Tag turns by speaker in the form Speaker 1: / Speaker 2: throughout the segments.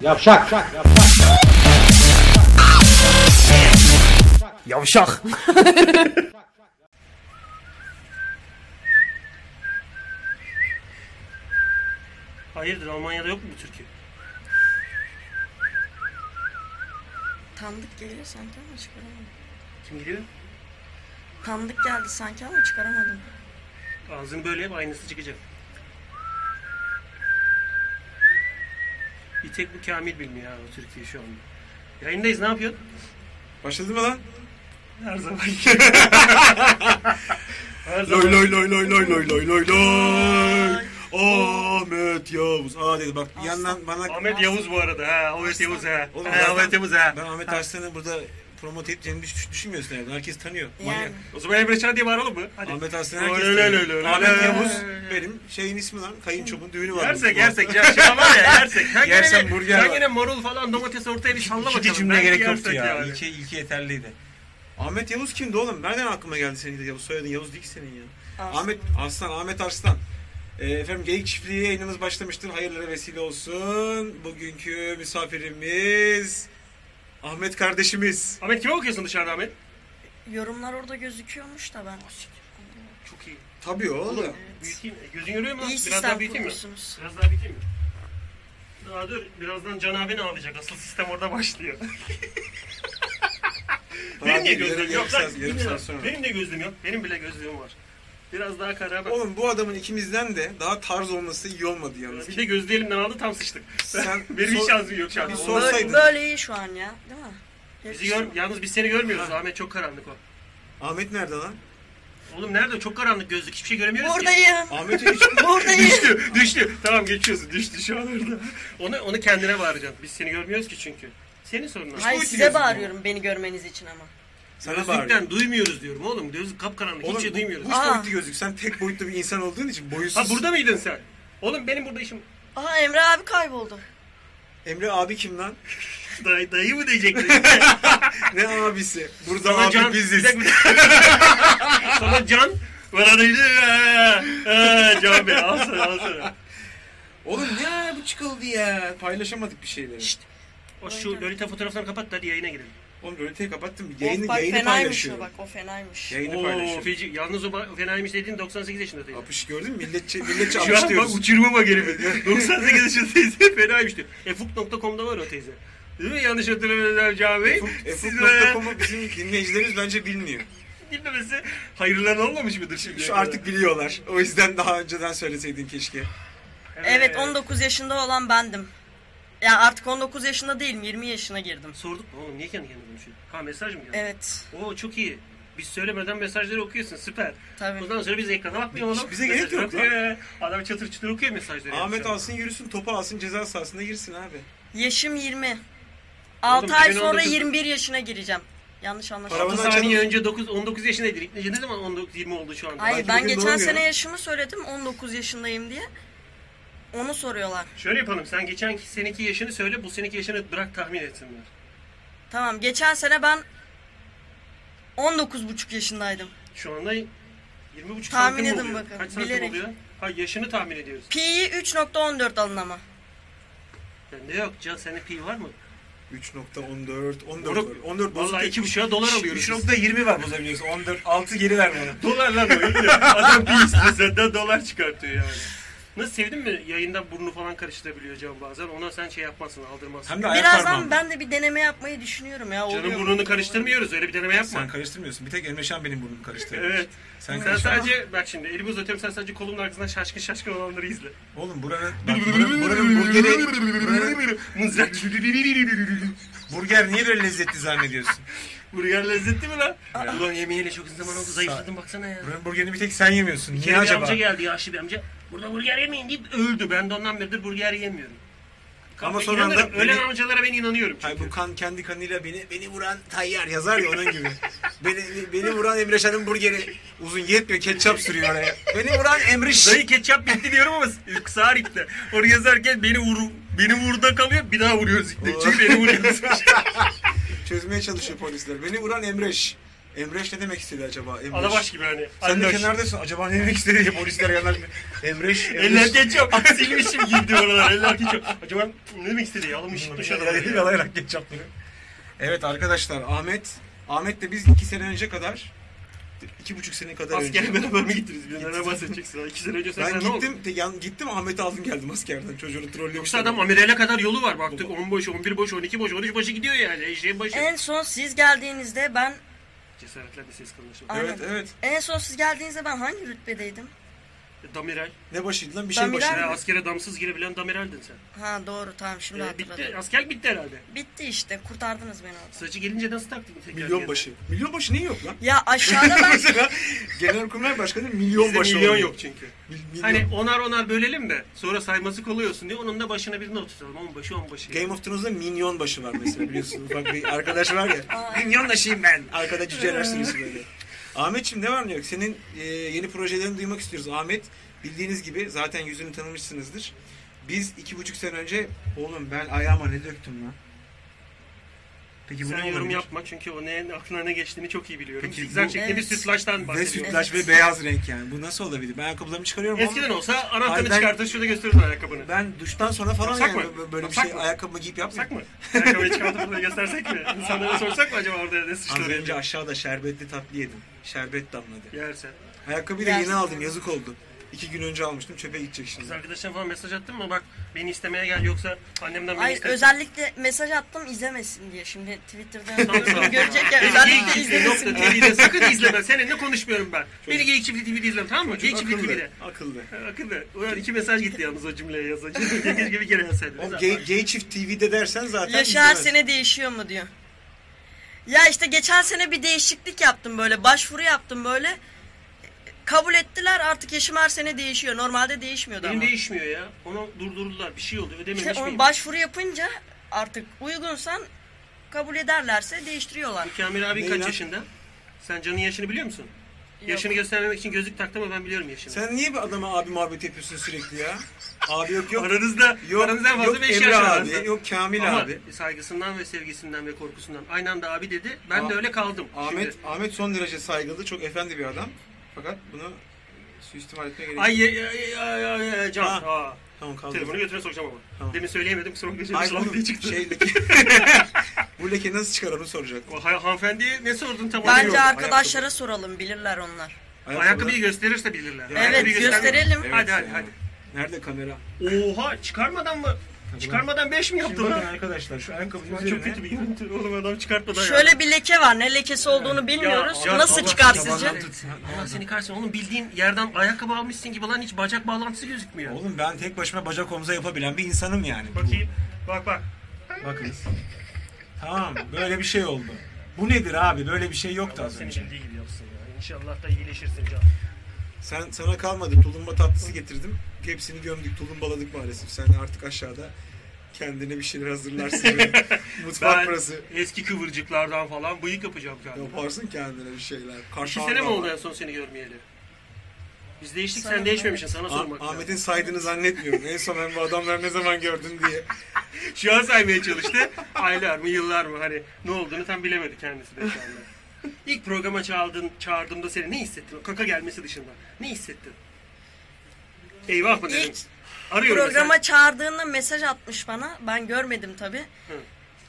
Speaker 1: Yavşak.
Speaker 2: Yavşak.
Speaker 3: Hayırdır Almanya'da yok mu bu türkü?
Speaker 4: Tanıdık geliyor sanki ama çıkaramadım.
Speaker 3: Kim geliyor?
Speaker 4: Tanıdık geldi sanki ama çıkaramadım.
Speaker 3: Ağzını böyle yap aynısı çıkacak. Bir tek bu Kamil bilmiyor ha o türküyü şu anda. Yayındayız ne yapıyorsun?
Speaker 2: Başladı mı lan?
Speaker 3: Her zaman.
Speaker 2: Loy
Speaker 3: Her zaman.
Speaker 2: loy loy loy loy loy loy loy loy. Ahmet Yavuz. Aa dedi bak bir yandan bana...
Speaker 3: Ahmet Yavuz bu arada ha. Ahmet Yavuz ha.
Speaker 2: Oğlum
Speaker 3: ha
Speaker 2: zaten-
Speaker 3: Ahmet Yavuz ha.
Speaker 2: Ben Ahmet Arslan'ı burada promote edeceğini düş, düşünmüyorsun herhalde. Herkes tanıyor. Manyak.
Speaker 4: Yani.
Speaker 3: O zaman Emre Çağ diye bağıralım mı? Hadi.
Speaker 2: Ahmet Arslan
Speaker 3: Loy
Speaker 2: herkes
Speaker 3: loy loy loy
Speaker 2: tanıyor.
Speaker 3: loy.
Speaker 2: Ahmet
Speaker 3: Loy.
Speaker 2: Yavuz benim şeyin ismi lan. Kayınçomun düğünü var.
Speaker 3: Yersek yersek ya şuna var ya yersek. Sen
Speaker 2: Yersen
Speaker 3: gene,
Speaker 2: burger
Speaker 3: sen
Speaker 2: var.
Speaker 3: gene marul falan domates ortaya bir salla bakalım.
Speaker 2: İki cümle
Speaker 3: Belki
Speaker 2: gerek yoktu
Speaker 3: yersek
Speaker 2: ya.
Speaker 3: yani.
Speaker 2: İlke, ilke yeterliydi. Ahmet Yavuz kimdi oğlum? Nereden aklıma geldi senin de Yavuz? Soyadın Yavuz değil ki senin ya.
Speaker 4: Arslan.
Speaker 2: Ahmet Arslan, Ahmet Arslan. Ee, efendim Geyik Çiftliği yayınımız başlamıştır. Hayırlara vesile olsun. Bugünkü misafirimiz Ahmet kardeşimiz.
Speaker 3: Ahmet kime bakıyorsun dışarıda Ahmet?
Speaker 4: Yorumlar orada gözüküyormuş da ben.
Speaker 3: Çok iyi.
Speaker 2: Tabii oğlum.
Speaker 3: Büyüteyim. mi? Gözün görüyor mu?
Speaker 4: İyi
Speaker 3: Biraz daha
Speaker 4: sistem
Speaker 3: büyüteyim mi?
Speaker 4: kurmuşsunuz.
Speaker 3: Biraz daha biteyim mi? Daha dur. Birazdan Can abi ne yapacak? Asıl sistem orada başlıyor. benim de
Speaker 2: değil,
Speaker 3: gözlüğüm
Speaker 2: yarım- yarım
Speaker 3: yok lan.
Speaker 2: saat- yarım
Speaker 3: Bilmiyorum.
Speaker 2: saat sonra.
Speaker 3: Benim de gözlüğüm yok. Benim bile gözlüğüm var. Biraz daha karara bak.
Speaker 2: Oğlum bu adamın ikimizden de daha tarz olması iyi olmadı yalnız.
Speaker 3: Bir de gözlüğü elimden aldı tam sıçtık.
Speaker 2: Sen
Speaker 3: Benim hiç
Speaker 2: sor-
Speaker 3: şansım yok şu an.
Speaker 2: bir
Speaker 3: Ondan-
Speaker 2: sorsay-
Speaker 4: Böyle,
Speaker 2: Olsaydı.
Speaker 4: böyle iyi şu an ya. Değil mi?
Speaker 3: Bizi gör, yalnız biz seni görmüyoruz. Ahmet çok karanlık o.
Speaker 2: Ahmet nerede lan?
Speaker 3: Oğlum nerede? Çok karanlık gözlük. Hiçbir şey göremiyoruz ki.
Speaker 4: Buradayım.
Speaker 2: Ahmet'e hiç...
Speaker 4: Buradayım.
Speaker 3: Düştü, düştü. Tamam geçiyorsun. Düştü şu an orada. Onu, onu kendine bağıracaksın. Biz seni görmüyoruz ki çünkü. Senin sorunun.
Speaker 4: Hayır size bağırıyorum beni görmeniz için ama.
Speaker 2: Sana bağırıyor.
Speaker 3: Gözlükten duymuyoruz diyorum oğlum. Gözlük kapkaranlık.
Speaker 2: Oğlum
Speaker 3: Hiç şey
Speaker 2: bu-
Speaker 3: duymuyoruz.
Speaker 2: Üç
Speaker 4: Aa.
Speaker 2: boyutlu gözlük. Sen tek boyutlu bir insan olduğun için boyusuz.
Speaker 3: Ha burada mıydın sen? Oğlum benim burada işim...
Speaker 4: Aha Emre abi kayboldu.
Speaker 2: Emre abi kim lan?
Speaker 3: Dayı, dayı mı diyecektin?
Speaker 2: Ne abisi? Burada
Speaker 3: Sana
Speaker 2: abi
Speaker 3: can...
Speaker 2: biziz.
Speaker 3: Bir dakika, bir dakika. Sana can... Bana da Ee, Can Bey al sana al sana.
Speaker 2: Oğlum ne bu çıkıldı ya? Paylaşamadık bir şeyleri.
Speaker 3: O şu Lolita fotoğraflarını kapat da hadi yayına girelim.
Speaker 2: Oğlum Lolita'yı kapattım. Bir
Speaker 4: of,
Speaker 2: Yayını,
Speaker 4: bak
Speaker 2: yayını
Speaker 4: fenaymış o
Speaker 2: paylaşıyorum.
Speaker 4: bak o fenaymış.
Speaker 2: Yayını
Speaker 3: Oo,
Speaker 2: paylaşıyorum.
Speaker 3: feci. Yalnız o ba- fenaymış dediğin 98 yaşında değil.
Speaker 2: Apış gördün mü? Milletçe, milletçe
Speaker 3: Şu
Speaker 2: apış
Speaker 3: an bak
Speaker 2: diyoruz.
Speaker 3: uçuruma bak herifi. 98 yaşında teyze fenaymış diyor. Efuk.com'da var o teyze. Değil mi? Yanlış hatırlamıyorsam Can Bey.
Speaker 2: E,
Speaker 3: Siz böyle-
Speaker 2: Efuk.com'u bizim dinleyicilerimiz bence bilmiyor.
Speaker 3: Bilmemesi hayırlarına olmamış mıdır şimdi?
Speaker 2: Şu artık biliyorlar. O yüzden daha önceden söyleseydin keşke.
Speaker 4: Evet 19 yaşında olan bendim. Ya artık 19 yaşında değilim 20 yaşına girdim.
Speaker 3: Sorduk mu oğlum niye kendi kendine konuşuyor? Ha mesaj mı geldi?
Speaker 4: Evet.
Speaker 3: Oo çok iyi. Biz söylemeden mesajları okuyorsun süper.
Speaker 4: Tabii.
Speaker 3: Ondan sonra biz ekrana bakmıyoruz oğlum.
Speaker 2: bize gerek yok
Speaker 3: Mesajları okuyor. Ee, Adam çatır çatır okuyor mesajları.
Speaker 2: Ahmet
Speaker 3: Alsın.
Speaker 2: alsın yürüsün topu alsın ceza sahasına girsin abi.
Speaker 4: Yaşım 20. 6 ay
Speaker 3: 2019
Speaker 4: sonra 21 yaşına gireceğim. Yanlış
Speaker 2: Paravan-
Speaker 4: anlaşıldı.
Speaker 3: 6 saniye önce 9, 19 yaşındaydık. Ne zaman 19, 20 oldu şu anda?
Speaker 4: Hayır
Speaker 2: Belki
Speaker 4: ben
Speaker 2: bugün
Speaker 4: geçen
Speaker 2: doğum günü.
Speaker 4: sene yaşımı söyledim 19 yaşındayım diye. Onu soruyorlar.
Speaker 3: Şöyle yapalım sen geçen seneki yaşını söyle bu seneki yaşını bırak tahmin etsinler.
Speaker 4: Tamam geçen sene ben 19,5 yaşındaydım.
Speaker 3: Şu anda 20,5
Speaker 4: Tahmin
Speaker 3: santim
Speaker 4: edin
Speaker 3: oluyor.
Speaker 4: bakın,
Speaker 3: Kaç santim
Speaker 4: bilerek.
Speaker 3: oluyor? Ha yaşını tahmin ediyoruz.
Speaker 4: Pi'yi 3.14 alın ama.
Speaker 3: Bende yok. Can sende pi var mı?
Speaker 2: 3.14, 14,
Speaker 3: Moruk,
Speaker 2: 14 bozuk.
Speaker 3: Vallahi
Speaker 2: değil.
Speaker 3: 2,5'a dolar alıyoruz.
Speaker 2: 3.20 var bozabiliyorsun. 14, 6 geri ver bana.
Speaker 3: Dolar lan o öyle. Adam bir istiyor senden dolar çıkartıyor yani. Nasıl sevdin mi? Yayında burnu falan karıştırabiliyor Can bazen. Ona sen şey yapmazsın, aldırmazsın.
Speaker 2: Hem de ayak parmağım.
Speaker 4: Birazdan ben de bir deneme yapmayı düşünüyorum ya. oluyor
Speaker 3: Canın
Speaker 4: mu?
Speaker 3: burnunu karıştırmıyoruz. Öyle bir deneme yapma.
Speaker 2: Sen karıştırmıyorsun. Bir tek Emre Şan benim burnumu karıştırıyor.
Speaker 3: Evet.
Speaker 2: Sen
Speaker 3: Sen
Speaker 2: karıştırma.
Speaker 3: sadece bak şimdi elimi uzatıyorum sen sadece kolumun arkasından şaşkın şaşkın olanları izle.
Speaker 2: Oğlum buranın, bak, buranın, buranın burgeri, buranın,
Speaker 3: Mızrak.
Speaker 2: burger niye böyle lezzetli zannediyorsun?
Speaker 3: Burger lezzetli mi lan? Ulan yemeğiyle çok uzun zaman oldu zayıfladım baksana ya.
Speaker 2: Buranın burgerini bir tek sen yemiyorsun.
Speaker 3: Kere
Speaker 2: Niye
Speaker 3: bir
Speaker 2: acaba?
Speaker 3: amca geldi yaşlı bir amca. Burada burger yemeyin deyip öldü. Ben de ondan beridir burger yemiyorum.
Speaker 2: Ama
Speaker 3: Ama
Speaker 2: son
Speaker 3: sonra
Speaker 2: anda
Speaker 3: ölen
Speaker 2: beni-
Speaker 3: amcalara ben inanıyorum çünkü.
Speaker 2: Hayır bu kan kendi kanıyla beni beni vuran tayyar yazar ya onun gibi. beni beni vuran Emre Şan'ın burgeri uzun yetmiyor ketçap sürüyor oraya. Beni vuran Emre Ş-
Speaker 3: Dayı ketçap bitti diyorum ama kısa ipte. Oraya yazarken beni vur beni vurda kalıyor. Bir daha vuruyoruz ipte. Çünkü beni vuruyoruz.
Speaker 2: çözmeye çalışıyor polisler. Beni vuran Emre Ş- Emreş ne demek istedi acaba? Emreş.
Speaker 3: Alabaş gibi hani.
Speaker 2: Sen de
Speaker 3: Anneş.
Speaker 2: kenardasın. Acaba ne demek istedi diye polisler yanlar. Emreş,
Speaker 3: Eller
Speaker 2: Emreş.
Speaker 3: geçiyor. Silmişim girdi oralar. Eller geçiyor. Acaba ne demek istedi? ya? Almış gitmiş
Speaker 2: Yalayarak-
Speaker 3: adamı.
Speaker 2: Yalayarak geç yaptırıyor. Evet arkadaşlar Ahmet, Ahmet'le biz iki sene önce kadar, iki buçuk sene kadar
Speaker 3: Askere
Speaker 2: önce.
Speaker 3: beraber mi gittiniz? Bir nereye bahsedeceksin? ha? İki sene önce sen
Speaker 2: Ben
Speaker 3: sen ne oldu?
Speaker 2: gittim, te- yan, gittim Ahmet'i aldım geldim askerden. Çocuğunu trollemiştim.
Speaker 3: Yoksa adam amirele kadar yolu var. Baktık 10 boş, 11 boş, 12 boş, 13 başı gidiyor yani. Eşeğin başı.
Speaker 4: En son siz geldiğinizde ben
Speaker 3: Cesaretler de ses kalınlaşıyor.
Speaker 4: Ay.
Speaker 2: Evet
Speaker 4: Aynen.
Speaker 2: evet.
Speaker 4: en son siz geldiğinizde ben hangi rütbedeydim?
Speaker 3: E, Damiral.
Speaker 2: Ne başıydı lan bir
Speaker 4: Ben
Speaker 2: şey
Speaker 4: bir
Speaker 2: başıydı.
Speaker 4: daha-
Speaker 3: Ya, askere damsız girebilen damiraldin sen.
Speaker 4: Ha doğru tamam şimdi
Speaker 3: Ee,
Speaker 4: hatırladım.
Speaker 3: bitti.
Speaker 4: Bitti.
Speaker 3: Asker bitti herhalde.
Speaker 4: işte kurtardınız beni orada.
Speaker 3: Saçı gelince nasıl taktın? tekrar
Speaker 2: Milyon
Speaker 3: yerine?
Speaker 2: başı. Milyon başı niye yok lan?
Speaker 4: Ya aşağıda ben
Speaker 2: Mesela Genelkurmay Başkanı milyon
Speaker 3: Bizde
Speaker 2: başı
Speaker 3: milyon
Speaker 2: oluyor.
Speaker 3: yok çünkü.
Speaker 2: Mil- milyon.
Speaker 3: Hani onar onar bölelim de sonra saymazlık oluyorsun diye onun da başına bir not tutalım. On başı on başı.
Speaker 2: Game of Thrones'da minyon başı var mesela biliyorsunuz. Bak bir arkadaş var ya. minyon başıyım ben. Arkada cüceler sürüsü böyle. Ahmetciğim ne var ne yok? Senin e, yeni projelerini duymak istiyoruz. Ahmet bildiğiniz gibi zaten yüzünü tanımışsınızdır. Biz iki buçuk sene önce oğlum ben ayağıma ne döktüm lan? Peki
Speaker 3: Sen
Speaker 2: ne
Speaker 3: yorum
Speaker 2: olabilir?
Speaker 3: yapma çünkü o ne, aklına ne geçtiğini çok iyi biliyorum.
Speaker 2: Peki
Speaker 3: Zikzak
Speaker 2: bu-
Speaker 3: şeklinde bir
Speaker 4: Evet.
Speaker 3: sütlaçtan
Speaker 2: Ve
Speaker 3: bahsediyorum.
Speaker 2: sütlaç ve beyaz renk yani. Bu nasıl olabilir? Ben ayakkabılarımı çıkarıyorum
Speaker 3: Eskiden
Speaker 2: ama
Speaker 3: olsa
Speaker 2: Hayır,
Speaker 3: anahtarını
Speaker 2: ben-
Speaker 3: çıkartır şurada gösterirdin ayakkabını.
Speaker 2: ben duştan sonra falan
Speaker 3: Yapsak
Speaker 2: yani
Speaker 3: mı?
Speaker 2: bö- böyle bir
Speaker 3: Yapsak
Speaker 2: şey
Speaker 3: mı?
Speaker 2: ayakkabımı giyip yapmıyorum.
Speaker 3: Yapsak mı? Ayakkabıyı çıkartıp burada göstersek mi? İnsanlara sorsak mı acaba orada ne
Speaker 2: Az önce
Speaker 3: sıçtığını?
Speaker 2: aşağıda şerbetli tatlı yedim. Şerbet damladı.
Speaker 3: Yersen.
Speaker 2: Ayakkabıyı da
Speaker 4: Yersin.
Speaker 2: yeni aldım yazık oldu. İki gün önce almıştım çöpe gidecek şimdi.
Speaker 3: Kız arkadaşlarına falan mesaj attın mı? Bak beni istemeye gel yoksa annemden beni
Speaker 4: Ay
Speaker 3: iste.
Speaker 4: özellikle mesaj attım izlemesin diye. Şimdi Twitter'da
Speaker 3: Tamam, tamam.
Speaker 4: görecek ya
Speaker 3: Beni
Speaker 4: özellikle
Speaker 3: Geyik Çiftliği
Speaker 4: izlemesin.
Speaker 3: nokta TV'de sakın izleme. Seninle konuşmuyorum ben. Beni Geyik Çiftliği TV'de izleme tamam mı? Geyik Çiftliği
Speaker 2: akıllı.
Speaker 3: TV'de.
Speaker 2: akıllı.
Speaker 3: Akıllı. Ulan iki mesaj gitti yalnız o cümleye yazınca. Geyik gibi geri
Speaker 2: Oğlum,
Speaker 3: yazsaydın.
Speaker 2: gay, gay çift TV'de dersen zaten
Speaker 4: Yaşar
Speaker 2: izlemez.
Speaker 4: sene değişiyor mu diyor. Ya işte geçen sene bir değişiklik yaptım böyle başvuru yaptım böyle. Kabul ettiler artık yaşım her sene değişiyor. Normalde değişmiyordu
Speaker 3: Benim
Speaker 4: ama.
Speaker 3: değişmiyor ya. Onu durdurdular. Bir şey oldu. Ödememiş
Speaker 4: İşte
Speaker 3: miyim?
Speaker 4: onu başvuru yapınca artık uygunsan kabul ederlerse değiştiriyorlar.
Speaker 3: Kamil abi
Speaker 2: Ney
Speaker 3: kaç
Speaker 2: lan?
Speaker 3: yaşında? Sen Can'ın yaşını biliyor musun?
Speaker 4: Yok.
Speaker 3: Yaşını göstermemek için gözlük taktı ama ben biliyorum yaşını.
Speaker 2: Sen niye bir adama abi muhabbet yapıyorsun sürekli ya? Abi yok yok.
Speaker 3: aranızda,
Speaker 2: Yok,
Speaker 3: aranızda en fazla
Speaker 2: yok
Speaker 3: 5 yaş
Speaker 2: Emre
Speaker 3: aranızda.
Speaker 2: abi, yok Kamil
Speaker 3: Ama
Speaker 2: abi.
Speaker 3: saygısından ve sevgisinden ve korkusundan aynı anda abi dedi. Ben
Speaker 2: Ah-
Speaker 3: de öyle kaldım.
Speaker 2: Ahmet,
Speaker 3: Şimdi-
Speaker 2: Ahmet son derece saygılı, çok efendi bir adam. Fakat bunu suistimal etmeye gerek yok.
Speaker 3: Ay ay ay ay, ay, ay, Can.
Speaker 2: Ha.
Speaker 3: Aa,
Speaker 2: Tamam kaldı.
Speaker 3: telefonu götüne sokacağım ama.
Speaker 2: Tamam.
Speaker 3: Demin söyleyemedim kusura bakma.
Speaker 2: Ay,
Speaker 3: Ay,
Speaker 2: oğlum,
Speaker 3: diye çıktı.
Speaker 2: Ah. şey, leke- bu leke nasıl çıkaralım soracak.
Speaker 3: O ha- hanımefendiye ne sordun tam olarak?
Speaker 4: Bence
Speaker 2: Ayakkabı.
Speaker 4: arkadaşlara soralım bilirler onlar.
Speaker 3: Ayakkabıyı gösterirse bilirler.
Speaker 2: Evet,
Speaker 3: Ayakkabıyı gösterme-
Speaker 4: gösterelim.
Speaker 2: Evet
Speaker 3: Hadi hadi
Speaker 2: ya.
Speaker 3: hadi.
Speaker 2: Nerede kamera?
Speaker 3: Oha çıkarmadan mı? Çıkarmadan 5 mi
Speaker 2: Şimdi
Speaker 3: yaptın
Speaker 2: bakın
Speaker 3: lan?
Speaker 2: arkadaşlar şu ayakkabının
Speaker 3: Ulan Çok
Speaker 2: üzerine
Speaker 3: kötü bir görüntü oğlum adam çıkartmadan
Speaker 4: Şöyle bir leke var ne lekesi olduğunu bilmiyoruz.
Speaker 3: ya
Speaker 4: Nasıl
Speaker 3: Allah
Speaker 4: çıkar
Speaker 3: seni
Speaker 4: sizce?
Speaker 3: yalandan tutsun. Allah seni kahretsin oğlum bildiğin yerden ayakkabı almışsın gibi lan hiç bacak bağlantısı gözükmüyor.
Speaker 2: Oğlum ben tek başıma bacak omza yapabilen bir insanım yani. Bu-
Speaker 3: Bakayım bak bak.
Speaker 2: Bakınız. Tamam böyle bir şey oldu. Bu nedir abi? Böyle bir şey yoktu
Speaker 3: Allah
Speaker 2: az
Speaker 3: seni
Speaker 2: önce.
Speaker 3: bildiği gibi yapsın ya. İnşallah da iyileşirsin can.
Speaker 2: Sen sana kalmadı. Tulumba tatlısı getirdim. Hepsini gömdük, tulumbaladık maalesef. Sen artık aşağıda kendine bir şeyler hazırlarsın. Böyle Mutfak
Speaker 3: Ben
Speaker 2: burası.
Speaker 3: eski kıvırcıklardan falan bıyık yapacağım kendime.
Speaker 2: Yaparsın kendine bir şeyler.
Speaker 3: İki
Speaker 2: Karşıma
Speaker 3: sene mi oldu en son seni görmeyeli? Biz değiştik sen
Speaker 4: Sana-
Speaker 3: değişmemişsin sana sormak. lazım.
Speaker 2: Ah, Ahmet'in saydığını zannetmiyorum. en son ben bu adamları ne zaman gördün diye.
Speaker 3: Şu an saymaya çalıştı. Aylar mı yıllar mı hani ne olduğunu tam bilemedi kendisi de şu anda. İlk programa çağırdın, çağırdığımda seni ne hissettin? O kaka gelmesi dışında. Ne hissettin? Eyvah mı dedim.
Speaker 4: İlk
Speaker 3: Arıyorum
Speaker 4: programa
Speaker 3: mesela.
Speaker 4: çağırdığında mesaj atmış bana. Ben görmedim tabi.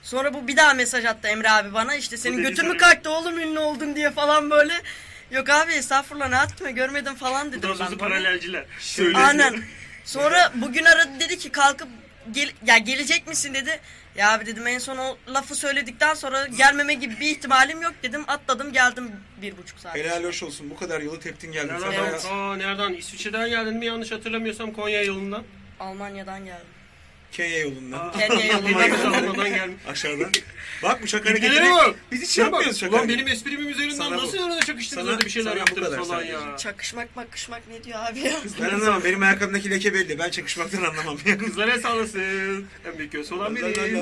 Speaker 4: Sonra bu bir daha mesaj attı Emre abi bana. İşte senin
Speaker 3: dedi
Speaker 4: götün mü
Speaker 3: sana-
Speaker 4: kalktı oğlum ünlü oldun diye falan böyle. Yok abi estağfurullah ne atma görmedim falan dedim
Speaker 3: Daha
Speaker 4: ben.
Speaker 3: sözü
Speaker 4: bana.
Speaker 3: paralelciler. Söyle.
Speaker 4: Aynen. Sonra bugün aradı dedi ki kalkıp gel, ya gelecek misin dedi. Ya abi dedim en son o lafı söyledikten sonra gelmeme gibi bir ihtimalim yok dedim. Atladım geldim bir buçuk saat.
Speaker 2: Helal hoş olsun. Bu kadar yolu teptin geldin. Sen
Speaker 3: Nereden?
Speaker 2: bayağı-
Speaker 3: Aa, nereden? İsviçre'den geldin mi yanlış hatırlamıyorsam Konya yolundan.
Speaker 4: Almanya'dan geldim.
Speaker 2: Kenya yolundan.
Speaker 4: Kenya yolundan.
Speaker 3: Bilmemiz almadan gelmiş.
Speaker 2: Aşağıdan. Bak uçak
Speaker 3: Bilgileri
Speaker 2: hareketini.
Speaker 3: var.
Speaker 2: Biz hiç
Speaker 4: şey
Speaker 3: Şuna
Speaker 2: yapmıyoruz
Speaker 3: bak,
Speaker 2: uçak
Speaker 3: Ulan
Speaker 2: hareketi.
Speaker 3: benim esprimin üzerinden
Speaker 2: Sana
Speaker 3: nasıl
Speaker 2: bu.
Speaker 3: orada çakıştınız
Speaker 2: Sana-
Speaker 3: orada bir şeyler
Speaker 2: sana bu
Speaker 3: yaptınız
Speaker 2: kadar
Speaker 3: falan
Speaker 2: sadece.
Speaker 3: ya.
Speaker 4: Çakışmak makışmak ne diyor abi ya?
Speaker 2: Ben anlamam. Benim ayakkabımdaki leke belli. Ben çakışmaktan anlamam.
Speaker 3: Kızlar el sallasın. En büyük göz olan
Speaker 2: Zaten
Speaker 3: benim.
Speaker 2: ya.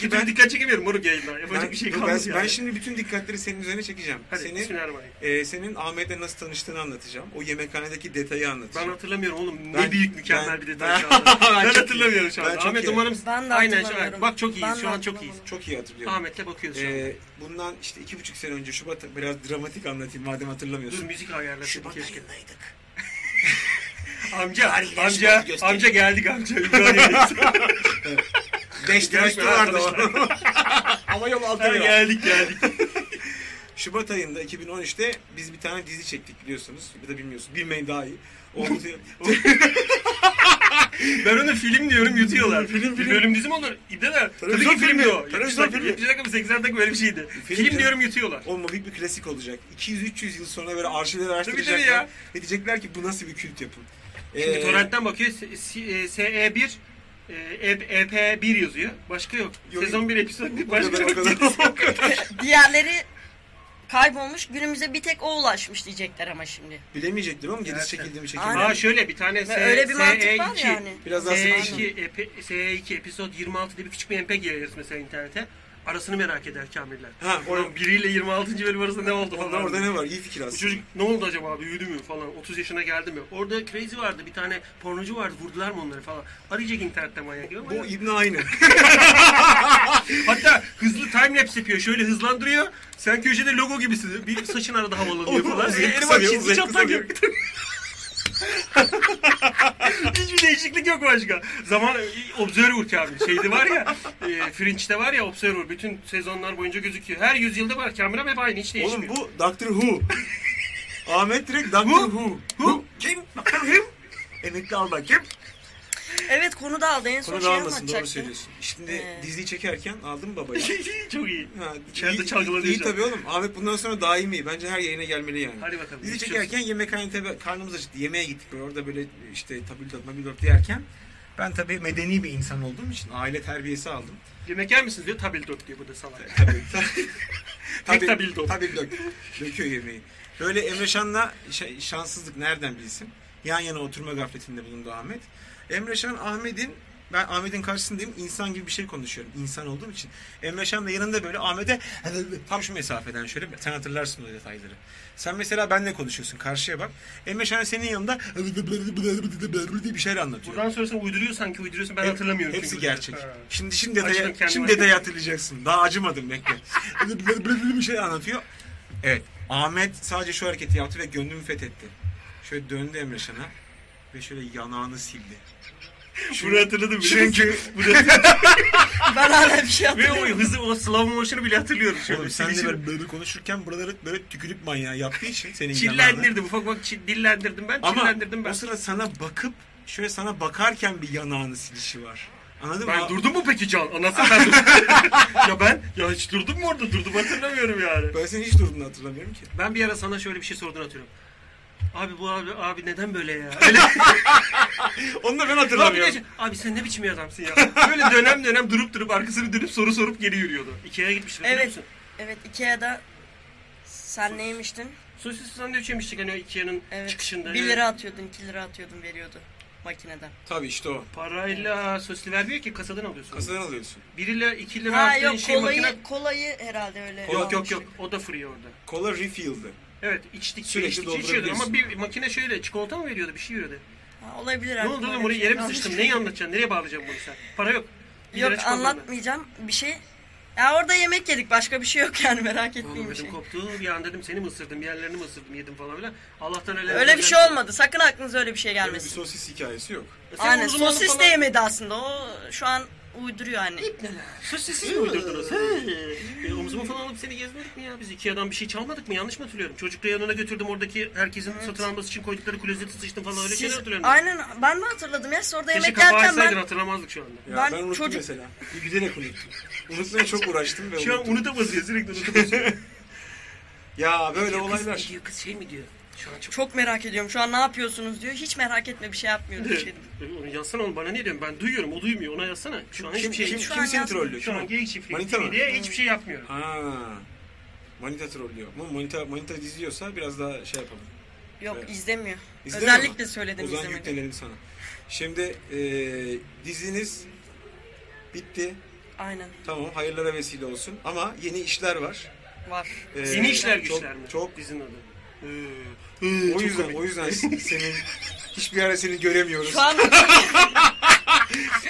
Speaker 2: Peki
Speaker 3: türlü
Speaker 2: ben-
Speaker 3: dikkat çekemiyorum moruk yayında. Yapacak
Speaker 2: Ben-
Speaker 3: bir şey
Speaker 2: yok,
Speaker 3: kalmadı
Speaker 2: ben,
Speaker 3: yani.
Speaker 2: ben şimdi bütün dikkatleri senin üzerine çekeceğim.
Speaker 3: Hadi
Speaker 2: senin
Speaker 3: Bismillahirrahmanirrahim.
Speaker 2: e, senin Ahmet'le nasıl tanıştığını anlatacağım. O yemekhanedeki detayı
Speaker 3: Ben
Speaker 2: anlatacağım.
Speaker 3: hatırlamıyorum oğlum.
Speaker 2: Ben-
Speaker 3: ne büyük mükemmel
Speaker 2: ben-
Speaker 3: bir detay şu anda. ben
Speaker 2: Çok iyi.
Speaker 3: hatırlamıyorum şu anda.
Speaker 2: Ben çok
Speaker 3: Ahmet
Speaker 2: iyi.
Speaker 3: umarım
Speaker 4: Ben de
Speaker 3: aynen şu
Speaker 4: hatırlamıyorum.
Speaker 3: an. Bak çok iyiyiz
Speaker 4: Ben
Speaker 3: şu
Speaker 4: de
Speaker 3: an çok iyiyiz.
Speaker 4: hatırlamıyorum.
Speaker 2: Çok iyi hatırlıyorum.
Speaker 3: Ahmet'le bakıyoruz şu an.
Speaker 2: Ee, bundan işte iki buçuk sene önce Şubat biraz dramatik anlatayım madem
Speaker 3: Dur
Speaker 2: hatırlamıyorsun.
Speaker 3: müzik ayarlasın
Speaker 2: Şubat
Speaker 3: keşke.
Speaker 2: ayındaydık.
Speaker 3: Amca,
Speaker 2: Tarihi
Speaker 3: amca,
Speaker 2: yaşları gösterin.
Speaker 3: amca geldik amca. Yukarı
Speaker 2: Beş tane vardı o. Ama yol altına yok.
Speaker 3: geldik geldik.
Speaker 2: Şubat ayında 2013'te biz bir tane dizi çektik biliyorsunuz. Ya da bilmiyorsunuz. Bilmeyin daha iyi. Oldu.
Speaker 3: Ben ona film diyorum yutuyorlar. film
Speaker 2: film.
Speaker 3: Bir bölüm dizi mi olur? İde de. Tabii ki
Speaker 2: Televizyon
Speaker 3: filmdi
Speaker 2: filmi.
Speaker 3: o.
Speaker 2: Televizyon filmi.
Speaker 3: 70 dakika mı 80 dakika böyle bir şeydi.
Speaker 2: Film
Speaker 3: Film,
Speaker 2: canım.
Speaker 3: diyorum yutuyorlar.
Speaker 2: Olma büyük bir klasik olacak. 200-300 yıl sonra böyle arşivler araştıracaklar.
Speaker 3: tabii ya.
Speaker 2: Ve diyecekler ki bu nasıl bir kült yapım.
Speaker 3: Şimdi
Speaker 2: Ee,
Speaker 3: torrentten bakıyor S- S- e, SE1 e, E- EP1 yazıyor. Başka yok.
Speaker 2: Yok.
Speaker 3: Sezon 1 episod 1
Speaker 2: o kadar,
Speaker 3: başka
Speaker 2: o
Speaker 3: yok.
Speaker 2: kadar.
Speaker 4: Diğerleri kaybolmuş. Günümüze bir tek o ulaşmış diyecekler ama şimdi.
Speaker 2: Bilemeyecekler ama gerisi
Speaker 3: Evet.
Speaker 2: çekildi mi
Speaker 4: Aynen.
Speaker 2: çekilmedi.
Speaker 3: Aa
Speaker 2: mi?
Speaker 3: şöyle bir tane S- E
Speaker 4: öyle bir mantık var
Speaker 3: SE2.
Speaker 4: yani.
Speaker 2: Biraz daha
Speaker 3: E
Speaker 2: sıkışın.
Speaker 3: SE2, epi- SE2 episod 26 diye bir küçük bir MPEG yayarız mesela internete. Arasını merak eder Kamiller.
Speaker 2: Ha,
Speaker 3: Oğlum biriyle 26. bölüm arasında ne oldu
Speaker 2: Ondan
Speaker 3: falan.
Speaker 2: orada ne var? İyi fikir
Speaker 3: Bu
Speaker 2: aslında.
Speaker 3: çocuk ne oldu acaba büyüdü mü falan 30 yaşına geldi mi? Orada crazy vardı bir tane pornocu vardı vurdular mı onları falan. Arayacak internette manyak gibi.
Speaker 2: Bu
Speaker 3: manyak.
Speaker 2: İbni aynı.
Speaker 3: Hatta hızlı time lapse yapıyor şöyle hızlandırıyor. Sen köşede logo gibisin. Bir saçın arada havalanıyor falan.
Speaker 2: Uzayıp
Speaker 3: Elim
Speaker 2: kısalıyor,
Speaker 3: açıyor,
Speaker 2: uzayıp
Speaker 3: çatlak yok. Hiçbir değişiklik yok başka. Zaman e, Observer abi. Şeyde var ya, e, Fringe'de var ya Observer. Bütün sezonlar boyunca gözüküyor. Her yüzyılda var. Kameram hep aynı. Hiç değişmiyor.
Speaker 2: Oğlum bu Doctor Who. Ahmet direkt Doctor
Speaker 3: Who?
Speaker 2: Who.
Speaker 3: Who?
Speaker 2: Kim? Doctor Who? Emekli Alman kim?
Speaker 4: Evet konu da aldı. En son
Speaker 2: Konu
Speaker 4: şey
Speaker 2: dağılmasın doğru
Speaker 4: anlatacaktı.
Speaker 2: söylüyorsun. Şimdi
Speaker 4: Ee.
Speaker 2: diziyi çekerken aldın babayı.
Speaker 3: Çok iyi.
Speaker 2: Ha,
Speaker 3: İçeride
Speaker 2: iyi-
Speaker 3: çalgılanıyor
Speaker 2: İyi
Speaker 3: şu an.
Speaker 2: tabii oğlum. Ahmet bundan sonra daimi. Bence her yayına gelmeli yani.
Speaker 3: Hadi bakalım,
Speaker 2: Dizi
Speaker 3: geçiyoruz.
Speaker 2: çekerken yemekhanede tabii karnımız acıktı. Yemeğe gittik böyle. Orada böyle işte tabül tatma bir dört yerken ben tabii medeni bir insan olduğum için aile terbiyesi aldım.
Speaker 3: Yemek yer misiniz diyor. Tabil dök diyor bu da salak.
Speaker 2: Tabii.
Speaker 3: Tek tabil dök.
Speaker 2: Tabii dök. Döküyor yemeği. Böyle Emre Şan'la ş- şanssızlık nereden bilsin? Yan yana oturma gafletinde bulundu Ahmet. Emre Şan Ahmet'in ben Ahmet'in karşısındayım. insan gibi bir şey konuşuyorum. İnsan olduğum için. Emre Şan da yanında böyle Ahmet'e tam şu mesafeden şöyle sen hatırlarsın o detayları. Sen mesela benle konuşuyorsun. Karşıya bak. Emre Şan senin yanında diye bir şeyler anlatıyor.
Speaker 3: Buradan sonrasını uyduruyor sanki uyduruyorsun. Ben
Speaker 2: Hep-
Speaker 3: hatırlamıyorum.
Speaker 2: Hepsi
Speaker 3: çünkü.
Speaker 2: gerçek.
Speaker 3: Ha.
Speaker 2: Şimdi şimdi detaya,
Speaker 3: Acıdım kendime.
Speaker 2: şimdi detaya hatırlayacaksın. Daha acımadım bekle. bir şey anlatıyor. Evet. Ahmet sadece şu hareketi yaptı ve gönlümü fethetti. Şöyle döndü Emre Şan'a ve şöyle yanağını sildi.
Speaker 3: Bunu hatırladım. biliyor musun?
Speaker 2: Çünkü
Speaker 3: Bu da-
Speaker 4: Ben hala bir şey
Speaker 3: Ve
Speaker 4: hatırlamıyorum.
Speaker 3: o hızı o slow motion'u bile hatırlıyorum. Şöyle
Speaker 2: oğlum sen de
Speaker 3: silişim.
Speaker 2: böyle, böyle konuşurken buraları böyle tükürük manyağı yaptığı için senin yanağını.
Speaker 3: Çillendirdim. Ufak ufak çi- dillendirdim ben.
Speaker 2: Ama
Speaker 3: çillendirdim
Speaker 2: o
Speaker 3: ben.
Speaker 2: sıra sana bakıp şöyle sana bakarken bir yanağını silişi var. Anladın mı?
Speaker 3: Ben
Speaker 2: Aa,
Speaker 3: durdum mu peki Can? Anlatsana ben durdum. ya ben ya hiç durdum mu orada? Durdum hatırlamıyorum yani.
Speaker 2: Ben senin hiç durduğunu hatırlamıyorum ki.
Speaker 3: Ben bir ara sana şöyle bir şey sordum atıyorum. Abi bu abi, abi neden böyle ya? Öyle,
Speaker 2: Onu da ben
Speaker 3: abi,
Speaker 2: hatırlamıyorum.
Speaker 3: ne- abi sen ne biçim bir adamsın ya? Böyle dönem dönem durup durup arkasını dönüp soru sorup geri yürüyordu. Ikea'ya gitmiştim. hatırlıyor
Speaker 4: Evet.
Speaker 3: musun?
Speaker 4: Evet Ikea'da sen ne yemiştin?
Speaker 3: Sosis sandviç yemiştik hani o Ikea'nın
Speaker 4: Evet.
Speaker 3: çıkışında.
Speaker 4: 1 lira atıyordun 2 lira atıyordun veriyordu makineden.
Speaker 2: Tabii işte o.
Speaker 3: Parayla sosisi vermiyor ki kasadan alıyorsun.
Speaker 2: Kasadan alıyorsun.
Speaker 3: 1 lira 2 lira
Speaker 4: Ha
Speaker 3: attığın
Speaker 4: yok
Speaker 3: şey
Speaker 4: kolayı
Speaker 3: makine...
Speaker 4: kolayı herhalde öyle.
Speaker 3: Yok yok
Speaker 4: almıştık.
Speaker 3: yok o da free orada.
Speaker 2: Kola refill'di.
Speaker 3: Evet içtik
Speaker 2: Sürekli
Speaker 3: içtik içiyordun ama
Speaker 2: doldurabiliyorsun.
Speaker 3: bir makine şöyle çikolata mı veriyordu bir şey veriyordu.
Speaker 4: Ha, olabilir
Speaker 3: Ne
Speaker 4: herhalde.
Speaker 3: oldu oğlum
Speaker 4: öyle
Speaker 3: oraya
Speaker 4: bir şey.
Speaker 3: yere mi sıçtım? Neyi anlatacaksın? Nereye bağlayacaksın bunu sen? Para yok. Bir lira
Speaker 4: Yok
Speaker 3: çikolata ver.
Speaker 4: anlatmayacağım bir şey. Ya orada yemek yedik başka bir şey yok yani merak etmeyin
Speaker 3: Oğlum
Speaker 4: bir şey.
Speaker 3: dedim koptu bir an dedim seni mi ısırdım bir yerlerini mi ısırdım yedim falan filan. Allah'tan öyle.
Speaker 4: Öyle bir şey olmadı sakın aklınıza öyle bir şey
Speaker 2: Öyle bir
Speaker 4: gelmesin.
Speaker 2: sosis hikayesi yok.
Speaker 4: Aynen sosis de yemedi aslında o şu an uyduruyor hani.
Speaker 3: Sosisi mi uydurdunuz? He. E, omzuma falan alıp seni gezmedik mi ya? Biz Ikea'dan bir şey çalmadık mı? Yanlış mı hatırlıyorum? Çocukla yanına götürdüm oradaki herkesin satın alması için koydukları klozeti sıçtım falan öyle şeyler
Speaker 4: Siz,
Speaker 3: hatırlıyorum.
Speaker 4: aynen ben de hatırladım ya siz orada
Speaker 3: Keşke
Speaker 4: yemek
Speaker 3: kapağı
Speaker 4: yerken
Speaker 3: açsaydın
Speaker 4: ben
Speaker 3: hatırlamazdık şu anda.
Speaker 2: Ya ben,
Speaker 4: Ben
Speaker 2: unuttum
Speaker 4: çocuk-
Speaker 2: mesela. Bir Giderek unuttum. Unutmaya çok uğraştım ve
Speaker 3: Şu an
Speaker 2: unuttum.
Speaker 3: unutamaz ya sürekli unutamaz.
Speaker 2: Ya böyle
Speaker 3: Diyor, kız,
Speaker 2: olaylar.
Speaker 3: diyor, kız şey mi diyor? Şu an çok...
Speaker 4: çok merak ediyorum şu an ne yapıyorsunuz diyor. Hiç merak etme bir şey yapmıyorum dedim.
Speaker 3: Onu yazsana oğlum bana ne diyorsun? Ben duyuyorum o duymuyor ona yazsana. Şu an
Speaker 2: Kim,
Speaker 3: hiçbir şey
Speaker 2: kim,
Speaker 4: Şu
Speaker 2: kim
Speaker 4: an
Speaker 2: seni
Speaker 4: yazdım.
Speaker 2: trollüyor?
Speaker 3: Şu an
Speaker 2: Kim?
Speaker 3: geyik çiftliği
Speaker 2: Manita mı?
Speaker 3: diye hiçbir şey yapmıyorum.
Speaker 2: Ha. Manita trollüyor. Ama manita, manita izliyorsa biraz daha şey yapalım.
Speaker 4: Yok
Speaker 2: Evet.
Speaker 4: izlemiyor.
Speaker 2: İzlemiyor
Speaker 4: Özellikle
Speaker 2: mu?
Speaker 4: söyledim
Speaker 2: O zaman
Speaker 4: izlemedi.
Speaker 2: yüklenelim sana. Şimdi eee diziniz bitti.
Speaker 4: Aynen
Speaker 2: Tamam hayırlara vesile olsun. Ama yeni işler var.
Speaker 4: var.
Speaker 2: Eee,
Speaker 3: Yeni işler
Speaker 2: çok-
Speaker 3: güçler mi? Ee,
Speaker 2: Çok
Speaker 3: dizin adı.
Speaker 2: o yüzden o yüzden senin hiçbir ara seni göremiyoruz.
Speaker 4: Şu an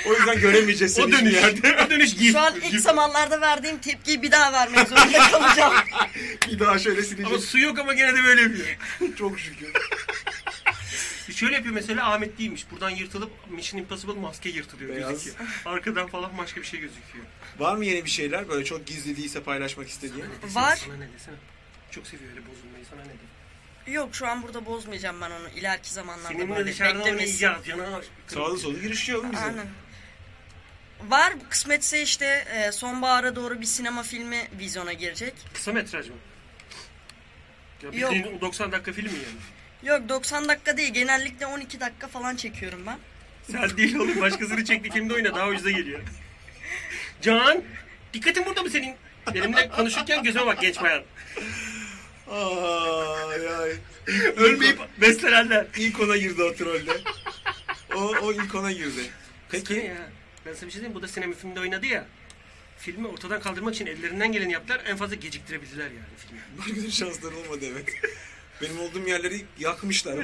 Speaker 2: O yüzden göremeyeceğiz seni
Speaker 3: O dönüş,
Speaker 2: hiçbir yerde.
Speaker 3: o dönüş git.
Speaker 4: Şu an
Speaker 3: Git.
Speaker 4: ilk zamanlarda verdiğim tepkiyi bir daha vermek zorunda kalacağım.
Speaker 2: Bir daha şöyle
Speaker 3: Ama
Speaker 2: sileceğiz.
Speaker 3: su yok ama gene de böyle yapıyor.
Speaker 2: Çok şükür.
Speaker 3: Şöyle yapıyor mesela Ahmet değilmiş. Buradan yırtılıp Mission Impossible maske yırtılıyor
Speaker 2: Beyaz.
Speaker 3: gözüküyor. Arkadan falan başka bir şey gözüküyor.
Speaker 2: Var mı yeni bir şeyler böyle çok gizli değilse paylaşmak istediğin?
Speaker 3: Desene,
Speaker 4: Var.
Speaker 3: Sana ne desene. Çok seviyor öyle bozulmayı sana ne de.
Speaker 4: Yok şu an burada bozmayacağım ben onu. İleriki zamanlarda
Speaker 3: Senin de
Speaker 4: böyle
Speaker 3: dışarıdan öyle
Speaker 4: beklemesin.
Speaker 3: yaz canavar.
Speaker 2: Sağlı solu girişiyor mu bize?
Speaker 4: Aynen. Var kısmetse işte e, sonbahara doğru bir sinema filmi vizyona girecek.
Speaker 3: Kısa metraj mı? Ya
Speaker 4: Yok.
Speaker 3: bildiğin 90 dakika film mi yani?
Speaker 4: Yok 90 dakika değil genellikle 12 dakika falan çekiyorum ben.
Speaker 3: Sen değil oğlum başkasını çekti filmde oyna daha ucuza geliyor. Can dikkatin burada mı senin? Benimle konuşurken gözüme bak genç bayan.
Speaker 2: Ay ay.
Speaker 3: Ölmeyip beslenenler.
Speaker 2: İlk ona girdi o trolle. O, o ilk ona girdi.
Speaker 3: Peki
Speaker 2: Peki.
Speaker 3: ya. Ben sana bir şey diyeyim mi? bu da sinema filminde oynadı ya. Filmi ortadan kaldırmak için ellerinden geleni yaptılar. En fazla geciktirebildiler yani filmi.
Speaker 2: Bugün şansları olmadı evet. Benim olduğum yerleri yakmışlar ama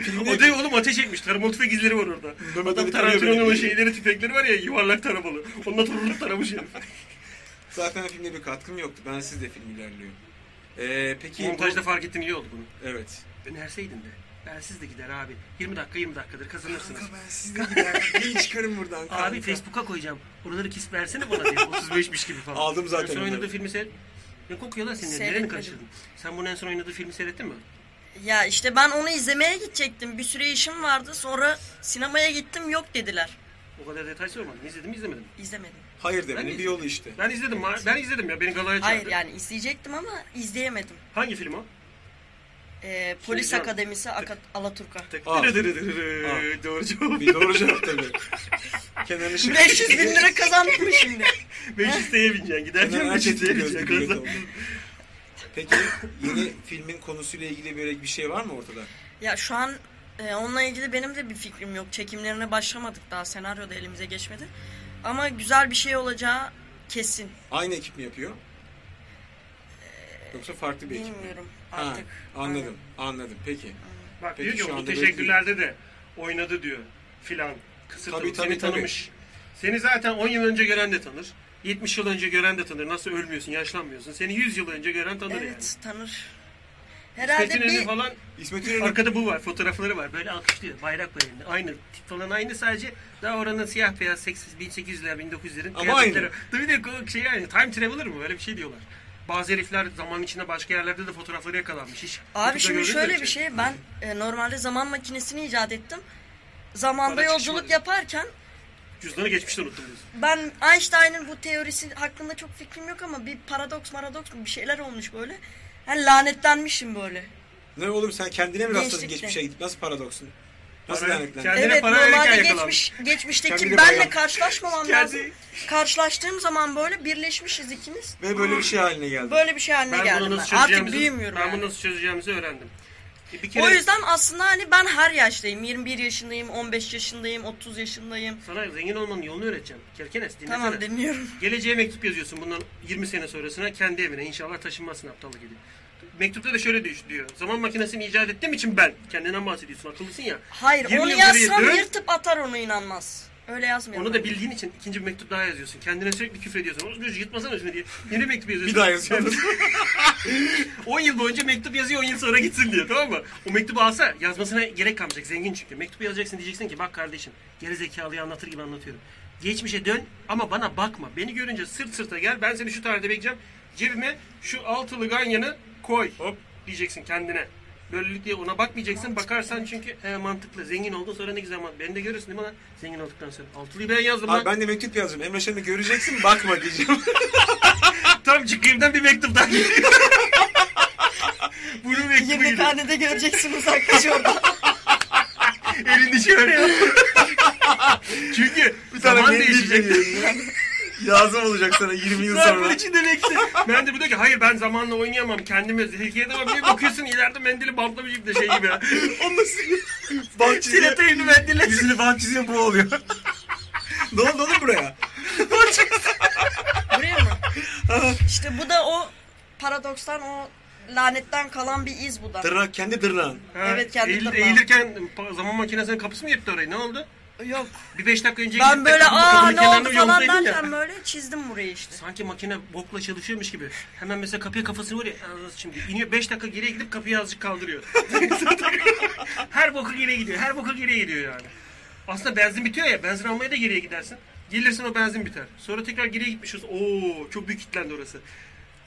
Speaker 3: O
Speaker 2: filmde
Speaker 3: değil oğlum ateş etmiş. Taramalı tüfekleri var orada.
Speaker 2: Ali
Speaker 3: Adam
Speaker 2: tarıyor
Speaker 3: Tarantino'nun o
Speaker 2: beni.
Speaker 3: şeyleri tüfekleri var ya yuvarlak taramalı. Onunla torunluk taramış herif.
Speaker 2: zaten filmde bir katkım yoktu. Ben siz de film ilerliyor. Ee, peki
Speaker 3: Montajda fark ettin iyi oldu bunu.
Speaker 2: Evet.
Speaker 3: Önerseydin de. Bensiz de gider abi. 20 dakika 20 dakikadır kazanırsınız.
Speaker 2: Kanka ben sizle gider. Bir çıkarım buradan kanka.
Speaker 3: Abi Facebook'a koyacağım. Oraları kes versene bana diye. 35'miş gibi falan.
Speaker 2: Aldım zaten
Speaker 3: En son
Speaker 2: onları.
Speaker 3: oynadığı filmi seyret. Ne kokuyor lan senin? Nereni
Speaker 4: Seyretmedim.
Speaker 3: karıştırdın? Sen bunun en son oynadığı filmi seyrettin mi?
Speaker 4: Ya işte ben onu izlemeye gidecektim. Bir süre işim vardı. Sonra sinemaya gittim yok dediler.
Speaker 3: O kadar detay sormadım. İzledim mi izlemedim. mi?
Speaker 4: İzlemedim.
Speaker 2: Hayır demenin
Speaker 3: Ben
Speaker 2: bir yolu işte.
Speaker 3: Ben izledim. ma- Ben izledim ya. Beni galaya çağırdı.
Speaker 4: Hayır yani izleyecektim ama izleyemedim.
Speaker 3: Hangi film o?
Speaker 4: Ee, Polis
Speaker 3: Şimdi-
Speaker 4: Akademisi Aka- Alaturka.
Speaker 2: Al.
Speaker 3: Dırıdırıdırı.
Speaker 2: Al.
Speaker 3: Doğru cevap.
Speaker 2: Bir doğru cevap tabii. Kenan Işık.
Speaker 4: 500 bin lira kazandım mı şimdi?
Speaker 3: 500 T'ye bineceksin. Giderken
Speaker 2: Kenan
Speaker 3: 500 T'ye
Speaker 2: Erçetin gözlü bir bilet
Speaker 3: bineceksin.
Speaker 2: oldu. Peki yeni filmin konusuyla ilgili böyle bir şey var mı ortada?
Speaker 4: Ya şu an e, onunla ilgili benim de bir fikrim yok. Çekimlerine başlamadık daha. Senaryo da elimize geçmedi. Ama güzel bir şey olacağı kesin.
Speaker 2: Aynı ekip mi yapıyor? Yoksa farklı bir ekip mi?
Speaker 4: Bilmiyorum
Speaker 2: Ha,
Speaker 4: artık.
Speaker 2: anladım, anladım. Peki.
Speaker 3: Bak
Speaker 2: Peki,
Speaker 3: diyor
Speaker 2: şu
Speaker 3: ki o
Speaker 2: anda
Speaker 3: teşekkürlerde de oynadı diyor filan. Kısır
Speaker 2: Tabii,
Speaker 3: tabii,
Speaker 2: tabii,
Speaker 3: seni
Speaker 2: tabii.
Speaker 3: tanımış. Seni zaten 10 yıl önce gören de tanır. 70 yıl önce gören de tanır. Nasıl ölmüyorsun, yaşlanmıyorsun. Seni 100 yıl önce gören tanır
Speaker 4: Evet tanır.
Speaker 3: yani.
Speaker 4: Herhalde
Speaker 3: Metin Ali
Speaker 4: bir
Speaker 3: falan
Speaker 2: İsmet İnönü
Speaker 3: arkada bu var, fotoğrafları var. Böyle alkışlıyor, bayrak var elinde. Aynı tip falan aynı sadece daha oranın siyah beyaz 1800'ler 1900'lerin
Speaker 2: Ama
Speaker 3: kıyafetleri.
Speaker 2: aynı.
Speaker 3: Tabii de o şey yani time traveler mı? Öyle bir şey diyorlar. Bazı herifler zaman içinde başka yerlerde de fotoğrafları yakalanmış. Hiç YouTube'da
Speaker 4: Abi şimdi
Speaker 3: gördün mü
Speaker 4: şöyle
Speaker 3: öyle
Speaker 4: bir şey ben e, normalde zaman makinesini icat ettim. Zamanda
Speaker 3: Bana
Speaker 4: yolculuk
Speaker 3: çıkışmadı.
Speaker 4: yaparken şey-
Speaker 3: Cüzdanı geçmişte unuttum diyorsun.
Speaker 4: ben Einstein'ın bu teorisi hakkında çok fikrim yok ama bir paradoks maradoks bir şeyler olmuş böyle. Yani lanetlenmişim böyle.
Speaker 2: ne oğlum sen kendine mi rastladın
Speaker 4: Gençlikte.
Speaker 2: geçmişe gidip nasıl paradoksun? Nasıl
Speaker 3: Para-
Speaker 2: lanetlendin?
Speaker 3: Kendine
Speaker 4: evet
Speaker 3: para verirken
Speaker 4: normalde
Speaker 3: yakalanmış.
Speaker 4: geçmiş, geçmişteki
Speaker 2: Kendine para
Speaker 4: benle
Speaker 2: yakalanmış.
Speaker 4: karşılaşmamam
Speaker 3: Kendi-
Speaker 4: lazım. Karşılaştığım zaman böyle birleşmişiz ikimiz.
Speaker 2: Ve böyle bir şey haline geldin.
Speaker 4: Böyle bir şey haline
Speaker 3: Ben bunu
Speaker 4: geldim
Speaker 3: nasıl
Speaker 4: ben. Artık
Speaker 3: çözeceğimizi-
Speaker 4: büyümüyorum
Speaker 3: Ben
Speaker 4: yani.
Speaker 3: bunu nasıl çözeceğimizi öğrendim. E, bir kere
Speaker 4: O yüzden aslında hani ben her yaştayım. 21 yaşındayım, 15 yaşındayım, 30 yaşındayım.
Speaker 3: sana zengin olmanın yolunu öğreteceğim. Kerkenes dinlesene.
Speaker 4: Tamam dinliyorum.
Speaker 3: Geleceğe mektup yazıyorsun bundan 20 sene sonrasına kendi evine inşallah taşınmazsın aptallık gibi. Mektupta da şöyle diyor- diyor. Zaman makinesini icat ettiğim için ben. Kendinden bahsediyorsun akıllısın ya.
Speaker 4: Hayır
Speaker 3: 20
Speaker 4: onu
Speaker 3: yıl geriye
Speaker 4: yazsam
Speaker 3: dön.
Speaker 4: yırtıp atar onu inanmaz. Öyle yazmıyorum.
Speaker 3: Onu da
Speaker 4: ben.
Speaker 3: bildiğin için ikinci bir mektup daha yazıyorsun. Kendine sürekli küfür ediyorsun. Oğlum diyorsun yırtmasana üstüne diye. Yeni mektup yazıyorsun.
Speaker 2: Bir daha yazıyorsun.
Speaker 3: 10 yıl boyunca mektup yazıyor 10 yıl sonra gitsin diye tamam mı? O mektubu alsa yazmasına gerek kalmayacak zengin çünkü. Mektubu yazacaksın diyeceksin ki bak kardeşim geri zekalıyı anlatır gibi anlatıyorum. Geçmişe dön ama bana bakma. Beni görünce sırt sırta gel ben seni şu tarihte bekleyeceğim. Cebime şu altılı ganyanı koy
Speaker 2: Hop.
Speaker 3: diyeceksin kendine. Böylelikle ona bakmayacaksın. Bakarsan çünkü he, mantıklı. Zengin oldun sonra ne güzel mantıklı. Beni de görürsün değil mi lan? Zengin olduktan sonra. Altılıyı ben yazdım lan.
Speaker 2: Abi ben de mektup yazacağım. Emre Şen'i göreceksin bakma diyeceğim.
Speaker 3: Tam çıkayımdan bir mektup daha geliyor. Bunun mektubu geliyor.
Speaker 4: Yemekhanede göreceksin uzaklaş oradan.
Speaker 3: Elini şöyle Çünkü bir zaman değişecek.
Speaker 2: Yazım olacak sana 20 yıl
Speaker 3: Zarfın
Speaker 2: sonra.
Speaker 3: içinde lekse. Ben de bir diyor ki hayır ben zamanla oynayamam. Kendime tehlikeye edemem. Bir bakıyorsun ileride mendili bantlamış gibi de şey gibi ya.
Speaker 2: Onu bant çiziyor.
Speaker 3: Silete elini mendille.
Speaker 2: Yüzünü bant çiziyor bu oluyor. ne oldu oğlum buraya?
Speaker 4: Buraya mı? işte bu da o paradokstan o lanetten kalan bir iz bu da.
Speaker 2: Tırnak kendi tırnağın.
Speaker 3: Ha,
Speaker 4: Evet, kendi
Speaker 3: eğil-
Speaker 4: tırnağım.
Speaker 3: Eğilirken pa- zaman makinesinin kapısı mı yetti orayı? Ne oldu?
Speaker 4: Yok.
Speaker 3: Bir beş dakika önce
Speaker 4: Ben
Speaker 3: gidip de
Speaker 4: böyle
Speaker 3: kapının
Speaker 4: aa ne
Speaker 3: kenarında
Speaker 4: oldu falan
Speaker 3: yoldaydın ya.
Speaker 4: derken böyle çizdim burayı işte.
Speaker 3: Sanki makine bokla çalışıyormuş gibi. Hemen mesela kapıya kafasını vuruyor. Aa, Şimdi iniyor 5 dakika geriye gidip kapıyı azıcık kaldırıyor. her boku geriye gidiyor. Her boku geriye gidiyor yani. Aslında benzin bitiyor ya. Benzin almaya da geriye gidersin. Gelirsin o benzin biter. Sonra tekrar geriye gitmişiz. Oo çok büyük kitlendi orası.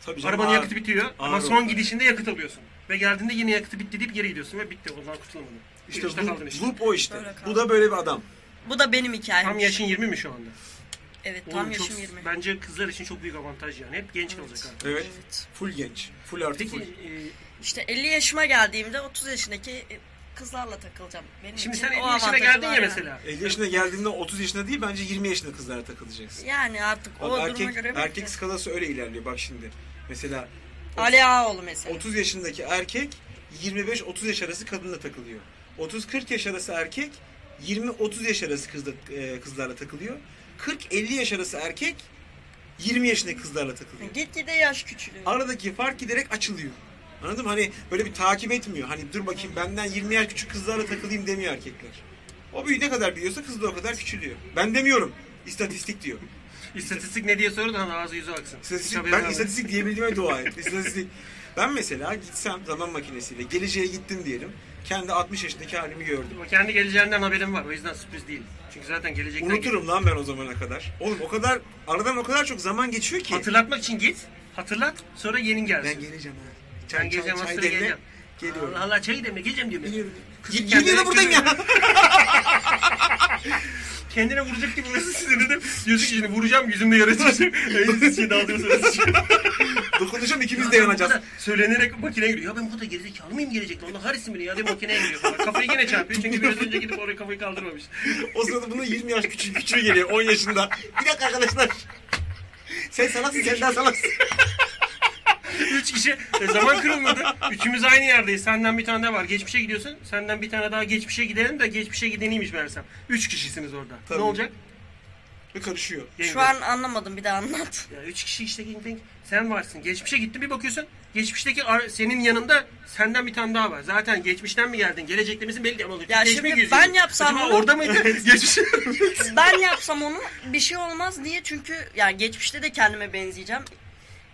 Speaker 2: Tabii canım,
Speaker 3: Arabanın
Speaker 2: ağır-
Speaker 3: yakıtı bitiyor ama
Speaker 2: ağır
Speaker 3: son
Speaker 2: oldu.
Speaker 3: gidişinde yakıt alıyorsun. Ve geldiğinde yine yakıtı bitti deyip geri gidiyorsun ve bitti. Ondan kurtulamadın.
Speaker 2: İşte
Speaker 3: İşte kaldın
Speaker 2: loop,
Speaker 3: işte.
Speaker 2: loop o işte.
Speaker 4: Böyle kaldın.
Speaker 2: Bu da böyle bir adam.
Speaker 4: Bu da benim hikayem.
Speaker 3: Tam yaşın 20 mi şu anda?
Speaker 4: Evet tam
Speaker 3: Oğlum çok-
Speaker 4: yaşım 20.
Speaker 3: Bence kızlar için çok büyük avantaj yani. Hep genç kalacak abi.
Speaker 2: Evet.
Speaker 4: Evet.
Speaker 2: Full genç. Full artı
Speaker 3: Peki
Speaker 2: full.
Speaker 3: e,
Speaker 4: İşte 50 yaşıma geldiğimde 30 yaşındaki e, kızlarla takılacağım. Benim
Speaker 3: Şimdi
Speaker 4: için
Speaker 3: sen
Speaker 4: o
Speaker 3: 50 yaşına
Speaker 4: avantajı
Speaker 3: geldin
Speaker 4: var
Speaker 3: ya
Speaker 4: yani.
Speaker 3: mesela.
Speaker 2: 50 E, yaşına geldiğinde 30 yaşında değil bence 20 yaşında kızlara takılacaksın.
Speaker 4: Yani artık o
Speaker 2: Bak,
Speaker 4: duruma
Speaker 2: erkek,
Speaker 4: göre
Speaker 2: erkek
Speaker 4: bekliyorum.
Speaker 2: skalası öyle ilerliyor bak şimdi. Mesela
Speaker 4: Ali Ağaoğlu mesela.
Speaker 2: 30 yaşındaki erkek 25-30 yaş arası kadınla takılıyor. 30-40 yaş arası erkek 20-30 yaş arası kızla, e, kızlarla takılıyor. 40-50 yaş arası erkek 20 yaşındaki kızlarla takılıyor.
Speaker 4: Gitgide yaş küçülüyor.
Speaker 2: Aradaki fark giderek açılıyor. Anladın mı? Hani böyle bir takip etmiyor. Hani dur bakayım benden 20 yaş küçük kızlarla takılayım demiyor erkekler. O büyü ne kadar büyüyorsa kız da o kadar küçülüyor. Ben demiyorum. İstatistik diyor.
Speaker 3: İstatistik ne diye sorun da ağzı yüzü aksın.
Speaker 2: İstatistik,
Speaker 3: Tabii
Speaker 2: ben
Speaker 3: abi.
Speaker 2: istatistik diyebildiğime dua et. İstatistik. Ben mesela gitsem zaman makinesiyle geleceğe gittim diyelim. Kendi 60 yaşındaki halimi gördüm.
Speaker 3: Ama Kendi geleceğinden haberim var. O yüzden sürpriz değil. Çünkü zaten gelecekten...
Speaker 2: Unuturum lan ben o zamana kadar. Oğlum o kadar aradan o kadar çok zaman geçiyor ki.
Speaker 3: Hatırlatmak için git. Hatırlat. Sonra yenin gelsin.
Speaker 2: Ben geleceğim ha.
Speaker 3: Ben geleceğim, az sonra
Speaker 2: demle.
Speaker 3: geleceğim.
Speaker 2: Geliyorum.
Speaker 3: Allah Allah çayı demle. Geleceğim diyor.
Speaker 2: Geliyorum.
Speaker 3: Kız
Speaker 2: Y-
Speaker 3: kendine-
Speaker 2: yirmi yılı buradayım ya.
Speaker 3: Kendine vuracak gibi nasıl sinirlendim. Yüzük şimdi vuracağım yüzümde yara çıkacak. Elinizi şey daldırırsanız.
Speaker 2: Dokunacağım ikimiz de yanacağız.
Speaker 3: Söylenerek makineye giriyor. Ya ben bu da gerizekalı mıyım gelecekte? Allah kahretsin beni ya diye makineye giriyor. falan. Kafayı gene çarpıyor. Çünkü biraz önce gidip oraya kafayı kaldırmamış.
Speaker 2: O sırada bunun 20 yaş küçük küçüğü geliyor 10 yaşında. Bir dakika arkadaşlar. Sen salaksın sen daha salaksın.
Speaker 3: Üç kişi e, zaman kırılmadı. Üçümüz aynı yerdeyiz. Senden bir tane daha var. Geçmişe gidiyorsun. Senden bir tane daha geçmişe gidelim de geçmişe gideniymiş meğersem. Üç kişisiniz orada.
Speaker 2: Tabii.
Speaker 3: Ne olacak?
Speaker 2: Ve karışıyor.
Speaker 3: Yengen.
Speaker 4: Şu an anlamadım bir daha anlat.
Speaker 3: Ya üç kişi işte yengen. sen varsın. Geçmişe gittin bir bakıyorsun. Geçmişteki ar- senin yanında senden bir tane daha var. Zaten geçmişten mi geldin? Gelecekte misin belli değil ama.
Speaker 4: Ya
Speaker 3: geçmişe
Speaker 4: şimdi
Speaker 3: geziyorsun.
Speaker 4: ben yapsam
Speaker 3: Acaba
Speaker 4: bunu-
Speaker 3: orada mıydın? Geçmiş.
Speaker 4: ben yapsam onu bir şey olmaz. Niye? Çünkü yani geçmişte de kendime benzeyeceğim.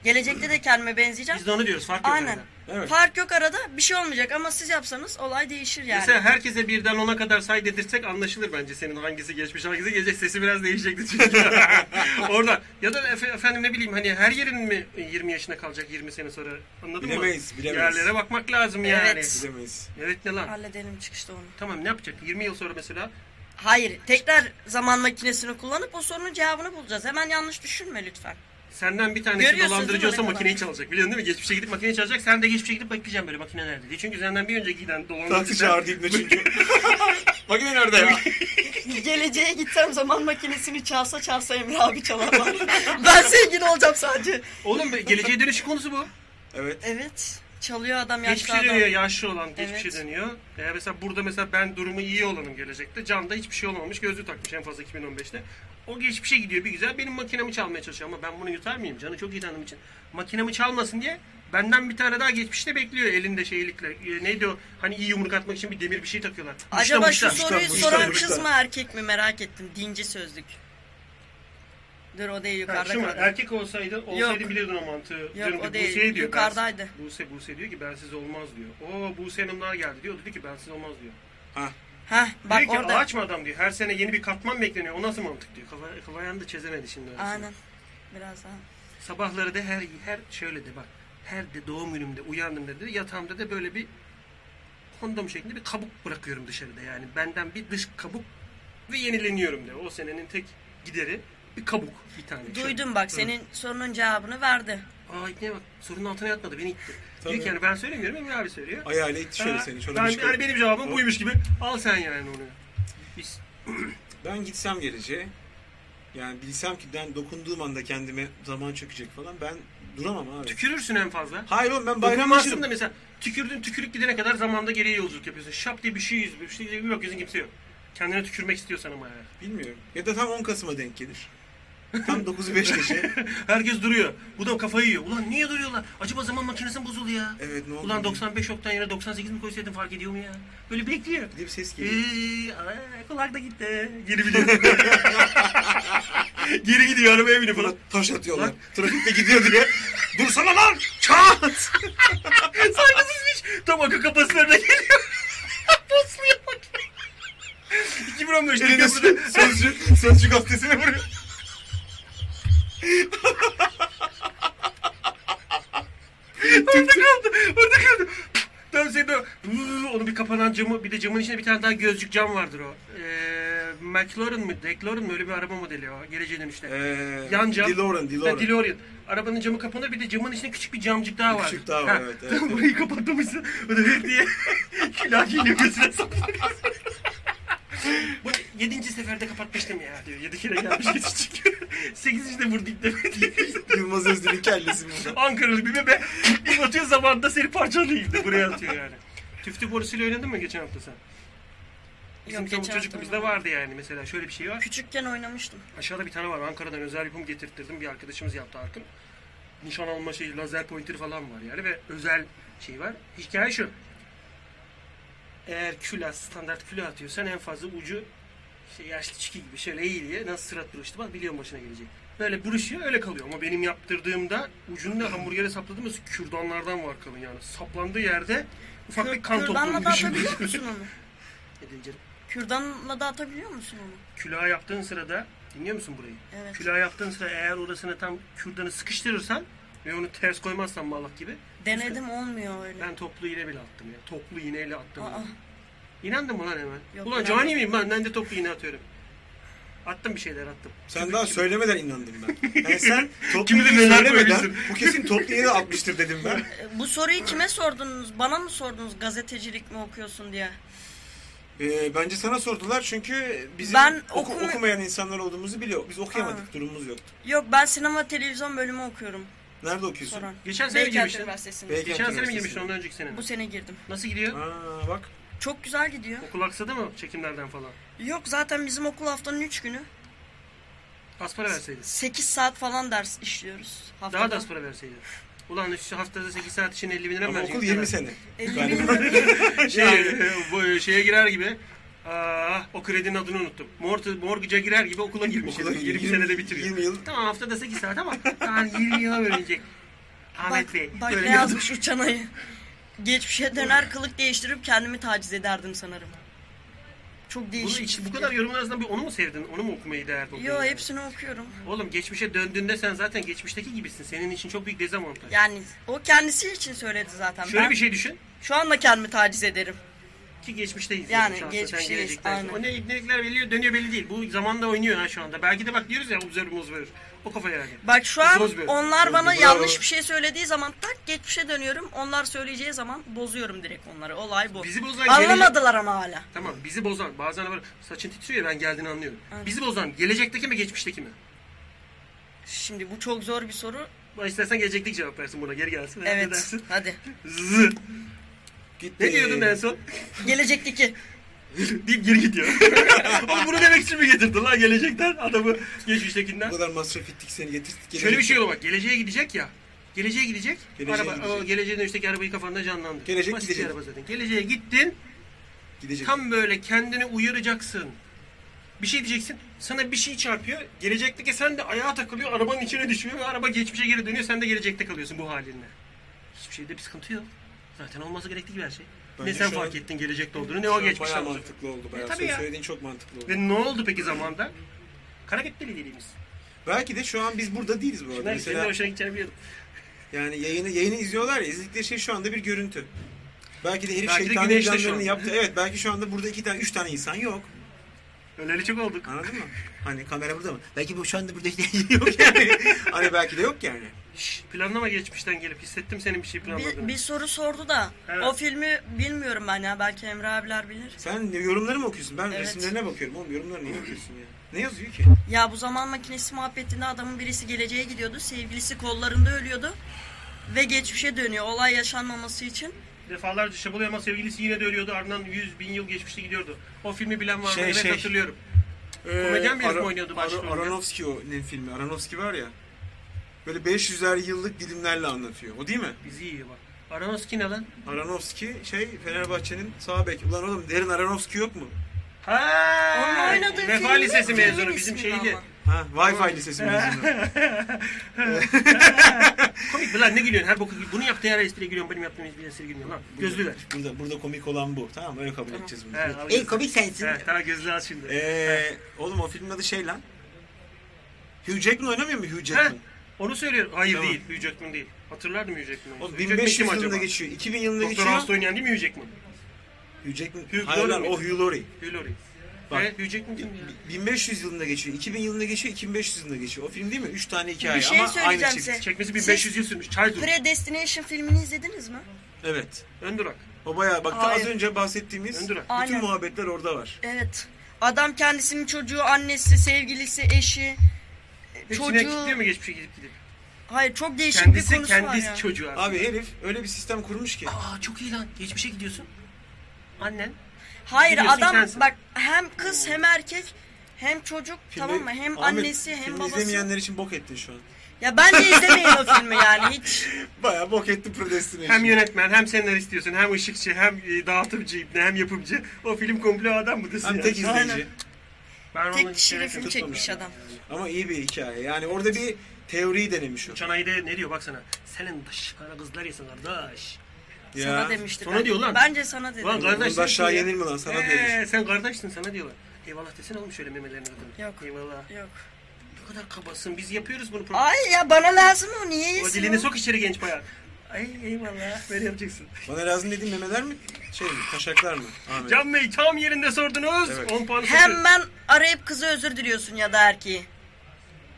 Speaker 4: Gelecekte de kendime benzeyeceğim.
Speaker 3: Biz de onu diyoruz. Fark yok.
Speaker 4: Aynen.
Speaker 3: arada.
Speaker 2: Evet.
Speaker 4: Fark yok arada bir şey olmayacak ama siz yapsanız olay değişir yani.
Speaker 3: Mesela herkese birden ona kadar say dedirtsek anlaşılır bence senin hangisi geçmiş hangisi gelecek sesi biraz değişecekti çünkü. Orada ya da efe- efendim ne bileyim hani her yerin mi 20 yaşına kalacak 20 sene sonra anladın
Speaker 2: Bilemeyiz,
Speaker 3: mı?
Speaker 2: bilemeyiz.
Speaker 3: Yerlere bakmak lazım yani.
Speaker 4: Evet.
Speaker 2: Bilemeyiz.
Speaker 3: Evet ne lan?
Speaker 4: Halledelim çıkışta onu.
Speaker 3: Tamam ne yapacak? 20 yıl sonra mesela
Speaker 4: Hayır tekrar zaman makinesini kullanıp o sorunun cevabını bulacağız. Hemen yanlış düşünme lütfen.
Speaker 3: senden bir tanesi
Speaker 4: Görüyorsunuz değil
Speaker 3: dolandırıcı
Speaker 4: mi
Speaker 3: olsa
Speaker 4: ne kadar?
Speaker 3: makineyi çalacak. Biliyorsun değil mi? Geçmişe gidip makineyi çalacak. Sen de geçmişe gidip bakacaksın böyle makine nerede diye. Çünkü senden bir önceki giden
Speaker 2: Taksi
Speaker 3: dolandırıcı.
Speaker 2: çağırdı İbni çünkü. Makine nerede ya?
Speaker 4: Geleceğe gitsem zaman makinesini çalsa çalsa Emre abi çalamaz. ben sevgili olacağım sadece.
Speaker 3: Oğlum be, geleceğe dönüşü konusu bu.
Speaker 2: Evet.
Speaker 4: Evet çalıyor adam yaşlı
Speaker 3: Geçmişe
Speaker 4: adam.
Speaker 3: dönüyor yaşlı olan geçmişe
Speaker 4: Evet.
Speaker 3: dönüyor. Ee, mesela burada mesela ben durumu iyi olanım gelecekte. Can da hiçbir şey olmamış gözlüğü takmış en fazla 2015'te. O geçmişe gidiyor bir güzel benim makinemi çalmaya çalışıyor ama ben bunu yutar mıyım? Canı çok iyi tanıdığım için. Makinemi çalmasın diye benden bir tane daha geçmişte bekliyor elinde şeylikle. Ee, neydi o hani iyi yumruk atmak için bir demir bir şey takıyorlar. Muşta,
Speaker 4: Acaba
Speaker 3: muşta.
Speaker 4: şu soruyu
Speaker 2: muşta,
Speaker 4: soran
Speaker 2: muşta.
Speaker 4: kız mı erkek mi merak ettim. Dinci sözlük. Dur o değil
Speaker 3: Ha,
Speaker 4: yukarıda
Speaker 3: şu mu?
Speaker 4: kaldı.
Speaker 3: Erkek olsaydı, olsaydı bilirdin o mantığı. Diyorum ki,
Speaker 4: o değil.
Speaker 3: Buse'ye diyor, ben-
Speaker 4: Yukarıdaydı.
Speaker 3: Buse, Buse diyor ki ben siz olmaz diyor. Oo Buse hanımlar geldi diyor. Dedi ki ben siz olmaz diyor.
Speaker 2: Ha.
Speaker 4: Hah bak
Speaker 3: diyor ki
Speaker 4: orada.
Speaker 3: ağaç mı adam diyor. Her sene yeni bir katman bekleniyor. O nasıl mantık diyor. Kafa, kafayan da çözemedi şimdi. arasını.
Speaker 4: Aynen. Biraz daha.
Speaker 3: Sabahları da her her şöyle de bak. Her de doğum günümde uyandığımda dedi yatağımda da böyle bir kondom şeklinde bir kabuk bırakıyorum dışarıda. Yani benden bir dış kabuk ve yenileniyorum de. O senenin tek gideri bir kabuk bir tane. Şöyle.
Speaker 4: Duydum bak senin sorunun cevabını verdi.
Speaker 3: Aa ikneye bak. Sorunun altına yatmadı. Beni itti.
Speaker 2: Tabii.
Speaker 3: Diyor ki yani ben söylemiyorum Emre abi söylüyor.
Speaker 2: Ayağıyla itti şöyle
Speaker 3: Ha,
Speaker 2: seni. Şöyle
Speaker 3: ben,
Speaker 2: bir şey
Speaker 3: yani benim cevabım
Speaker 2: Hop.
Speaker 3: buymuş gibi. Al sen yani onu. Biz
Speaker 2: Ben gitsem geleceğe yani bilsem ki ben dokunduğum anda kendime zaman çökecek falan ben duramam abi.
Speaker 3: tükürürsün en fazla.
Speaker 2: Hayır oğlum ben
Speaker 3: Bayramlaştın
Speaker 2: bayramlaşırım.
Speaker 3: da mesela tükürdün tükürük gidene kadar zamanda geriye yolculuk yapıyorsun. Şap diye bir şey yüz bir şey diye bir bakıyorsun kimse yok. Kendine tükürmek istiyorsan ama yani.
Speaker 2: Bilmiyorum. Ya da tam 10 Kasım'a denk gelir. Tam 9'u 5 geçe.
Speaker 3: Herkes duruyor. Bu da kafayı yiyor. Ulan niye duruyorlar? Acaba zaman makinesi mi bozuldu ya?
Speaker 2: Evet, ne oldu?
Speaker 3: Ulan 95 oktan yerine 98 mi koysaydın fark ediyor mu ya? Böyle bekliyor.
Speaker 2: Bir de bir ses
Speaker 3: Ee,
Speaker 2: geliyor.
Speaker 3: aa, kulak da gitti. Geri gidiyor. Geri gidiyor arabaya binip
Speaker 2: Buna
Speaker 3: falan.
Speaker 2: taş atıyorlar. Trafikte gidiyor diye. Dursana lan! Çat!
Speaker 3: Saygısızmış. Tam akı kapaslarına geliyor. Posluyor bak. 2015'te
Speaker 2: Eline
Speaker 3: kapıda.
Speaker 2: sö- sözcü, sözcü gazetesine vuruyor.
Speaker 3: Orada kaldı. Orada kaldı. Tam senin o... Onun bir kapanan camı, bir de camın içinde bir tane daha gözcük cam vardır o. Ee, McLaren mı, DeLorean mı öyle bir araba modeli o. Geleceğin dönüşte.
Speaker 2: Ee,
Speaker 3: Yan cam.
Speaker 2: DeLorean, DeLorean.
Speaker 3: Ha, DeLorean. Arabanın camı kapanır bir de camın içinde küçük bir camcık daha var.
Speaker 2: küçük daha var,
Speaker 3: Ha,
Speaker 2: evet, evet,
Speaker 3: tam Burayı kapatmışsın. O da hırt diye külah geliyor gözüne saplanıyor. Bu yedinci seferde kapatmıştım ya diyor. Yedi kere gelmiş geçecek. Sekizinci de vurduk demedi.
Speaker 2: Yılmaz Özdil'in kellesi burada.
Speaker 3: Ankaralı bir bebe ilk atıyor zamanında seni parçalıyor ilk de buraya atıyor yani. Tüftü borusuyla oynadın mı geçen hafta sen? Bizim
Speaker 4: Yok,
Speaker 3: tam
Speaker 4: geçen
Speaker 3: çocukluğumuzda
Speaker 4: hafta
Speaker 3: vardı yani mesela şöyle bir şey var.
Speaker 4: Küçükken oynamıştım.
Speaker 3: Aşağıda bir tane var Ankara'dan özel yapım getirttirdim bir arkadaşımız yaptı Arkın. Nişan alma şeyi lazer pointer falan var yani ve özel şey var. Hikaye şu. Eğer külah standart külah atıyorsan en fazla ucu işte yaşlı çiki gibi şöyle iyi diye nasıl sırat duruştu bak biliyorum başına gelecek. Böyle buruşuyor öyle kalıyor ama benim yaptırdığımda ucunu da hamburgere sapladım da kürdanlardan var kalın yani. Saplandığı yerde ufak bir şey. kan
Speaker 4: Kürdanla
Speaker 3: toplamış.
Speaker 4: da atabiliyor musun onu?
Speaker 3: Edince
Speaker 4: Kürdanla da atabiliyor musun onu?
Speaker 3: külahı yaptığın sırada dinliyor musun burayı?
Speaker 4: Evet.
Speaker 3: Külahı yaptığın sırada eğer orasına tam kürdanı sıkıştırırsan ve onu ters koymazsan malak gibi
Speaker 4: Denedim olmuyor öyle.
Speaker 3: ben toplu iğne bile attım ya. Toplu iğneyle attım.
Speaker 4: Aa,
Speaker 3: İnandın mı lan hemen?
Speaker 4: Yok,
Speaker 3: Ulan
Speaker 4: inanmadım.
Speaker 3: cani miyim ben? Ben de toplu iğne atıyorum. Attım bir şeyler attım.
Speaker 2: Sen daha söylemeden inandım ben. Yani sen toplu
Speaker 3: Kim bilir
Speaker 2: iğneyi
Speaker 3: neler
Speaker 2: söylemeden
Speaker 3: koymuşsun.
Speaker 2: bu kesin toplu iğne atmıştır dedim ben.
Speaker 4: e, bu soruyu kime sordunuz? Bana mı sordunuz gazetecilik mi okuyorsun diye?
Speaker 2: Ee, bence sana sordular çünkü bizim
Speaker 4: Ben
Speaker 2: oku-
Speaker 4: okuma-
Speaker 2: okumayan insanlar olduğumuzu biliyor. Biz okuyamadık,
Speaker 4: Ha.
Speaker 2: durumumuz yoktu.
Speaker 4: Yok ben sinema televizyon bölümü okuyorum.
Speaker 2: Nerede okuyorsun?
Speaker 4: Soran.
Speaker 3: Geçen sene mi
Speaker 4: Beykent
Speaker 3: girmiştin?
Speaker 4: Üniversitesi'nde.
Speaker 2: Beykent
Speaker 3: Geçen sene mi
Speaker 2: Üniversitesi'nde.
Speaker 3: girmiştin ondan önceki sene mi?
Speaker 4: Bu sene girdim.
Speaker 3: Nasıl gidiyor?
Speaker 2: Aa bak.
Speaker 4: Çok güzel gidiyor.
Speaker 3: Okul aksadı mı çekimlerden falan?
Speaker 4: Yok zaten bizim okul haftanın 3 günü.
Speaker 3: Az para verseydin.
Speaker 4: 8 saat falan ders işliyoruz. Haftada.
Speaker 3: Daha da az para verseydin. Ulan şu haftada 8 saat için 50 bin lira mı
Speaker 2: Ama
Speaker 3: verecek?
Speaker 2: okul 20 sene.
Speaker 4: 50
Speaker 2: Galiba.
Speaker 4: bin
Speaker 3: şey, bu şeye girer gibi. Aa, o kredinin adını unuttum. Mort mortgage'a girer gibi okula girmiş.
Speaker 2: Okula
Speaker 3: 20,
Speaker 2: girmiş.
Speaker 3: senede bitiriyor.
Speaker 2: 20 yıl.
Speaker 3: Tamam haftada 8 saat ama yani 20 yıla bölünecek. Ahmet
Speaker 4: Bak,
Speaker 3: Bey.
Speaker 4: bak
Speaker 3: böyle
Speaker 4: ne
Speaker 3: bir adam.
Speaker 4: yazmış uçan ayı. Geçmişe döner kılık değiştirip kendimi taciz ederdim sanırım. Çok
Speaker 3: Bunu
Speaker 4: değişik.
Speaker 3: hiç- bu
Speaker 4: çizgi.
Speaker 3: kadar yorumun arasından bir onu mu sevdin? Onu mu okumayı değer buldun?
Speaker 4: Yo
Speaker 3: yani?
Speaker 4: hepsini okuyorum.
Speaker 3: Oğlum geçmişe döndüğünde sen zaten geçmişteki gibisin. Senin için çok büyük dezavantaj.
Speaker 4: Yani o kendisi için söyledi zaten.
Speaker 3: Şöyle
Speaker 4: ben
Speaker 3: bir şey düşün.
Speaker 4: şu anda kendimi taciz ederim.
Speaker 3: Ki geçmişteyiz.
Speaker 4: Yani
Speaker 3: şu an
Speaker 4: geçmişteyiz,
Speaker 3: zaten gelecekten.
Speaker 4: aynen.
Speaker 3: O ne ibnelikler belli dönüyor belli değil. Bu zamanda oynuyor ha şu anda. Belki de bak diyoruz ya observe mozver. O kafa yani.
Speaker 4: Bak şu an
Speaker 3: Söz veriyorum.
Speaker 4: onlar bana
Speaker 2: Bravo.
Speaker 4: yanlış bir şey söylediği zaman tak geçmişe dönüyorum. Onlar söyleyeceği zaman bozuyorum direkt onları. Olay bu.
Speaker 3: Bizi bozan
Speaker 4: Anlamadılar ama hala.
Speaker 3: Tamam bizi bozan bazen böyle saçın titriyor ya ben geldiğini anlıyorum. Bizi bozan gelecekteki mi geçmişteki mi?
Speaker 4: Şimdi bu çok zor bir soru.
Speaker 3: Bana istersen gelecekteki cevap versin buna geri gelsin. Ne
Speaker 4: Evet.
Speaker 3: dersin?
Speaker 4: Hadi.
Speaker 3: Zı.
Speaker 2: Gitti.
Speaker 3: Ne diyordun en son?
Speaker 4: Gelecekteki.
Speaker 3: Deyip geri gidiyor. Oğlum bunu demek için mi getirdin lan gelecekten adamı geçmiştekinden?
Speaker 2: Bu kadar masraf ettik seni getirdik. geri
Speaker 3: Şöyle bir
Speaker 2: getirdik.
Speaker 3: şey olur bak geleceğe gidecek ya. Geleceğe gidecek.
Speaker 2: Geleceğe
Speaker 3: araba,
Speaker 2: gidecek.
Speaker 3: O, geleceğin dönüşteki arabayı kafanda canlandır.
Speaker 2: Gelecek
Speaker 3: Basit
Speaker 2: gidecek.
Speaker 3: bir araba zaten. Geleceğe gittin.
Speaker 2: Gidecek.
Speaker 3: Tam böyle kendini uyaracaksın. Bir şey diyeceksin. Sana bir şey çarpıyor. Gelecekteki sen de ayağa takılıyor. Arabanın içine düşüyor. ve Araba geçmişe geri dönüyor. Sen de gelecekte kalıyorsun bu halinle. Hiçbir şeyde bir sıkıntı yok. Zaten olması gerektiği gibi her şey.
Speaker 2: Bence
Speaker 3: ne sen
Speaker 2: şu
Speaker 3: fark
Speaker 2: an-
Speaker 3: ettin gelecekte olduğunu ne
Speaker 2: Şu
Speaker 3: o
Speaker 2: an
Speaker 3: geçmişte
Speaker 2: Bayağı
Speaker 3: olacak.
Speaker 2: mantıklı
Speaker 4: E,
Speaker 2: oldu. Bayağı
Speaker 3: tabii ya.
Speaker 2: söylediğin çok mantıklı oldu.
Speaker 3: Ve ne oldu peki zamanda? Kara gitti dediğimiz.
Speaker 2: Belki de şu an biz burada değiliz bu arada.
Speaker 3: Bunlar senin de
Speaker 2: Mesela
Speaker 3: hoşuna gideceğini biliyordum.
Speaker 2: yani yayını yayını izliyorlar ya izledikleri şey şu anda bir görüntü. Belki de herif
Speaker 3: Belki de
Speaker 2: şeytani
Speaker 3: güneşte şu
Speaker 2: planlarını
Speaker 3: an.
Speaker 2: yaptı. Evet belki şu anda burada iki tane, üç tane insan yok.
Speaker 3: Öleli çok olduk.
Speaker 2: Anladın mı? Hani kamera burada mı? Belki bu şu anda burada yok yani. hani belki de yok yani.
Speaker 3: Şşş, planlama geçmişten gelip hissettim senin bir şey
Speaker 4: Bir,
Speaker 3: planladığını.
Speaker 4: bir soru sordu da
Speaker 3: Evet.
Speaker 4: o filmi bilmiyorum ben ya. Belki Emre abiler bilir.
Speaker 2: Sen ne- yorumları mı okuyorsun? Ben
Speaker 4: Evet.
Speaker 2: resimlerine bakıyorum oğlum. Yorumları niye okuyorsun ya? Ne yazıyor ki?
Speaker 4: Ya bu zaman makinesi muhabbetinde adamın birisi geleceğe gidiyordu. Sevgilisi kollarında ölüyordu. Ve geçmişe dönüyor olay yaşanmaması için.
Speaker 3: Defalarca şabuluyor ama sevgilisi yine de ölüyordu. Ardından 100 bin yıl geçmişte gidiyordu. O filmi bilen var mı?
Speaker 2: Şey,
Speaker 3: evet
Speaker 2: şey.
Speaker 3: hatırlıyorum. Ee, Komedyen bir herif oynuyordu başrolde.
Speaker 2: Aronofsky'nin filmi. Aronofsky var ya. Böyle 500'er yıllık dilimlerle anlatıyor. O değil mi?
Speaker 3: Bizi iyi bak. Aronofsky ne lan?
Speaker 2: Aronofsky şey Fenerbahçe'nin sağ bek. Ulan oğlum derin Aronofsky yok mu?
Speaker 3: Ha!
Speaker 1: Onun oynadığı
Speaker 3: Vefa
Speaker 1: filmin-
Speaker 3: Lisesi
Speaker 1: filmin
Speaker 3: mezunu bizim
Speaker 1: ismiydi
Speaker 3: şeydi.
Speaker 1: ama.
Speaker 2: Ha, Wi-Fi lisesi mezunu.
Speaker 3: Komik mi lan ne gülüyorsun? Her boku bunu yaptığın her espriye gülüyorsun. Benim yaptığım espriye espriye gülmüyorsun lan. Gözlü ver.
Speaker 2: Burada, burada komik olan bu. Tamam mı? öyle kabul edeceğiz bunu.
Speaker 3: He, al
Speaker 5: En
Speaker 3: gözlü.
Speaker 5: komik sensin.
Speaker 3: He, tamam gözlü al şimdi.
Speaker 2: Ee, oğlum o filmin adı şey lan. Hugh Jackman oynamıyor mu Hugh
Speaker 3: Heh,
Speaker 2: Jackman?
Speaker 3: onu söylüyorum. Hayır
Speaker 2: Tamam.
Speaker 3: değil. Hugh Jackman değil. Hatırlardım Hugh Jackman'ı.
Speaker 2: Oğlum
Speaker 3: Hugh Jackman
Speaker 2: 1500
Speaker 3: kim
Speaker 2: yılında
Speaker 3: acaba?
Speaker 2: geçiyor. 2000 yılında
Speaker 3: Doktor
Speaker 2: geçiyor.
Speaker 3: House'da oynayan değil mi Hugh Jackman?
Speaker 2: Hugh Jackman.
Speaker 3: Hugh
Speaker 2: Hayır
Speaker 3: Laurie
Speaker 2: lan
Speaker 3: mi?
Speaker 2: o Hugh Laurie.
Speaker 3: Hugh Laurie.
Speaker 2: Bak.
Speaker 3: Evet Hugh Jackman kim ya?
Speaker 2: 1500 yılında geçiyor. 2000 yılında geçiyor. 2500 yılında geçiyor. O film değil mi? 3 tane hikaye
Speaker 4: Bir şey
Speaker 2: ama aynı
Speaker 4: söyleyeceğim
Speaker 2: çekiş.
Speaker 4: size.
Speaker 3: Çekmesi 1500 yıl sürmüş. Çay dur.
Speaker 4: Predestination filmini izlediniz mi?
Speaker 2: Evet.
Speaker 3: Ön durak.
Speaker 2: O bayağı bak daha az
Speaker 4: Hayır.
Speaker 2: önce bahsettiğimiz
Speaker 3: Öndür.
Speaker 2: bütün
Speaker 4: Aynen.
Speaker 2: muhabbetler orada var.
Speaker 4: Evet. Adam kendisinin çocuğu, annesi, sevgilisi, eşi, e,
Speaker 3: Hepsine
Speaker 4: çocuğu...
Speaker 3: kilitliyor mu geçmişe gidip gidip?
Speaker 4: Hayır çok değişik bir
Speaker 3: Kendisi
Speaker 4: konusu var
Speaker 3: kendisi
Speaker 4: ya.
Speaker 3: çocuğu aslında.
Speaker 2: Abi herif öyle bir sistem kurmuş ki.
Speaker 3: Aa çok iyi lan. Geçmişe gidiyorsun. Annen.
Speaker 4: Hayır
Speaker 3: Biliyorsun
Speaker 4: adam
Speaker 3: sensin.
Speaker 4: bak hem kız hem erkek hem çocuk
Speaker 2: Filmi-
Speaker 4: tamam mı? Hem
Speaker 2: Ahmet,
Speaker 4: annesi hem
Speaker 2: filmi
Speaker 4: babası.
Speaker 2: izlemeyenler için bok ettin şu an.
Speaker 4: Ya bence izlemeyin o filmi yani hiç.
Speaker 2: Bayağı bok etti Predestination.
Speaker 3: Hem yönetmen hem senarist diyorsun. Hem ışıkçı hem e, dağıtımcı ibne hem yapımcı. O film komple o adam mı diyorsun?
Speaker 2: Hem
Speaker 3: ya?
Speaker 2: tek izleyici.
Speaker 4: Aynen.
Speaker 3: Ben
Speaker 4: Tek
Speaker 3: onu
Speaker 4: kişiyle film
Speaker 3: severim.
Speaker 4: çekmiş adam.
Speaker 2: Ama iyi bir hikaye. Yani orada bir teoriyi denemiş o.
Speaker 3: Çanay'da ne diyor baksana. Senin dışarı kızlar yesin kardeş.
Speaker 2: Ya.
Speaker 4: Sana demiştir.
Speaker 3: Sana
Speaker 4: bence.
Speaker 3: diyor lan.
Speaker 4: Bence sana dedi.
Speaker 3: Ulan
Speaker 2: Bundan
Speaker 3: kardeş.
Speaker 2: aşağı yenir mi lan? Sana diyoruz.
Speaker 3: Eee sen kardeşsin sana diyorlar. Eyvallah desene oğlum şöyle memelerine kadar.
Speaker 4: Yok.
Speaker 3: Eyvallah.
Speaker 4: Yok.
Speaker 3: Ne kadar kabasın biz yapıyoruz bunu. Pro-
Speaker 4: Ay ya bana lazım o niye yesin?
Speaker 3: o dilini sok içeri genç bayağı. Ay eyvallah böyle yapacaksın.
Speaker 2: Bana lazım dediğin memeler mi? Şey mi? Taşaklar mı? Ahmet.
Speaker 3: Can Bey tam yerinde sordunuz.
Speaker 2: Evet.
Speaker 3: 10 puan satıyor.
Speaker 4: Hemen arayıp kıza özür diliyorsun ya da erkeği.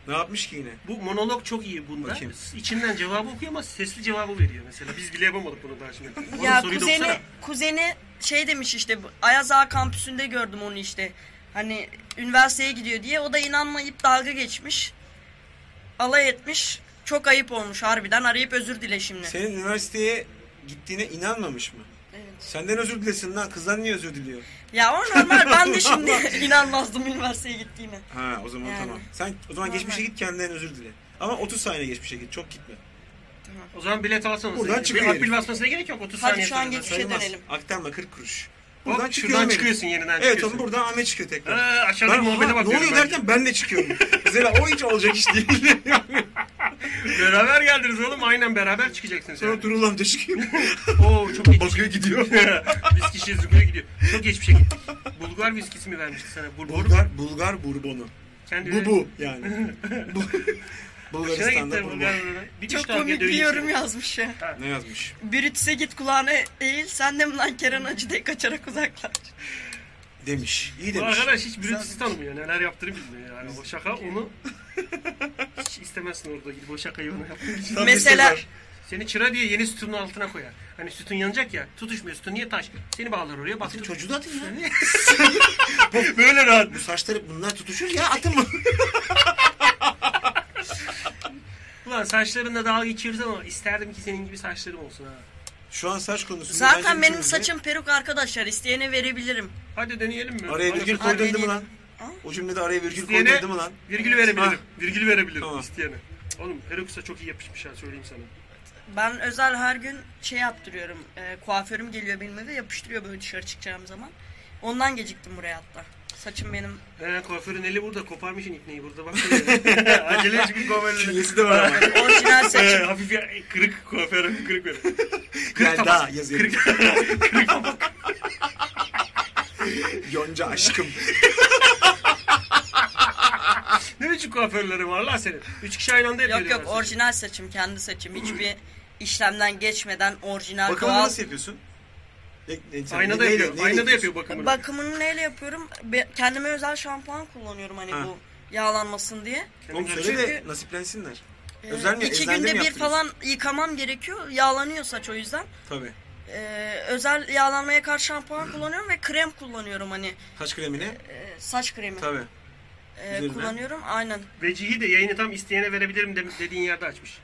Speaker 2: Ne yapmış ki yine?
Speaker 3: Bu monolog çok iyi bunda.
Speaker 2: Bakayım.
Speaker 3: İçinden cevabı okuyor ama sesli cevabı veriyor mesela. Biz bile yapamadık bunu daha şimdi. Oğlum
Speaker 4: ya
Speaker 3: soruyu da
Speaker 4: kuzeni
Speaker 3: okusana.
Speaker 4: kuzeni şey demiş işte bu- Ayaz Ağa kampüsünde gördüm onu işte. Hani üniversiteye gidiyor diye o da inanmayıp dalga geçmiş. Alay etmiş. Çok ayıp olmuş harbiden arayıp özür dile şimdi.
Speaker 2: Senin üniversiteye gittiğine inanmamış mı?
Speaker 4: Evet.
Speaker 2: Senden özür dilesin lan. Kızdan niye özür diliyor?
Speaker 4: Ya o normal ben de şimdi inanmazdım üniversiteye gittiğime.
Speaker 2: Ha o zaman
Speaker 4: Yani.
Speaker 2: tamam. Sen o zaman
Speaker 4: Normal.
Speaker 2: geçmişe git kendinden özür dile. Ama 30 saniye geçmişe git. Çok gitme.
Speaker 3: O zaman bilet alsanız.
Speaker 2: Buradan
Speaker 3: Bir
Speaker 2: çıkıyor
Speaker 3: Akbil
Speaker 2: herif.
Speaker 3: basmasına gerek yok. 30
Speaker 4: Hadi
Speaker 3: saniye
Speaker 4: şu an
Speaker 3: sonra
Speaker 4: geçmişe
Speaker 3: sayılmaz.
Speaker 4: dönelim.
Speaker 2: Aktarma 40 kuruş.
Speaker 3: Hop,
Speaker 2: çıkıyor
Speaker 3: şuradan
Speaker 2: Ahmet.
Speaker 3: çıkıyorsun yeniden
Speaker 2: Evet
Speaker 3: çıkıyorsun.
Speaker 2: oğlum buradan Ahmet çıkıyor
Speaker 3: Ee,
Speaker 2: tekrar.
Speaker 3: aşağıdaki
Speaker 2: Ben,
Speaker 3: muhabbete
Speaker 2: ha, ne
Speaker 3: bakıyorum.
Speaker 2: oluyor
Speaker 3: ben.
Speaker 2: derken ben de çıkıyorum. Mesela o hiç olacak iş değil.
Speaker 3: Beraber geldiniz oğlum. Aynen beraber çıkacaksınız.
Speaker 2: Sonra
Speaker 3: Yani.
Speaker 2: Turul amca çıkıyor.
Speaker 3: Oo çok geçmiş.
Speaker 2: Bakıyor gidiyor.
Speaker 3: Viski şizlikoya gidiyor. Çok geçmişe gitti. Bulgar viskisi mi vermişti sana? Bulgur mu?
Speaker 2: Bulgar, Bulgar Bourbon'u.
Speaker 3: Kendi
Speaker 2: Bu bu yani. Bu-
Speaker 3: Şuna
Speaker 2: Bulgaristan'da
Speaker 3: gitti
Speaker 2: Bourbon.
Speaker 3: Bulgar Bulgar'a. Bir
Speaker 4: Çok
Speaker 3: üç dalga
Speaker 4: komik bir
Speaker 3: döveyim
Speaker 4: yorum
Speaker 3: seni.
Speaker 4: yazmış ya.
Speaker 2: Ne yazmış?
Speaker 4: Brütse git kulağına eğil sen de mi lan Kerem Acı'da kaçarak uzaklaş.
Speaker 2: Demiş. İyi
Speaker 3: Bu
Speaker 2: demiş.
Speaker 3: arkadaş hiç Brutus'u tanımıyor. Neler yaptığını bilmiyor yani. O şaka onu... hiç istemezsin orada gidip o şakayı ona yaptığın için.
Speaker 2: Tam
Speaker 4: Mesela-
Speaker 2: bir
Speaker 3: Seni çıra diye yeni sütunun altına koyar. Hani sütun yanacak ya. Tutuşmuyor sütun niye taş? Seni bağlar oraya. Bak
Speaker 2: Sezer. Çocuğu da atın ya.
Speaker 3: böyle rahat.
Speaker 2: Bu saçları bunlar tutuşur ya atın mı?
Speaker 3: Ulan saçlarında dalga geçiyoruz ama isterdim ki senin gibi saçlarım olsun ha.
Speaker 2: Şu an saç konusunda bence
Speaker 4: Zaten benim
Speaker 2: üçümüz de-
Speaker 4: saçım peruk arkadaşlar isteyene verebilirim.
Speaker 3: Hadi deneyelim mi?
Speaker 2: Araya virgül
Speaker 3: Hadi.
Speaker 2: koydun değil mi
Speaker 4: Araya
Speaker 2: lan? O cümlede araya virgül koydun
Speaker 3: İsteyene
Speaker 2: değil mi lan?
Speaker 3: virgül verebilirim. Virgül verebilirim
Speaker 2: Tamam.
Speaker 3: isteyene. Oğlum peruksa çok iyi yapışmış ha söyleyeyim sana.
Speaker 4: Ben özel her gün şey yaptırıyorum. e, kuaförüm geliyor benim eve yapıştırıyor böyle dışarı çıkacağım zaman. Ondan geciktim buraya hatta. Saçım benim.
Speaker 3: He kuaförün eli burada koparmışın ipneyi burada bak. şöyle. Acele çünkü kuaförün.
Speaker 2: Künyesi de var ama.
Speaker 4: Orijinal
Speaker 3: He,
Speaker 4: saçım.
Speaker 3: Ee, hafif ya, e, kırık kuaför hafif kırık böyle.
Speaker 2: Gel daha
Speaker 3: tabak.
Speaker 2: yazıyor.
Speaker 3: kırık tabak.
Speaker 2: Yonca aşkım.
Speaker 3: Ne biçim kuaförleri var lan senin? Üç kişi aynı anda yapıyor.
Speaker 4: yok yok
Speaker 3: diyorlar sana.
Speaker 4: orijinal saçım kendi saçım. Hiçbir işlemden geçmeden orijinal
Speaker 2: Bakalım
Speaker 4: doğal.
Speaker 2: nasıl yapıyorsun? Ne- ne- sen-
Speaker 3: Aynada
Speaker 2: neyle-
Speaker 3: yapıyor.
Speaker 2: neyle
Speaker 3: Aynada yapıyor
Speaker 2: yapıyorsun?
Speaker 3: bakımını.
Speaker 4: Bakımını neyle yapıyorum? Be- kendime özel şampuan kullanıyorum hani
Speaker 2: Ha.
Speaker 4: bu yağlanmasın diye.
Speaker 3: Kendin
Speaker 2: Oğlum
Speaker 3: karışık.
Speaker 2: söyle de nasiplensinler. Özel mi?
Speaker 4: İki
Speaker 2: Ezelde mi
Speaker 4: Ee, günde bir
Speaker 2: yaptınız?
Speaker 4: falan yıkamam gerekiyor. Yağlanıyor saç o yüzden.
Speaker 2: Tabii.
Speaker 4: Ee, özel yağlanmaya karşı şampuan kullanıyorum ve krem kullanıyorum hani.
Speaker 2: Saç kremini.
Speaker 4: e, saç kremi
Speaker 2: Tabii.
Speaker 4: e,
Speaker 2: üzerine.
Speaker 4: kullanıyorum. Aynen.
Speaker 3: Vecihi de yayını tam isteyene verebilirim de, dediğin yerde açmış.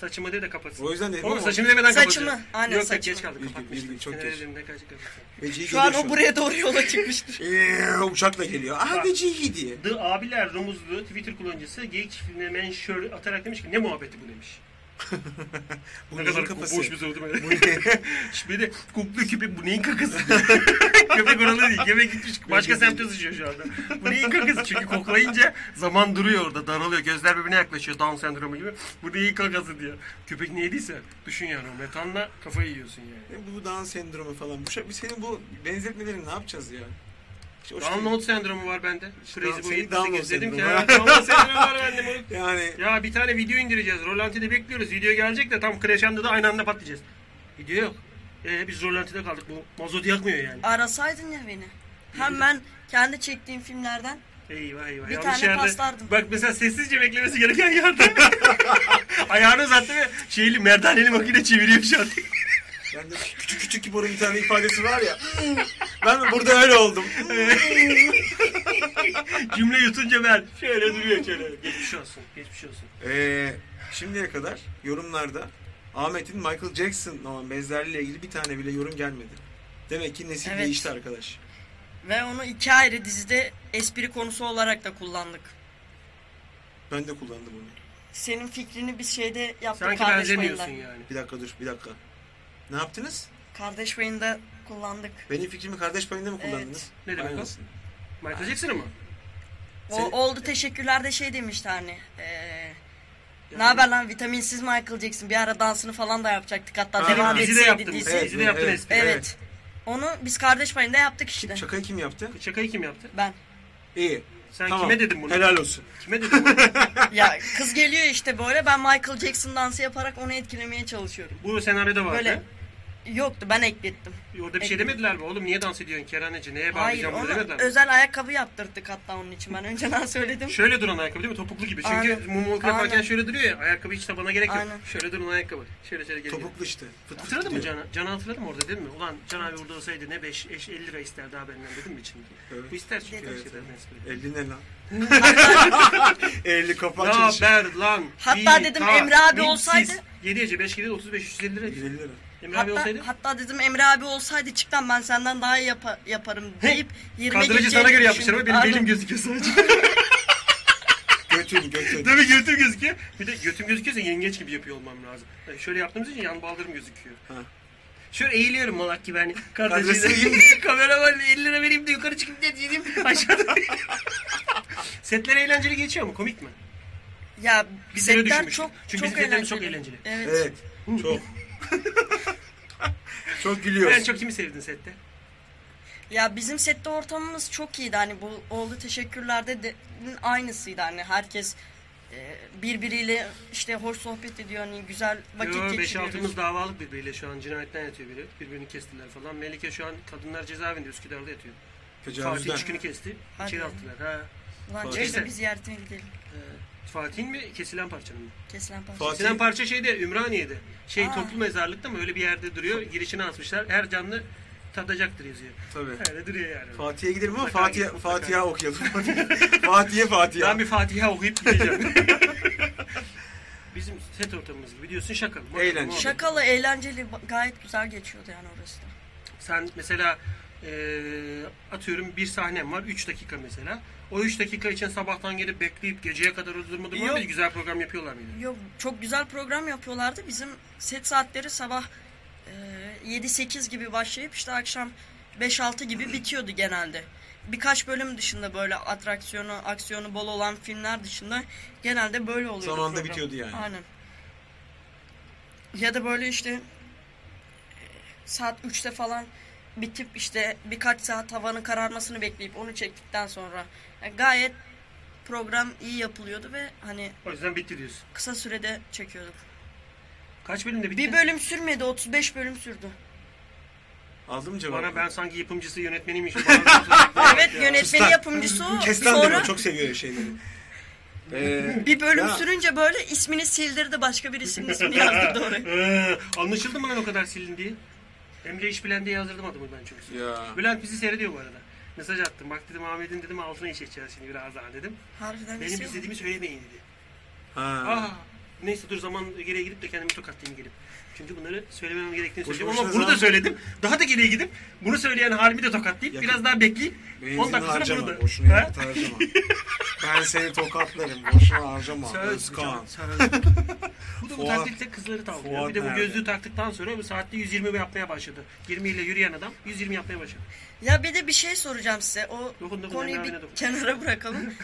Speaker 3: Saçımı de de kapatsın.
Speaker 2: O yüzden dedim
Speaker 3: Oğlum
Speaker 2: ama-
Speaker 3: saçımı demeden
Speaker 4: Saçımı,
Speaker 3: kapatacağız.
Speaker 4: aynen,
Speaker 3: Yok,
Speaker 4: saçımı.
Speaker 3: geç kaldık.
Speaker 2: İlgin,
Speaker 3: kapatmış.
Speaker 2: ilgin, çok
Speaker 3: Fener
Speaker 2: geç.
Speaker 3: elimde kaçı kaçı.
Speaker 2: Vecihi
Speaker 4: Şu an
Speaker 2: geliyor
Speaker 4: o buraya doğru yola çıkmıştır.
Speaker 2: Eee, uçakla geliyor. Aha
Speaker 3: Bak.
Speaker 2: Vecihi diye.
Speaker 3: The Abiler Rumuzlu Twitter kullanıcısı geyik çiftliğine menşör atarak demiş ki ne muhabbeti bu demiş.
Speaker 2: Bu
Speaker 3: ne
Speaker 2: neyin
Speaker 3: kadar
Speaker 2: kafası?
Speaker 3: boş bir soru böyle. Şimdi de kuplu köpek bu neyin kakası? köpek oralı değil. Köpek gitmiş başka semte sıçıyor şu anda. Bu neyin kakası? Çünkü koklayınca zaman duruyor orada daralıyor. Gözler birbirine yaklaşıyor Down sendromu gibi. Bu neyin kakası diyor. Köpek ne yediyse düşün yani o metanla kafayı yiyorsun yani.
Speaker 2: E, Bu Down sendromu falan. Bu şey, senin bu benzetmelerini ne yapacağız ya? şey- Hiç hoş değil.
Speaker 3: Download sendromu var bende. Crazy
Speaker 2: senin
Speaker 3: Boy'u
Speaker 2: şey download
Speaker 3: izledim ki.
Speaker 2: sendromu
Speaker 3: ha,
Speaker 2: var.
Speaker 3: Download sendromu var bende. bunu-
Speaker 2: Yani
Speaker 3: Ya bir tane video indireceğiz. Rolanti'de bekliyoruz. Video gelecek de tam Crescendo'da aynı anda patlayacağız. Video yok. Ee, biz Rolanti'de kaldık. Bu mazot yakmıyor yani.
Speaker 4: Arasaydın ya beni. Hem ben kendi çektiğim filmlerden
Speaker 3: Eyvah eyvah.
Speaker 4: Bir
Speaker 3: Yanlış
Speaker 4: tane
Speaker 3: yerde.
Speaker 4: paslardım.
Speaker 3: Bak mesela sessizce beklemesi gereken yerde. Ayağını uzattı ve şeyli merdaneli makine çeviriyor şu an.
Speaker 2: ben de küçük küçük kiborun bir tane ifadesi var ya. ben burada öyle oldum.
Speaker 3: Cümle yutunca ben şöyle duruyor şöyle. Geçmiş olsun. Geçmiş olsun.
Speaker 2: Ee, şimdiye kadar yorumlarda Ahmet'in Michael Jackson benzerliğiyle ilgili bir tane bile yorum gelmedi. Demek ki nesil
Speaker 4: Evet.
Speaker 2: değişti arkadaş.
Speaker 4: ve onu iki ayrı dizide espri konusu olarak da kullandık.
Speaker 2: Ben de kullandım onu.
Speaker 4: Senin fikrini biz şeyde yaptık
Speaker 3: Sanki
Speaker 4: kardeş
Speaker 3: benzemiyorsun
Speaker 4: bayında.
Speaker 3: yani.
Speaker 2: Bir dakika dur, bir dakika. Ne yaptınız?
Speaker 4: Kardeş bayında kullandık.
Speaker 2: Benim fikrimi kardeş payında mı kullandınız?
Speaker 3: Ne demek
Speaker 2: Vay
Speaker 3: o?
Speaker 2: anasını.
Speaker 3: Michael Jackson'ı mı?
Speaker 4: O
Speaker 2: Senin-
Speaker 4: oldu teşekkürler de şey demişti hani. ne haber lan vitaminsiz Michael Jackson bir ara dansını falan da yapacaktık hatta
Speaker 3: Aa,
Speaker 4: devam
Speaker 3: bizi de
Speaker 4: etseydi
Speaker 3: yaptınız.
Speaker 4: dizi.
Speaker 3: Evet,
Speaker 4: Evet.
Speaker 3: Bizi de yaptın espri.
Speaker 4: Onu biz kardeş payında yaptık işte.
Speaker 2: Şakayı kim yaptı?
Speaker 3: Şakayı kim yaptı?
Speaker 4: Ben.
Speaker 2: İyi.
Speaker 3: Sen kime dedin bunu?
Speaker 2: Helal olsun.
Speaker 3: Kime dedin bunu?
Speaker 4: Ya kız geliyor işte böyle ben Michael Jackson dansı yaparak onu etkilemeye çalışıyorum.
Speaker 3: Bu senaryoda vardı.
Speaker 4: Böyle yoktu ben eklettim.
Speaker 3: Orada bir şey demediler mi? Oğlum niye dans ediyorsun Kerhaneci? Neye
Speaker 4: Hayır
Speaker 3: bağlayacağım bunu
Speaker 4: ona
Speaker 3: demediler mi?
Speaker 4: özel ayakkabı yaptırdık hatta onun için ben önceden söyledim.
Speaker 3: Şöyle duran ayakkabı değil mi? Topuklu gibi. Çünkü
Speaker 4: Aynen.
Speaker 3: mumu yaparken
Speaker 4: Aynen.
Speaker 3: şöyle duruyor ya. Ayakkabı hiç tabana gerek yok.
Speaker 4: Aynen.
Speaker 3: Şöyle duran ayakkabı. Şöyle şöyle geliyor.
Speaker 2: Topuklu işte. Fıt fıt
Speaker 3: Hatırladın mı
Speaker 2: diyor.
Speaker 3: Can'ı? Can'ı hatırladın mı orada değil mi? Ulan Can abi burada olsaydı ne 5, 50 lira ister daha benden dedim mi içinde?
Speaker 2: Evet.
Speaker 3: Bu ister çünkü Şey
Speaker 2: Evet,
Speaker 3: her şeyden
Speaker 2: evet.
Speaker 3: espri.
Speaker 2: Elli ne lan? Elli kapağı
Speaker 3: Ne
Speaker 2: çalışıyor.
Speaker 3: haber lan?
Speaker 4: Hatta dedim Emre abi olsaydı-
Speaker 3: 7 gece 5 gece 35 350 lira.
Speaker 2: 150 lira.
Speaker 3: Emre abi
Speaker 4: Hatta,
Speaker 3: olsaydı?
Speaker 4: hatta dedim Emre abi olsaydı çıktan ben senden daha iyi yapa- yaparım deyip yerime
Speaker 3: Kandırıcı
Speaker 4: geçeceğini
Speaker 3: sana göre yapmışlar ama
Speaker 4: düşündüm.
Speaker 3: benim
Speaker 4: Aynen.
Speaker 3: belim gözüküyor sadece.
Speaker 2: Götün götün.
Speaker 3: Tabii götüm gözüküyor. Bir de götüm gözüküyorsa yengeç gibi yapıyor olmam lazım. Yani şöyle yaptığımız için yan baldırım gözüküyor.
Speaker 2: Ha.
Speaker 3: Şöyle eğiliyorum malak gibi hani.
Speaker 2: Adresi
Speaker 3: Kardeşim
Speaker 2: iyi.
Speaker 3: kameraman 50 lira vereyim de yukarı çıkıp ne diyeyim aşağıda. Setler eğlenceli geçiyor mu? Komik mi?
Speaker 4: Ya
Speaker 3: Biz öyle
Speaker 4: setler
Speaker 3: düşünmüştük.
Speaker 4: çok
Speaker 3: Çünkü
Speaker 4: çok
Speaker 3: bizim setlerimiz çok
Speaker 4: Evet.
Speaker 2: Evet. Çok. çok gülüyoruz.
Speaker 3: En çok kimi sevdin sette?
Speaker 4: Ya bizim sette ortamımız çok iyiydi. Hani bu oldu teşekkürlerde de aynısıydı hani herkes e, birbiriyle işte hoş sohbet ediyor hani güzel vakit
Speaker 3: Yo, beş altımız
Speaker 4: geçiriyoruz.
Speaker 3: davalık birbiriyle şu an cinayetten yatıyor biri. Birbirini kestiler falan. Melike şu an kadınlar cezaevinde Üsküdar'da yatıyor. Fatih
Speaker 2: Tecavüzden.
Speaker 3: çıkını kesti.
Speaker 4: Hadi
Speaker 3: İçeri
Speaker 4: ya.
Speaker 3: attılar. Ha.
Speaker 4: Ulan
Speaker 2: Fatih.
Speaker 4: neyse
Speaker 3: Neyse.
Speaker 4: biz ziyaretine gidelim.
Speaker 3: Ee, Fatih'in mi? Kesilen parçanın mı?
Speaker 4: Kesilen parça.
Speaker 2: Fatih-
Speaker 3: Sinan parça şeyde Ümraniye'de. Şey
Speaker 4: Aa.
Speaker 3: toplu mezarlıkta mı öyle bir yerde duruyor. Girişine asmışlar. Her canlı tadacaktır yazıyor.
Speaker 2: Tabii.
Speaker 3: Öyle duruyor yani.
Speaker 2: Fatih'e gidelim ama
Speaker 3: Mutlaka
Speaker 2: Fatih'e
Speaker 3: git, mutlaka
Speaker 2: Fatiha okuyalım. Fatih'e Fatiha.
Speaker 3: ben bir Fatiha okuyup gideceğim. Bizim set ortamımız gibi diyorsun şaka. maka,
Speaker 2: Eğlence.
Speaker 3: muhabbet.
Speaker 4: Şakalı, eğlenceli, ba- gayet güzel geçiyordu yani orası da.
Speaker 3: Sen mesela eee, atıyorum bir sahnem var 3 dakika mesela. O 3 dakika için sabahtan gelip bekleyip geceye kadar durmadım
Speaker 4: Yok.
Speaker 3: ama bir güzel program yapıyorlar mıydı?
Speaker 4: Yok çok güzel program yapıyorlardı. Bizim set saatleri sabah e, 7-8 gibi başlayıp işte akşam 5-6 gibi bitiyordu genelde. Birkaç bölüm dışında böyle atraksiyonu, aksiyonu bol olan filmler dışında genelde böyle oluyordu.
Speaker 2: Son anda
Speaker 4: program.
Speaker 2: bitiyordu yani.
Speaker 4: Aynen. Ya da böyle işte e, saat 3'te falan bitip işte birkaç saat havanın kararmasını bekleyip onu çektikten sonra yani gayet program iyi yapılıyordu ve hani
Speaker 3: O yüzden bitti diyorsun.
Speaker 4: kısa sürede çekiyorduk.
Speaker 3: Kaç bölümde bitti?
Speaker 4: Bir bölüm sürmedi, 35 bölüm sürdü.
Speaker 2: Aldım cevabı.
Speaker 3: Bana ben sanki yapımcısı yönetmeniymişim. Bana-
Speaker 4: Evet, yönetmeni
Speaker 2: Sustan.
Speaker 4: yapımcısı o.
Speaker 2: Kestan beni,
Speaker 4: Sonra
Speaker 2: o çok seviyor şeyleri. Ee,
Speaker 4: bir bölüm
Speaker 2: Ya.
Speaker 4: sürünce böyle ismini sildirdi, başka birisinin ismini yazdırdı oraya.
Speaker 3: Ee, Anlaşıldı mı lan o kadar silindiği? Emre iş bilen diye yazdırdım adımı ben çünkü.
Speaker 2: ya.
Speaker 3: Bülent bizi seyrediyor bu arada. Mesaj attım. Bak dedim Ahmet'in dedim altına iş edeceğiz şimdi biraz daha dedim.
Speaker 4: Harbiden şey
Speaker 3: Benim
Speaker 4: istiyor mu?
Speaker 3: izlediğimi söylemeyin dedi.
Speaker 2: Ha.
Speaker 3: Aa Neyse dur zaman geriye gidip de kendimi tokatlayayım gelip. Çünkü bunları söylemem gerektiğini
Speaker 2: Boş
Speaker 3: söyleyeceğim
Speaker 2: boşuna
Speaker 3: ama bunu da
Speaker 2: zaman-
Speaker 3: söyledim. Daha da geriye gidip bunu söyleyen halimi de tokatlayıp
Speaker 2: Yakın.
Speaker 3: biraz daha bekleyip 10
Speaker 2: Benzin
Speaker 3: dakika sonra
Speaker 2: harcama.
Speaker 3: bunu da...
Speaker 2: Boşuna
Speaker 3: Ha?
Speaker 2: yakıt harcama. ben seni tokatlarım. Boşuna harcama.
Speaker 3: Söz
Speaker 2: Özkan.
Speaker 3: canım, söz. bu da bu
Speaker 2: Fuat-
Speaker 3: taktikle kızları tavlıyor.
Speaker 2: Fuat
Speaker 3: Bir de bu
Speaker 2: nerede?
Speaker 3: gözlüğü taktıktan sonra bu saatte 120 yapmaya başladı. 20 ile yürüyen adam 120 yapmaya başladı.
Speaker 4: Ya bir de bir şey soracağım size. O
Speaker 3: Dokun, dokun,
Speaker 4: konuyu
Speaker 3: Emre
Speaker 4: bir
Speaker 3: abine dokun.
Speaker 4: kenara bırakalım.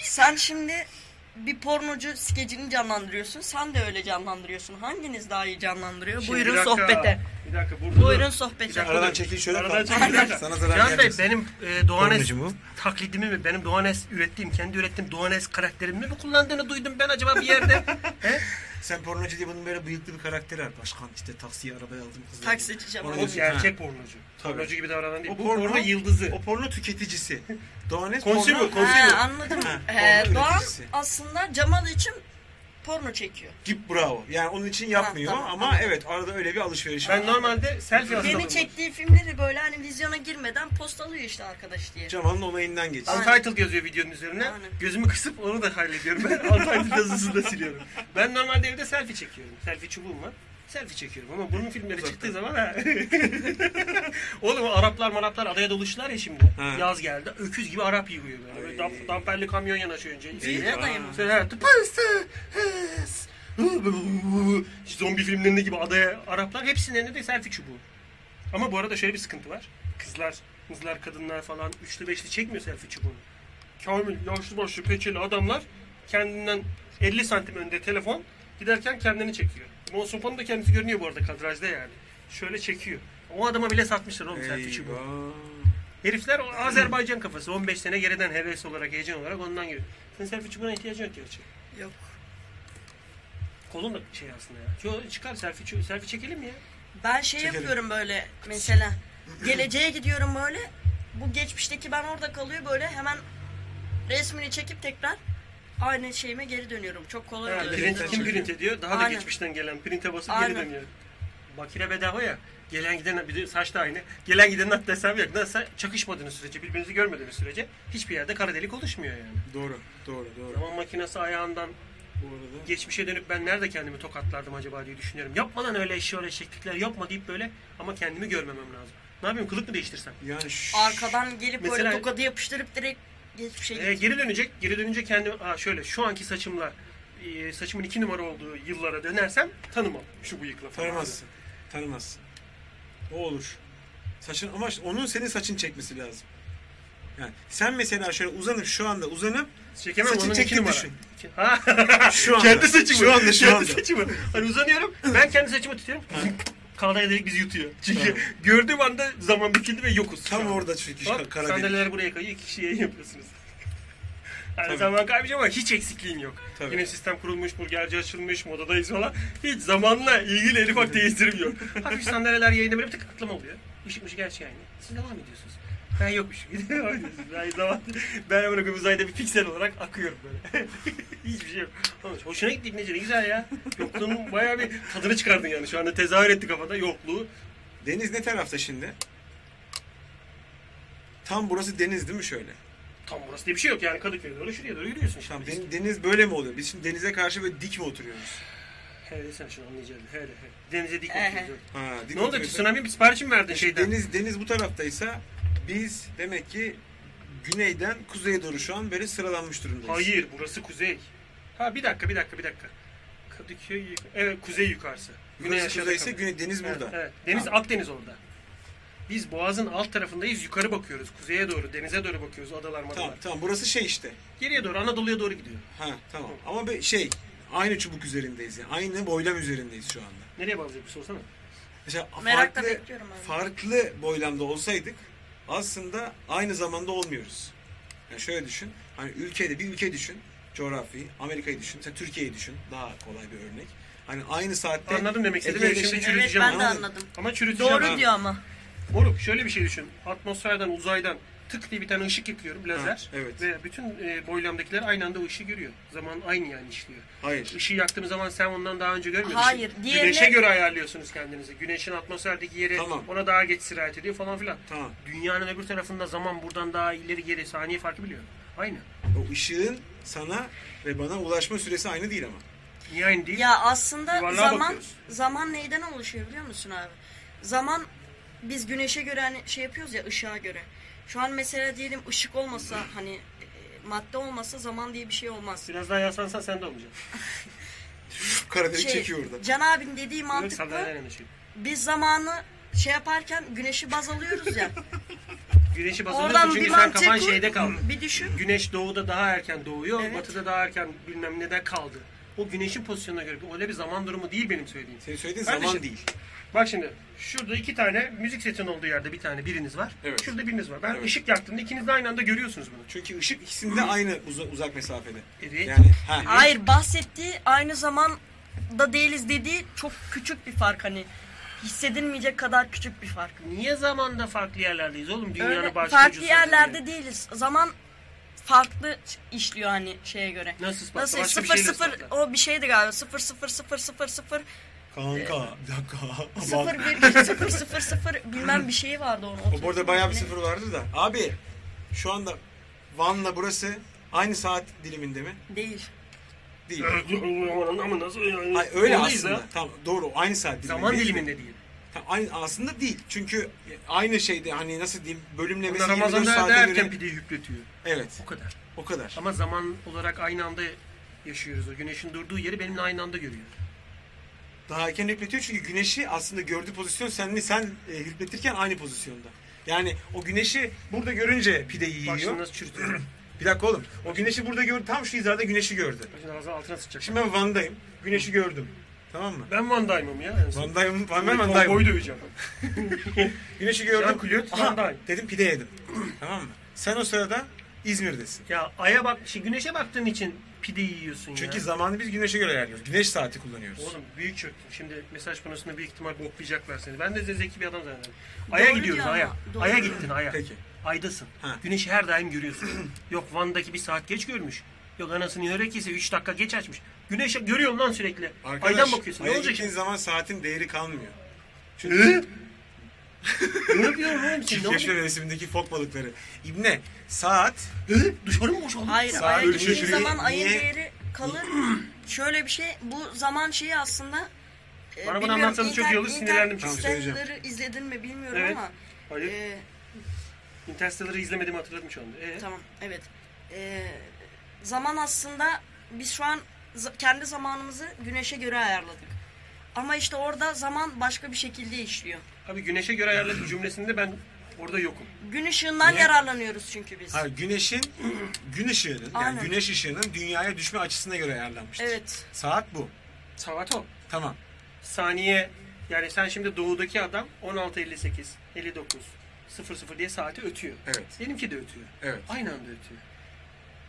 Speaker 4: Sen şimdi bir pornocu skecini canlandırıyorsun. Sen de öyle canlandırıyorsun. Hanginiz daha iyi canlandırıyor?
Speaker 3: Şimdi
Speaker 4: Buyurun
Speaker 3: bir dakika,
Speaker 4: sohbete.
Speaker 3: Bir dakika burada.
Speaker 4: Buyurun
Speaker 3: dur.
Speaker 4: sohbete.
Speaker 3: Bir dakika.
Speaker 2: Aradan çekil şöyle kal.
Speaker 3: Aradan çekil, bir dakika.
Speaker 2: Sana zarar
Speaker 3: Can Bey
Speaker 2: gelmesin.
Speaker 3: benim e, Doğanes
Speaker 2: Pornocu mu?
Speaker 3: taklidimi mi, benim Doğanes ürettiğim, kendi ürettiğim Doğanes karakterimi mi kullandığını duydum ben acaba bir yerde. He?
Speaker 2: Sen pornocu diye bunun böyle bıyıklı bir karakteri var. Başkan işte taksiye arabaya aldım kızı.
Speaker 4: Taksici Cemal.
Speaker 2: Ona
Speaker 3: O
Speaker 4: O
Speaker 2: diyorsun,
Speaker 3: gerçek pornocu.
Speaker 2: Tabii.
Speaker 3: Pornocu gibi davranan
Speaker 2: "Ha."
Speaker 3: değil. Bu porno, yıldızı.
Speaker 2: O porno tüketicisi. Doğanet
Speaker 3: Consumer,
Speaker 2: porno.
Speaker 3: consumer. Konuşuyor.
Speaker 4: Ha, anladım.
Speaker 2: Ha,
Speaker 4: Ee,
Speaker 2: porno
Speaker 4: Doğan
Speaker 2: üreticisi.
Speaker 4: aslında Cemal için porno çekiyor.
Speaker 2: Gip bravo. Yani onun için yapmıyor
Speaker 4: Ha, tamam,
Speaker 2: ama
Speaker 4: tamam.
Speaker 2: evet arada öyle bir alışveriş var.
Speaker 3: Ben normalde selfie hastalığım
Speaker 4: Yeni
Speaker 3: var.
Speaker 4: çektiği filmleri böyle hani vizyona girmeden postalıyor işte arkadaş diye.
Speaker 2: Cemal'ın olayından geç.
Speaker 3: Untitled yazıyor videonun üzerine.
Speaker 4: Aynen.
Speaker 3: Gözümü kısıp onu da hallediyorum. Ben Untitled yazısını da siliyorum. Ben normalde evde selfie çekiyorum. Selfie çubuğum var. Selfie çekiyorum ama bunun filmleri
Speaker 2: Uzaktan.
Speaker 3: çıktığı zaman ha. Oğlum o Araplar Maraplar adaya doluştular ya şimdi.
Speaker 2: Ha.
Speaker 3: Yaz geldi. Öküz gibi Arap yığıyor böyle.
Speaker 2: Ay.
Speaker 3: böyle damp- damperli kamyon yanaşıyor önce.
Speaker 2: Eyvah.
Speaker 4: adayı mı?
Speaker 3: Sonra her tıpansı. hıs, hı, Zombi filmlerinde gibi adaya Araplar hepsinin elinde de selfie çubuğu. Ama bu arada şöyle bir sıkıntı var. Kızlar, kızlar, kadınlar falan üçlü beşli çekmiyor selfie çubuğunu. Kamil, yaşlı başlı, peçeli adamlar kendinden 50 santim önde telefon giderken kendini çekiyor. Monsopan'ın da kendisi görünüyor bu arada kadrajda yani. Şöyle çekiyor. O adama bile satmışlar oğlum selfie çubuğu.
Speaker 2: Eyvah.
Speaker 3: Herifler o Azerbaycan kafası. 15 sene geriden heves olarak, heyecan olarak ondan giriyor. Senin selfie çubuğuna ihtiyacın yok gerçi.
Speaker 4: Yok.
Speaker 3: Kolun da şey aslında ya. Yo, çıkar selfie, çu- selfie çekelim ya.
Speaker 4: Ben şey
Speaker 2: Çekelim.
Speaker 4: yapıyorum böyle mesela. Geleceğe gidiyorum böyle. Bu geçmişteki ben orada kalıyor böyle hemen resmini çekip tekrar aynı şeyime geri dönüyorum. Çok kolay
Speaker 3: Ha,
Speaker 4: oluyor.
Speaker 3: print,
Speaker 2: Print'ten
Speaker 3: kim
Speaker 2: çekiyor.
Speaker 3: print ediyor? Daha da
Speaker 4: Aynen.
Speaker 3: geçmişten gelen printe basıp
Speaker 4: Aynen.
Speaker 3: geri dönüyor. Bakire bedava ya. Gelen giden bir de saç da aynı. Gelen gidenin hatta hesabı yok. Nasıl çakışmadığınız sürece, birbirinizi görmediğiniz sürece hiçbir yerde kara delik oluşmuyor yani.
Speaker 2: Doğru, doğru, doğru.
Speaker 3: Zaman makinesi ayağından
Speaker 2: Bu arada
Speaker 3: geçmişe dönüp ben nerede kendimi tokatlardım acaba diye düşünüyorum. Yapmadan öyle eşya öyle şeklikler yapma deyip böyle ama kendimi görmemem lazım. Ne yapayım kılık mı değiştirsem?
Speaker 2: yani şu-
Speaker 4: Arkadan gelip böyle
Speaker 3: Mesela-
Speaker 4: tokadı yapıştırıp direkt geçmişe
Speaker 3: Ee,
Speaker 4: gidiyor.
Speaker 3: geri dönecek, geri dönünce kendimi Aa, şöyle şu anki saçımla e, saçımın iki numara olduğu yıllara dönersem tanımam şu bıyıkla falan.
Speaker 2: tanımazsın. Tanımazsın. O olur. Saçın ama işte onun senin saçın çekmesi lazım. Yani sen mesela şöyle uzanıp şu anda uzanıp
Speaker 3: Çekemem
Speaker 2: Saçın
Speaker 3: onun
Speaker 2: çekti
Speaker 3: iki numara.
Speaker 2: düşün.
Speaker 3: İki- Ha.
Speaker 2: Şu anda.
Speaker 3: kendi saçımı.
Speaker 2: Şu anda, şu
Speaker 3: kendi
Speaker 2: anda.
Speaker 3: saçımı. Hani uzanıyorum. Ben kendi saçımı tutuyorum. Kaldaya delik bizi yutuyor. Çünkü
Speaker 2: Tamam.
Speaker 3: gördüğüm anda zaman büküldü ve yokuz.
Speaker 2: tam
Speaker 3: şu an.
Speaker 2: orada çünkü
Speaker 3: Hop,
Speaker 2: kara delik.
Speaker 3: sandalyeler buraya kayıyor. İki kişiye yapıyorsunuz. Yani
Speaker 2: Tabii.
Speaker 3: zaman kaybedeceğim ama hiç eksikliğim yok.
Speaker 2: Tabii.
Speaker 3: Yine sistem kurulmuş, burgerci açılmış, modadayız falan. Hiç zamanla ilgili en ufak değiştirim yok. Hafif sandalyeler yayında böyle bir tık atlama oluyor. Işık mışık her şey aynı. Siz devam ediyorsunuz. Ben yokmuşum. Devam ediyorsunuz. Ben, zaman, ben amına koyayım uzayda bir piksel olarak akıyorum böyle. Hiçbir şey yok. Oğlum, hoşuna gitti İbneci, ne güzel ya. Yokluğunun bayağı bir tadını çıkardın yani. Şu anda tezahür etti kafada yokluğu.
Speaker 2: Deniz ne tarafta şimdi? Tam burası deniz değil mi şöyle?
Speaker 3: Tam burası diye bir şey yok yani Kadıköy'e doğru şuraya doğru yürüyorsun işte.
Speaker 2: Tam den- deniz böyle mi oluyor? Biz şimdi denize karşı böyle dik mi oturuyoruz?
Speaker 3: Hele sen şunu anlayacaksın. Hele hele. Denize dik
Speaker 4: Ehe.
Speaker 3: oturuyor.
Speaker 2: Ha, dik
Speaker 3: Ne oldu ki?
Speaker 2: oturuyorsak-
Speaker 3: Tsunami bir sipariş mi verdin şeyden?
Speaker 2: Deniz deniz bu taraftaysa biz demek ki güneyden kuzeye doğru şu an böyle sıralanmış durumdayız.
Speaker 3: Hayır burası kuzey. Ha bir dakika bir dakika bir dakika. Kadıköy yuk- Evet kuzey yukarısı.
Speaker 2: Güney
Speaker 3: aşağıda
Speaker 2: kuzeyse
Speaker 3: kalıyor.
Speaker 2: güney deniz
Speaker 3: Evet,
Speaker 2: burada.
Speaker 3: evet. Deniz Akdeniz orada. Biz boğazın alt tarafındayız. Yukarı bakıyoruz. Kuzeye doğru, denize doğru bakıyoruz. Adalar madalar.
Speaker 2: Tamam tamam burası şey işte.
Speaker 3: Geriye doğru, Anadolu'ya doğru gidiyor.
Speaker 2: Ha tamam ama be, şey aynı çubuk üzerindeyiz yani aynı boylam üzerindeyiz şu anda.
Speaker 3: Nereye bağlayacak bir sorsana.
Speaker 2: Mesela
Speaker 4: Merakla
Speaker 2: farklı,
Speaker 4: bekliyorum abi.
Speaker 2: farklı boylamda olsaydık aslında aynı zamanda olmuyoruz. Yani şöyle düşün. Hani ülkede bir ülke düşün. Coğrafi, Amerika'yı düşün. Mesela Türkiye'yi düşün. Daha kolay bir örnek. Hani aynı saatte
Speaker 3: Anladım demek istediğimi.
Speaker 2: Ege'de
Speaker 3: Şimdi
Speaker 2: şey-
Speaker 3: çürüteceğim
Speaker 4: Evet ben de
Speaker 2: anladın.
Speaker 4: anladım.
Speaker 3: Ama çürüteceğim.
Speaker 4: Doğru
Speaker 3: ha.
Speaker 4: diyor ama.
Speaker 3: Moruk şöyle bir şey düşün. Atmosferden, uzaydan tık diye bir tane ışık yapıyorum lazer.
Speaker 2: Ha, evet.
Speaker 3: Ve bütün e, boylamdakiler aynı anda o ışığı görüyor. Zaman aynı yani işliyor.
Speaker 2: Hayır.
Speaker 3: Işığı yaktığım zaman sen ondan daha önce görmüyorsun.
Speaker 4: Hayır, diğerine-
Speaker 3: Güneşe göre ayarlıyorsunuz kendinizi. Güneşin atmosferdeki yeri
Speaker 2: Tamam.
Speaker 3: ona daha geç sirayet ediyor falan filan.
Speaker 2: Tamam.
Speaker 3: Dünyanın öbür tarafında zaman buradan daha ileri geri saniye farkı biliyor. Aynı.
Speaker 2: O ışığın sana ve bana ulaşma süresi aynı değil ama.
Speaker 3: Niye aynı değil?
Speaker 4: Ya aslında
Speaker 3: Yuvarlığa
Speaker 4: zaman
Speaker 3: bakıyoruz.
Speaker 4: zaman neyden oluşuyor biliyor musun abi? Zaman biz güneşe göre hani şey yapıyoruz ya ışığa göre. Şu an mesela diyelim ışık olmasa hani e, madde olmasa zaman diye bir şey olmaz.
Speaker 3: Biraz daha yaslansan sen de olmayacaksın.
Speaker 2: Karadeniz
Speaker 4: Şey,
Speaker 2: çekiyor orada.
Speaker 4: Can abin dediği
Speaker 3: Yok
Speaker 4: mantıklı.
Speaker 3: sandalyeler mi şey?
Speaker 4: Biz zamanı şey yaparken güneşi baz alıyoruz ya.
Speaker 3: Güneşi baz
Speaker 4: Oradan
Speaker 3: alıyorsun
Speaker 4: bir
Speaker 3: çünkü sen
Speaker 4: mantık
Speaker 3: kafan
Speaker 4: kur,
Speaker 3: şeyde kaldı.
Speaker 4: Bir düşün.
Speaker 3: Güneş doğuda daha erken doğuyor,
Speaker 4: Evet.
Speaker 3: batıda daha erken bilmem neden kaldı. O güneşin pozisyonuna göre bir- öyle bir zaman durumu değil benim söylediğim.
Speaker 2: Senin söylediğin
Speaker 3: Kardeşim.
Speaker 2: zaman değil.
Speaker 3: Bak şimdi şurada iki tane müzik setinin olduğu yerde bir tane biriniz var.
Speaker 2: Evet.
Speaker 3: Şurada biriniz var. Ben
Speaker 2: Evet.
Speaker 3: ışık yaktığımda ikiniz de aynı anda görüyorsunuz bunu.
Speaker 2: Çünkü ışık ikisinde aynı uza- uzak mesafede.
Speaker 3: Evet.
Speaker 2: Yani ha.
Speaker 4: Hayır bahsettiği aynı zamanda değiliz dediği çok küçük bir fark hani. Hissedilmeyecek kadar küçük bir fark.
Speaker 3: Niye zamanda farklı yerlerdeyiz oğlum? Dünyanın
Speaker 4: Öyle
Speaker 3: başka
Speaker 4: farklı
Speaker 3: ucundayız
Speaker 4: yerlerde
Speaker 3: yani.
Speaker 4: değiliz. Zaman farklı işliyor hani şeye göre.
Speaker 3: Nasıl ispatla?
Speaker 4: Nasıl
Speaker 3: Başka bir
Speaker 4: sıfır
Speaker 3: şeyle
Speaker 4: sıfır
Speaker 3: ispatla.
Speaker 4: o bir şeydi galiba sıfır sıfır sıfır sıfır sıfır
Speaker 2: Kanka bir dakika.
Speaker 4: sıfır
Speaker 2: Aman.
Speaker 4: bir bir sıfır sıfır sıfır bilmem bir şeyi vardı onun.
Speaker 2: O burada bayağı bir sıfır vardı da. Abi şu anda Van'la burası aynı saat diliminde mi?
Speaker 4: Değil.
Speaker 2: Değil.
Speaker 3: Ama nasıl yani?
Speaker 2: Ay, öyle
Speaker 3: Oradayız
Speaker 2: aslında.
Speaker 3: da.
Speaker 2: Tamam doğru aynı saat diliminde.
Speaker 3: Zaman
Speaker 2: değil mi?
Speaker 3: diliminde değil.
Speaker 2: Ha, aynı, aslında değil. Çünkü aynı şeyde hani nasıl diyeyim bölümlemesi
Speaker 3: Onlar
Speaker 2: 24
Speaker 3: Ramazan'da
Speaker 2: saate
Speaker 3: erken
Speaker 2: göre.
Speaker 3: pideyi hüpletiyor.
Speaker 2: Evet
Speaker 3: O kadar.
Speaker 2: o kadar.
Speaker 3: Ama zaman olarak aynı anda yaşıyoruz. O güneşin durduğu yeri benimle aynı anda görüyor.
Speaker 2: Daha erken hüpletiyor çünkü güneşi aslında gördüğü pozisyon senle sen e, hüpletirken aynı pozisyonda. Yani o güneşi burada görünce pideyi yiyor.
Speaker 3: Bak şimdi nasıl çürütüyor.
Speaker 2: Bir dakika oğlum. O güneşi burada gördü. Tam şu hizada güneşi gördü.
Speaker 3: Bak şimdi ağzına altına sıçacak. Şimdi
Speaker 2: Şimdi ben Van'dayım. Güneşi gördüm. Tamam mı?
Speaker 3: ben Van Dyne'ım ya. en son.
Speaker 2: Van'dayım. Van ben
Speaker 3: Ben
Speaker 2: Van'dayım.
Speaker 3: Boy döveceğim.
Speaker 2: Güneşi
Speaker 3: Jean
Speaker 2: gördüm.
Speaker 3: Claude Van
Speaker 2: Aha,
Speaker 3: Damme.
Speaker 2: dedim pide yedim. tamam mı? Sen o sırada İzmir'desin.
Speaker 3: ya aya bak, şey, güneşe baktığın için pideyi yiyorsun
Speaker 2: Çünkü
Speaker 3: ya.
Speaker 2: zamanı biz güneşe göre ayarlıyoruz. Güneş saati kullanıyoruz.
Speaker 3: Oğlum büyük çöktün. Şimdi mesaj panosunda büyük ihtimal boklayacaklar seni. Ben de zeki bir adam zannediyorum. Aya
Speaker 4: Doğru
Speaker 3: gidiyoruz
Speaker 4: diyor
Speaker 3: aya.
Speaker 4: ama, doğru.
Speaker 3: Aya gittin aya.
Speaker 2: Peki.
Speaker 3: Aydasın.
Speaker 2: Ha.
Speaker 3: Güneşi her daim görüyorsun. Yok Van'daki bir saat geç görmüş. Yok anasını yörek ise 3 dakika geç açmış. Güneşe görüyorum lan sürekli.
Speaker 2: Arkadaş,
Speaker 3: Aydan bakıyorsun. Ne
Speaker 2: aya
Speaker 3: olacak
Speaker 2: gittiğin
Speaker 3: şimdi?
Speaker 2: zaman saatin değeri kalmıyor.
Speaker 3: Ne? ne yapıyorsun oğlum sen? Ne
Speaker 2: Çiftleşme
Speaker 3: olacak?
Speaker 2: mevsimindeki fok balıkları. İbne saat
Speaker 3: Hı? Dışarı mı boşaldın?
Speaker 4: Hayır
Speaker 2: Saat
Speaker 4: aya
Speaker 2: ölçüsü
Speaker 4: gittiğin
Speaker 2: niye-
Speaker 4: zaman ayın
Speaker 2: niye-
Speaker 4: değeri kalır. Şöyle bir şey bu zaman şeyi aslında e,
Speaker 3: Bana bunu
Speaker 4: bilmiyorum,
Speaker 3: anlatsanız çok iyi olur,
Speaker 4: inter-
Speaker 3: sinirlendim çünkü.
Speaker 2: Söyleyeceğim.
Speaker 4: Interstellar'ı izledin mi bilmiyorum
Speaker 3: Evet.
Speaker 4: ama
Speaker 3: Hayır.
Speaker 4: e,
Speaker 3: Interstellar'ı izlemediğimi hatırladım şu anda. Ee?
Speaker 4: Tamam, evet. Ee, zaman aslında biz şu an z- kendi zamanımızı güneşe göre ayarladık. Ama işte orada zaman başka bir şekilde işliyor.
Speaker 3: Abi güneşe göre ayarladık cümlesinde ben orada yokum.
Speaker 4: Gün ışığından
Speaker 2: Niye?
Speaker 4: yararlanıyoruz çünkü biz.
Speaker 2: ha, güneşin gün ışığının yani
Speaker 4: Aynen.
Speaker 2: güneş ışığının dünyaya düşme açısına göre ayarlanmıştır.
Speaker 4: Evet.
Speaker 2: Saat bu.
Speaker 3: Saat o.
Speaker 2: Tamam.
Speaker 3: Saniye yani sen şimdi doğudaki adam 16.58, 59, 00 diye saati ötüyor.
Speaker 2: Evet.
Speaker 3: Benimki de ötüyor.
Speaker 2: Evet.
Speaker 3: Aynı anda ötüyor.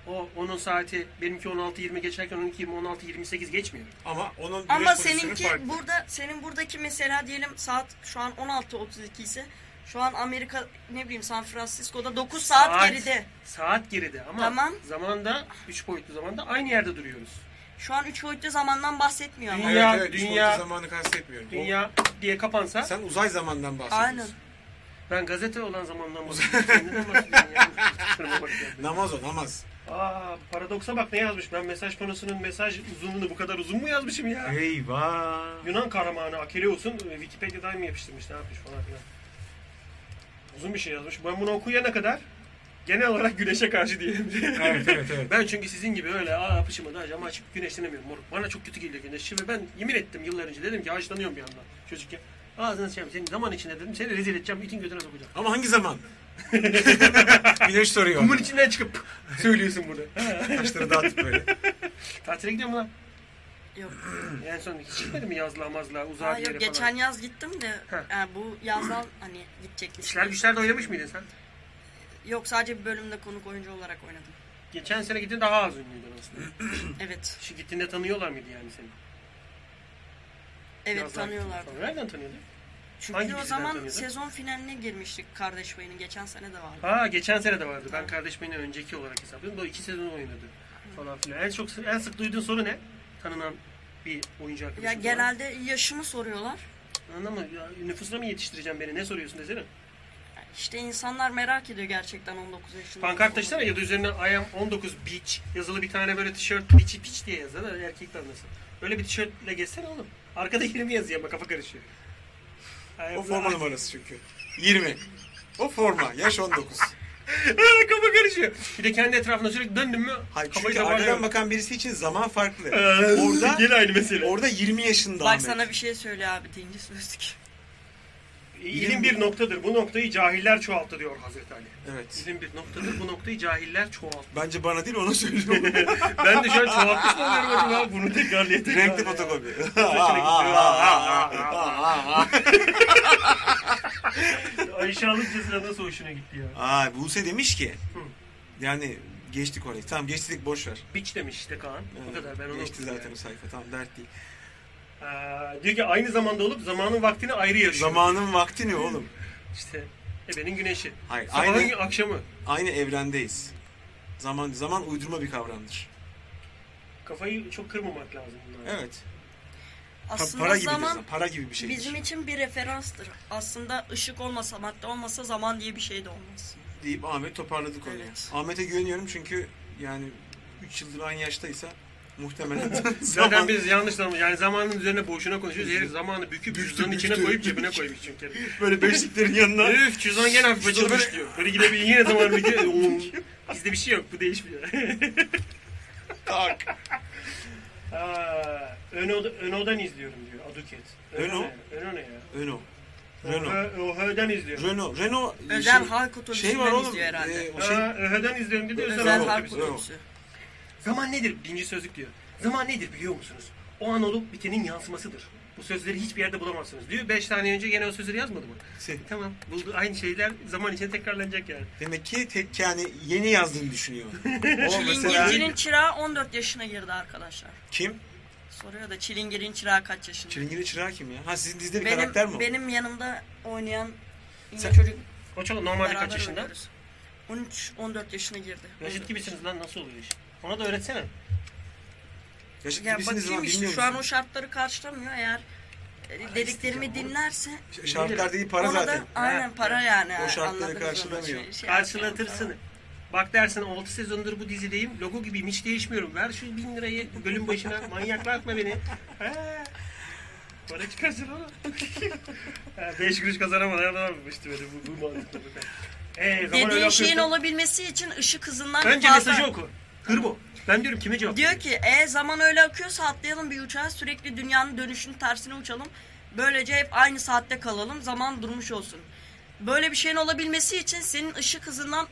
Speaker 3: O onun saati benimki 16.20 geçerken 12.20 16.28 geçmiyor.
Speaker 2: Ama onun güneş
Speaker 4: Ama
Speaker 2: pozisyonu
Speaker 4: seninki
Speaker 2: farklı.
Speaker 4: burada senin buradaki mesela diyelim saat şu an 16.32 ise şu an Amerika ne bileyim San Francisco'da 9 saat, geride.
Speaker 3: Saat geride ama
Speaker 4: Tamam.
Speaker 3: zamanda 3 boyutlu zamanda aynı yerde duruyoruz.
Speaker 4: Şu an 3 boyutlu zamandan bahsetmiyor ama.
Speaker 2: Evet,
Speaker 3: Dünya-
Speaker 2: evet, üç
Speaker 3: dünya-
Speaker 2: boyutlu zamanı kastetmiyorum. O-
Speaker 3: Dünya diye kapansa
Speaker 2: sen uzay zamandan bahsediyorsun.
Speaker 4: Aynen.
Speaker 3: ben gazete olan zamandan bahsediyorum. Kendine bahsediyorum ya. Kusuruma bak ya.
Speaker 2: Namaz o namaz.
Speaker 3: Aa paradoksa bak ne yazmış. Ben mesaj panosunun mesaj uzunluğunu bu kadar uzun mu yazmışım ya?
Speaker 2: Eyvah.
Speaker 3: Yunan kahramanı Akeleus'un e, Wikipedia'dan mı yapıştırmış ne yapmış falan filan. Uzun bir şey yazmış. Ben bunu okuyana kadar genel olarak güneşe karşı diyelim.
Speaker 2: Evet evet evet.
Speaker 3: ben çünkü sizin gibi öyle aa apışımı da acama açıp güneşlenemiyorum moruk. Bana çok kötü geliyor güneş. Şimdi ben yemin ettim yıllar önce dedim ki ağaçlanıyorum bir yandan. Çocukken ağzını sıçayım senin zaman içinde dedim seni rezil edeceğim itin götüne sokacağım.
Speaker 2: Ama hangi zaman? Güneş soruyor.
Speaker 3: Kumun içinden çıkıp söylüyorsun bunu.
Speaker 2: Taşları dağıtıp böyle.
Speaker 3: Tatile gidiyor mu lan?
Speaker 4: Yok.
Speaker 3: En son hiç çıkmadı mı yazlığa mazlığa uzağa
Speaker 4: Aa,
Speaker 3: bir
Speaker 4: yok,
Speaker 3: yere
Speaker 4: geçen
Speaker 3: falan?
Speaker 4: yaz gittim de
Speaker 3: Heh.
Speaker 4: yani bu yazdan hani gidecekmiş.
Speaker 3: İşler güçler de oynamış mıydın sen?
Speaker 4: Yok sadece bir bölümde konuk oyuncu olarak oynadım.
Speaker 3: Geçen sene gittin daha az ünlüydün aslında.
Speaker 4: Evet.
Speaker 3: Şu gittiğinde tanıyorlar mıydı yani seni?
Speaker 4: Evet
Speaker 3: Yazlar
Speaker 4: tanıyorlardı.
Speaker 3: gittiğinde. Nereden tanıyorlar?
Speaker 4: Çünkü
Speaker 3: Hangi
Speaker 4: o
Speaker 3: diziden
Speaker 4: zaman
Speaker 3: tanıyordun?
Speaker 4: sezon finaline girmiştik kardeş bayının. Geçen sene de vardı.
Speaker 3: Aa geçen sene de vardı. Ben kardeş beni önceki olarak hesapladım. O iki sezon oynadı falan filan. En çok en sık duyduğun soru ne? Tanınan bir oyuncu arkadaşım.
Speaker 4: Ya genelde yaşımı soruyorlar.
Speaker 3: Anlamadım. Ya, nüfusuna mı yetiştireceğim beni? Ne soruyorsun desene.
Speaker 4: Yani İşte insanlar merak ediyor gerçekten 19 yaşında.
Speaker 3: Pankart taşısana ya da üzerine I am 19 beach yazılı bir tane böyle tişört beach beach diye yazar da erkekler nasıl? Öyle bir tişörtle gezsene oğlum. Arkada 20 yazıyor ama kafa karışıyor.
Speaker 2: O forma numarası çünkü. 20. O forma. Yaş 19.
Speaker 3: kafa karışıyor. Bir de kendi etrafına sürekli döndün mü
Speaker 2: Hayır
Speaker 3: kafayı
Speaker 2: çünkü
Speaker 3: zamanlıyor.
Speaker 2: arkadan bakan birisi için zaman farklı.
Speaker 3: Ee,
Speaker 2: orada
Speaker 3: Yine aynı mesele.
Speaker 2: orada 20 yaşında
Speaker 4: Bak
Speaker 2: Ahmet.
Speaker 4: sana bir şey söyle abi deyince sözlük.
Speaker 3: İlim bir noktadır. Bu noktayı cahiller çoğalttı diyor Hazreti Ali.
Speaker 2: Evet.
Speaker 3: İlim bir noktadır. Bu noktayı cahiller çoğalttı.
Speaker 2: Bence bana değil ona söylüyorum.
Speaker 3: ben de şu an çoğaltmış mı oluyorum acaba? Bunu tekrarlaya tekrarlaya.
Speaker 2: Renkli fotokopi.
Speaker 3: Ayşe Alıcısına nasıl hoşuna gitti ya?
Speaker 2: Aa Buse demiş ki. Yani geçtik orayı. Tamam geçtik boş ver.
Speaker 3: Biç demiş işte Kaan. Bu
Speaker 2: Evet,
Speaker 3: kadar ben onu
Speaker 2: Geçti
Speaker 3: okudum
Speaker 2: zaten o sayfa. Tamam dert değil.
Speaker 3: yani. Ee, diyor ki aynı zamanda olup zamanın vaktini ayrı yaşıyor.
Speaker 2: Zamanın vakti ne oğlum?
Speaker 3: İşte ebenin güneşi.
Speaker 2: Hayır,
Speaker 3: Sabahın
Speaker 2: aynı-
Speaker 3: akşamı.
Speaker 2: Aynı evrendeyiz. Zaman zaman uydurma bir kavramdır.
Speaker 3: Kafayı çok kırmamak lazım. bunlara.
Speaker 2: Evet. Pa-
Speaker 4: Aslında
Speaker 2: para Şey gibi
Speaker 4: zaman
Speaker 2: para gibi bir şeydir.
Speaker 4: bizim için bir referanstır. Aslında ışık olmasa, madde olmasa zaman diye bir şey de olmaz.
Speaker 2: deyip Ahmet toparladı konuyu.
Speaker 4: Evet.
Speaker 2: Ahmet'e güveniyorum çünkü yani 3 yıldır aynı yaştaysa muhtemelen
Speaker 3: Zaten
Speaker 2: zaman
Speaker 3: biz yanlış zaman yani zamanın üzerine boşuna konuşuyoruz. Herif zamanı büküp
Speaker 2: Büktü,
Speaker 3: cüzdanın
Speaker 2: büktü,
Speaker 3: içine koyup
Speaker 2: büktü.
Speaker 3: cebine koymuş çünkü.
Speaker 2: böyle beşliklerin yanına
Speaker 3: Üf cüzdan gene hafif
Speaker 2: Cüzdanı
Speaker 3: açılmış diyor. Böyle gidebilir yine zaman büküyor. Oğlum, Bizde bir şey yok bu değişmiyor.
Speaker 2: tak.
Speaker 3: Aa, ön, oda, ön odan izliyorum diyor Aduket.
Speaker 2: Ön o?
Speaker 3: Ön ne ya?
Speaker 2: Renault. Renault.
Speaker 3: Ö- Öhö'den izliyorum.
Speaker 2: Renault. Renault.
Speaker 4: Özel
Speaker 2: şey-
Speaker 4: halk otobüsünden
Speaker 2: şey var oğlum.
Speaker 4: izliyor herhalde.
Speaker 2: e, o şey,
Speaker 3: Aa, Öhö'den izliyorum dedi.
Speaker 2: Özel
Speaker 3: Özel
Speaker 4: Özel
Speaker 2: halk
Speaker 3: halk
Speaker 4: halk
Speaker 2: otobüsü.
Speaker 4: otobüsü.
Speaker 3: Zaman nedir? Birinci sözlük diyor. Zaman nedir biliyor musunuz? O an olup bitenin yansımasıdır. Bu sözleri hiçbir yerde bulamazsınız diyor. Beş tane önce gene o sözleri yazmadı mı? E,
Speaker 2: şey.
Speaker 3: Tamam. Buldu. Aynı şeyler zaman içinde tekrarlanacak yani.
Speaker 2: Demek ki tek yani yeni yazdığını düşünüyor. o mesela
Speaker 4: Çilingircinin çırağı 14 yaşına girdi arkadaşlar.
Speaker 2: kim?
Speaker 4: Soruyor da çilingirin çırağı kaç yaşında?
Speaker 2: Çilingiri çırağı kim ya? Ha sizin dizide bir
Speaker 4: benim,
Speaker 2: karakter mi o?
Speaker 4: Benim yanımda oynayan yine
Speaker 2: Sen-
Speaker 4: çocuk
Speaker 3: O çok normalde
Speaker 4: beraber
Speaker 3: kaç yaşında?
Speaker 4: oynuyoruz. 13-14 yaşına girdi.
Speaker 3: Reşit gibisiniz lan nasıl oluyor iş? Ona da öğretsene.
Speaker 2: Yaşıt
Speaker 4: Ya
Speaker 2: gibisiniz lan
Speaker 4: bakayım işte
Speaker 2: bilmiyor
Speaker 4: şu an o
Speaker 2: musun?
Speaker 4: şartları karşılamıyor eğer e, dediklerimi
Speaker 3: isteyeceğim
Speaker 4: dinlerse
Speaker 2: Şartlar değil para
Speaker 4: ona
Speaker 2: zaten.
Speaker 4: da aynen para yani.
Speaker 2: O şartları
Speaker 4: anladınız mı?
Speaker 2: karşılamıyor.
Speaker 4: Şey- şey
Speaker 3: Karşılatırsın.
Speaker 4: yapmayalım
Speaker 3: Bak dersin 6 sezondur bu dizideyim. Logo gibiyim hiç değişmiyorum. Ver şu 1000 lirayı bölüm başına manyaklatma beni. Ha. Para çıkarsın oğlum. 5 kuruş kazanamadan alamamıştı böyle bu, bu mantıklı. Ee,
Speaker 4: falan.
Speaker 3: zaman öyle
Speaker 4: Dediğin şeyin
Speaker 3: akıyorsa-
Speaker 4: olabilmesi için ışık hızından
Speaker 3: Önce
Speaker 4: fazla...
Speaker 3: mesajı oku. Hırbo. Ben diyorum kime cevap
Speaker 4: Diyor
Speaker 3: veriyor?
Speaker 4: ki e zaman öyle akıyorsa atlayalım bir uçağa sürekli dünyanın dönüşünün tersine uçalım. Böylece hep aynı saatte kalalım zaman durmuş olsun. Böyle bir şeyin olabilmesi için senin ışık hızından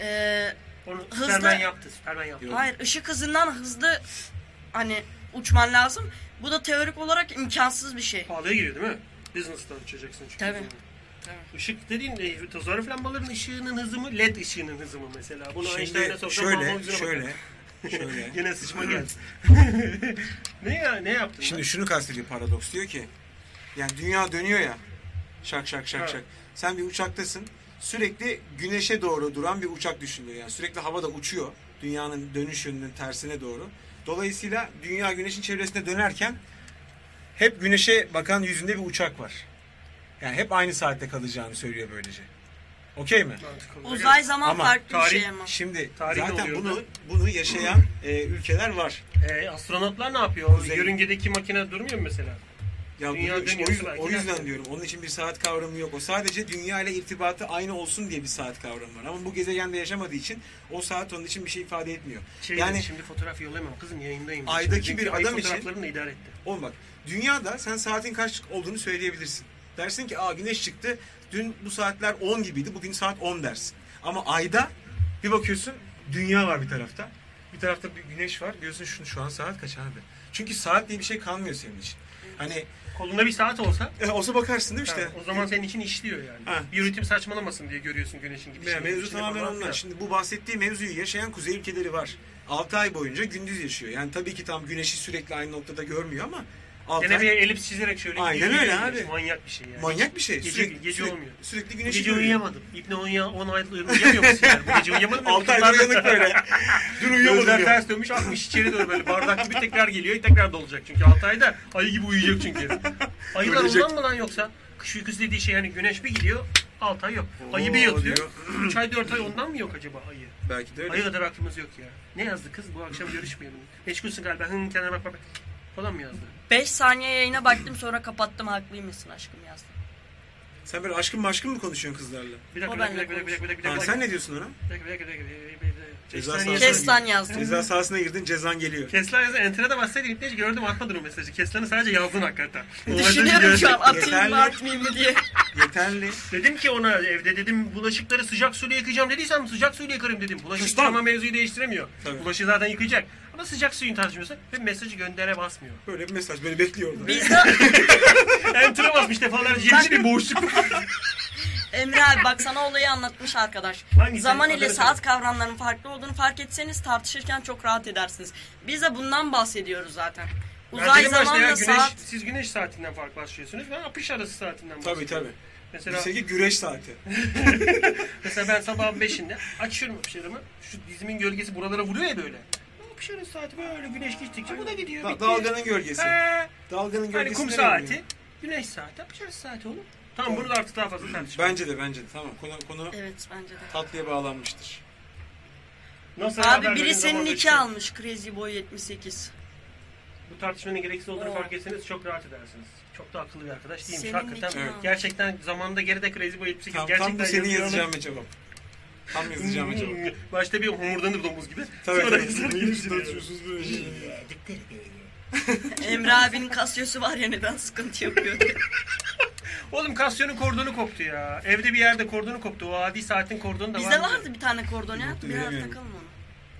Speaker 4: e,
Speaker 3: Onu
Speaker 4: hızlı-
Speaker 3: Superman yaptı. Superman yaptı.
Speaker 2: Yok.
Speaker 4: hayır ışık hızından hızlı hani uçman lazım. Bu da teorik olarak imkansız bir şey.
Speaker 3: Pahalıya giriyor değil mi? Business'tan uçacaksın çünkü.
Speaker 4: Tabii.
Speaker 3: Işık dediğin e, tasarruf lambaların ışığının hızı mı? LED ışığının hızı mı mesela? Bunu Einstein'a
Speaker 2: Şimdi
Speaker 3: sorsam
Speaker 2: şöyle
Speaker 3: babamızın
Speaker 2: şöyle şöyle.
Speaker 3: Yine sıçma geldi. ne ya ne yaptın?
Speaker 2: Şimdi
Speaker 3: lan?
Speaker 2: şunu kastediyor paradoks diyor ki yani dünya dönüyor ya şak şak şak
Speaker 3: Evet.
Speaker 2: şak. Sen bir uçaktasın sürekli güneşe doğru duran bir uçak düşünülüyor. Yani sürekli havada uçuyor dünyanın dönüş yönünün tersine doğru. Dolayısıyla dünya güneşin çevresinde dönerken hep güneşe bakan yüzünde bir uçak var. Yani hep aynı saatte kalacağını söylüyor böylece. Okey mi?
Speaker 3: Mantıklı olarak.
Speaker 4: Uzay zaman
Speaker 2: Ama
Speaker 4: farklı bir
Speaker 3: tarih-
Speaker 4: şey ama.
Speaker 2: Şimdi
Speaker 3: Tarih
Speaker 2: zaten
Speaker 3: oluyor
Speaker 2: bunu
Speaker 3: da.
Speaker 2: bunu yaşayan e, ülkeler var.
Speaker 3: E, astronotlar ne yapıyor?
Speaker 2: Kuzey.
Speaker 3: Yörüngedeki makine durmuyor mu mesela?
Speaker 2: Ya
Speaker 3: Dünya
Speaker 2: bu- işte
Speaker 3: dönüyor,
Speaker 2: o, yüzden,
Speaker 3: belki
Speaker 2: o yüzden
Speaker 3: dersin.
Speaker 2: diyorum. Onun için bir saat kavramı yok. O sadece dünya ile irtibatı aynı olsun diye bir saat kavramı var. Ama bu gezegende yaşamadığı için o saat onun için bir şey ifade etmiyor.
Speaker 3: Şey
Speaker 2: yani
Speaker 3: yani şimdi fotoğraf yollayamam kızım yayındayım.
Speaker 2: Aydaki
Speaker 3: Çünkü
Speaker 2: bir
Speaker 3: ay
Speaker 2: adam için-
Speaker 3: fotoğraflarımla idare etti.
Speaker 2: oğlum bak dünyada sen saatin kaç olduğunu söyleyebilirsin. Dersin ki aa güneş çıktı. Dün bu saatler 10 gibiydi. Bugün saat 10 dersin. Ama ayda bir bakıyorsun dünya var bir tarafta. Bir tarafta bir güneş var. Diyorsun şu, şu an saat kaç abi? Çünkü saat diye bir şey kalmıyor senin için. Hani
Speaker 3: Kolunda bir saat olsa
Speaker 2: e, olsa bakarsın değil mi işte?
Speaker 3: ha, o zaman senin için işliyor yani.
Speaker 2: Ha.
Speaker 3: Bir ritim saçmalamasın diye görüyorsun güneşin
Speaker 2: Ya,
Speaker 3: gidişini.
Speaker 2: mevzu
Speaker 3: gidişini
Speaker 2: tamamen
Speaker 3: falan
Speaker 2: onlar.
Speaker 3: filan.
Speaker 2: Şimdi bu bahsettiği mevzuyu yaşayan kuzey ülkeleri var. 6 ay boyunca gündüz yaşıyor. Yani tabii ki tam güneşi sürekli aynı noktada görmüyor ama 6
Speaker 3: Gene
Speaker 2: ay
Speaker 3: bir elips çizerek şöyle
Speaker 2: Aynen
Speaker 3: gidiyor,
Speaker 2: öyle
Speaker 3: gidiyor.
Speaker 2: abi.
Speaker 3: Manyak bir şey yani.
Speaker 2: manyak bir şey.
Speaker 3: Gece-
Speaker 2: sürekli,
Speaker 3: gece
Speaker 2: sürekli,
Speaker 3: olmuyor.
Speaker 2: Sürekli
Speaker 3: Bu
Speaker 2: güneşi
Speaker 3: gece
Speaker 2: görüyor.
Speaker 3: uyuyamadım. İbni 10 10 ay uyuyamıyor musun yani? Bu gece uyuyamadım.
Speaker 2: 6 aydır uyanık böyle. Dün uyuyamadım
Speaker 3: Gözler
Speaker 2: ya.
Speaker 3: ters dönmüş akmış içeri doğru böyle bardak gibi tekrar geliyor tekrar dolacak çünkü 6 ayda ayı gibi uyuyacak çünkü. Ayılar
Speaker 2: Ölecek.
Speaker 3: ondan mı lan yoksa? Kış uykusu dediği şey hani güneş bir gidiyor 6 ay yok.
Speaker 2: Oo,
Speaker 3: Ayı bir yatıyor.
Speaker 2: diyor.
Speaker 3: 3 ay 4 ay ondan mı yok acaba ayı?
Speaker 2: Belki de öyle.
Speaker 3: Ayı kadar aklımız yok ya. Ne yazdı kız bu akşam görüşmeyelim. Meşgulsün galiba. Hın kenara bak bak. bak. Falan mı yazdı?
Speaker 4: 5 saniye yayına baktım sonra kapattım haklıymışsın aşkım yazdım.
Speaker 2: Sen böyle aşkın maşkın mı konuşuyorsun kızlarla?
Speaker 3: Bir dakika
Speaker 4: O
Speaker 3: bir dakika bir
Speaker 4: benimle
Speaker 3: dakika bir dakika bir dakika.
Speaker 2: Ha,
Speaker 3: bir
Speaker 2: sen ne diyorsun ona?
Speaker 3: dakika, bir dakika, bir dakika, bir dakika, bir dakika.
Speaker 2: Ceza
Speaker 3: Kestane
Speaker 2: sahası.
Speaker 3: yazdı.
Speaker 4: Kestan yazdım.
Speaker 2: Ceza sahasına girdin cezan geliyor.
Speaker 3: Keslan yazdı. Enter'e de bassaydı hiç gördüm atmadın o mesajı. Keslan'ı sadece yazdın hakikaten. O mesajı
Speaker 4: Düşünüyorum şu
Speaker 3: gördüm.
Speaker 4: an atayım mı
Speaker 2: Yeterli.
Speaker 4: atmayayım mı diye.
Speaker 2: Yeterli.
Speaker 3: Dedim ki ona evde dedim bulaşıkları sıcak suyla yıkayacağım dediysem sıcak suyla yıkarım dedim. Bulaşık
Speaker 2: Sus lan.
Speaker 3: yıkama mevzuyu değiştiremiyor.
Speaker 2: Tabii.
Speaker 3: Bulaşığı zaten yıkayacak. Ama sıcak suyun tartışması ve mesajı göndere basmıyor.
Speaker 2: Böyle bir mesaj beni bekliyor orada.
Speaker 4: Bizde
Speaker 3: Enter'a basmış defalarca ciddi bir boşluk.
Speaker 4: Emre abi bak sana olayı anlatmış arkadaş.
Speaker 3: Hangisi?
Speaker 4: Zaman ile
Speaker 3: Adını
Speaker 4: saat kavramlarının farklı olduğunu fark etseniz tartışırken çok rahat edersiniz. Biz de bundan bahsediyoruz zaten. Uzay
Speaker 3: Ertenin başta ya,
Speaker 4: zamanla
Speaker 3: güneş,
Speaker 4: saat
Speaker 3: Siz güneş saatinden fark başlıyorsunuz. Ben apış arası saatinden
Speaker 2: Tabii
Speaker 3: bahsediyorum.
Speaker 2: tabii.
Speaker 3: Mesela,
Speaker 2: Bizdeki güreş saati.
Speaker 3: mesela ben sabah 5'inde açıyorum apış aramı. Şu dizimin gölgesi buralara vuruyor ya böyle. Apış arası saati böyle güneş geçtikçe bu da gidiyor.
Speaker 2: Bak,
Speaker 3: bitti.
Speaker 2: dalganın gölgesi.
Speaker 3: He.
Speaker 2: Dalganın
Speaker 3: Hani
Speaker 2: gölgesi.
Speaker 3: kum
Speaker 2: nereye
Speaker 3: saati,
Speaker 2: gidiyor?
Speaker 3: güneş saati, yapacağız saati oğlum. Tamam bunu da artık daha fazla tartışmayalım.
Speaker 2: Bence de bence de tamam. Konu, konu
Speaker 4: Evet bence de.
Speaker 2: tatlıya bağlanmıştır.
Speaker 3: Nasıl haber
Speaker 4: Abi
Speaker 3: verin
Speaker 4: biri senin
Speaker 3: zamanla
Speaker 4: iki
Speaker 3: işte.
Speaker 4: almış Crazy Boy 78.
Speaker 3: Bu tartışmanın gereksiz olduğunu
Speaker 4: Oo.
Speaker 3: fark etseniz çok rahat edersiniz. Çok da akıllı bir arkadaş değilmiş
Speaker 4: Senin
Speaker 3: hakikaten.
Speaker 4: nikahın. Evet.
Speaker 3: Gerçekten zamanında geride Crazy Boy 78
Speaker 2: Tam,
Speaker 3: gerçekten
Speaker 2: tam bu senin
Speaker 3: yazıyor.
Speaker 2: yazacağın bir cevap. Tam yazacağım cevap.
Speaker 3: Hmm. Başta bir homurdanır domuz gibi.
Speaker 2: Tabii
Speaker 3: Sonra
Speaker 2: tabii.
Speaker 3: yazılır
Speaker 2: Neyi
Speaker 3: gelişir yani.
Speaker 2: tartışıyorsunuz böyle şey?
Speaker 4: Emre abinin kasyosu var ya neden sıkıntı yapıyor diye.
Speaker 3: Oğlum kasyonun kordonu koptu ya. Evde bir yerde kordonu koptu. O adi saatin kordonu da
Speaker 4: Bizde
Speaker 3: vardı.
Speaker 4: vardı bir tane kordon ya.
Speaker 2: Yok,
Speaker 4: Biraz
Speaker 2: bilemiyorum.
Speaker 4: takalım onu.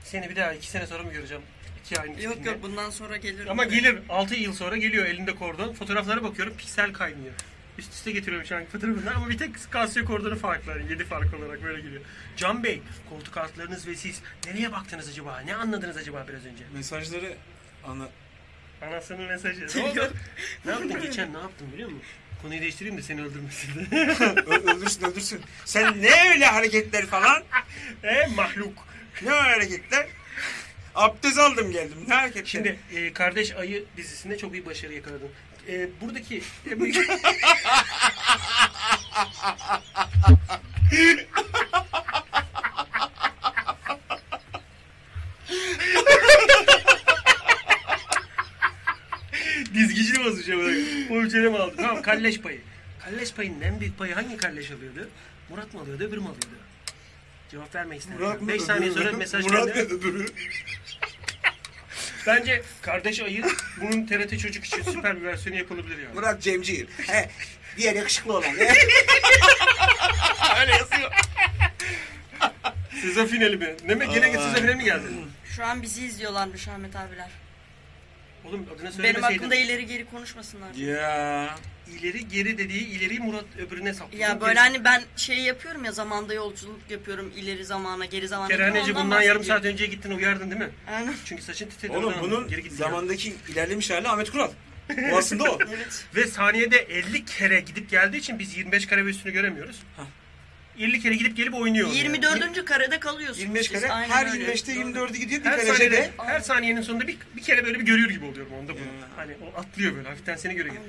Speaker 3: Seni bir daha iki sene sonra mı göreceğim? İki ayın
Speaker 4: Yok
Speaker 3: içinde.
Speaker 4: yok bundan sonra gelir.
Speaker 3: Ama gelir 6 yıl sonra geliyor elinde kordon. Fotoğraflara bakıyorum piksel kaynıyor. Üst üste getiriyorum şu anki fotoğrafını ama bir tek Casio kordonu farklı. 7 fark olarak böyle geliyor. Can Bey, koltuk altlarınız ve siz nereye baktınız acaba? Ne anladınız acaba biraz önce?
Speaker 2: Mesajları anlat.
Speaker 3: Anasının mesajı. Ne oldu? ne yaptın geçen ne yaptın biliyor musun? Konuyu değiştireyim de seni öldürmesin de.
Speaker 2: Ö- öldürsün öldürsün. Sen ne öyle hareketler falan?
Speaker 3: e mahluk.
Speaker 2: Ne öyle hareketler? Abdest aldım geldim. Ne hareketler?
Speaker 3: Şimdi e, Kardeş Ayı dizisinde çok iyi başarı yakaladın. E, buradaki... Dizgicini basacağım. O ücreti aldı? Tamam Kalleş Payı. Kalleş Payı'nın en büyük payı hangi Kalleş alıyordu? Murat mı alıyordu, öbür mü alıyordu? Cevap vermek istemiyorum. 5 saniye sonra mesaj
Speaker 2: Murat
Speaker 3: geldi.
Speaker 2: ne öbürü?
Speaker 3: Bence Kardeş Ayı bunun TRT çocuk için süper bir versiyonu yapılabilir yani.
Speaker 2: Murat Cemcir. He. Diğer yakışıklı olan. He.
Speaker 3: Öyle yazıyor. Sizofineli mi? Ne mi? Yine
Speaker 2: Aa.
Speaker 3: sizofineli mi geldi?
Speaker 4: Şu an bizi izliyorlarmış Ahmet abiler.
Speaker 3: Oğlum adını
Speaker 4: Benim
Speaker 3: söylemeseydin.
Speaker 4: hakkımda ileri geri konuşmasınlar.
Speaker 2: ya.
Speaker 3: İleri geri dediği ileri Murat öbürüne saptı.
Speaker 4: Ya böyle hani ben şey yapıyorum ya zamanda yolculuk yapıyorum ileri zamana geri zamana.
Speaker 3: Kerhaneci
Speaker 4: Ondan
Speaker 3: bundan yarım
Speaker 4: bahsediyorum.
Speaker 3: saat önce gittin uyardın değil mi?
Speaker 4: Aynen.
Speaker 3: Çünkü saçın titredi.
Speaker 2: Oğlum
Speaker 3: oradan
Speaker 2: bunun
Speaker 3: geri gittin
Speaker 2: zamandaki ilerlemiş hali Ahmet Kural. O aslında o.
Speaker 4: Evet.
Speaker 3: Ve saniyede 50 kere gidip geldiği için biz 25 kare ve üstünü göremiyoruz. 50 kere gidip gelip oynuyor. yani.
Speaker 4: 24. karede kalıyorsun.
Speaker 2: 25 kare. Her 25'te 24'ü gidiyor. Bir
Speaker 3: Her
Speaker 2: kalece
Speaker 3: saniyede,
Speaker 2: de.
Speaker 3: her saniyenin sonunda bir, bir kere böyle bir görüyor gibi oluyorum onda bunu.
Speaker 2: Ya.
Speaker 3: Hani o atlıyor böyle hafiften seni görüyor gibi.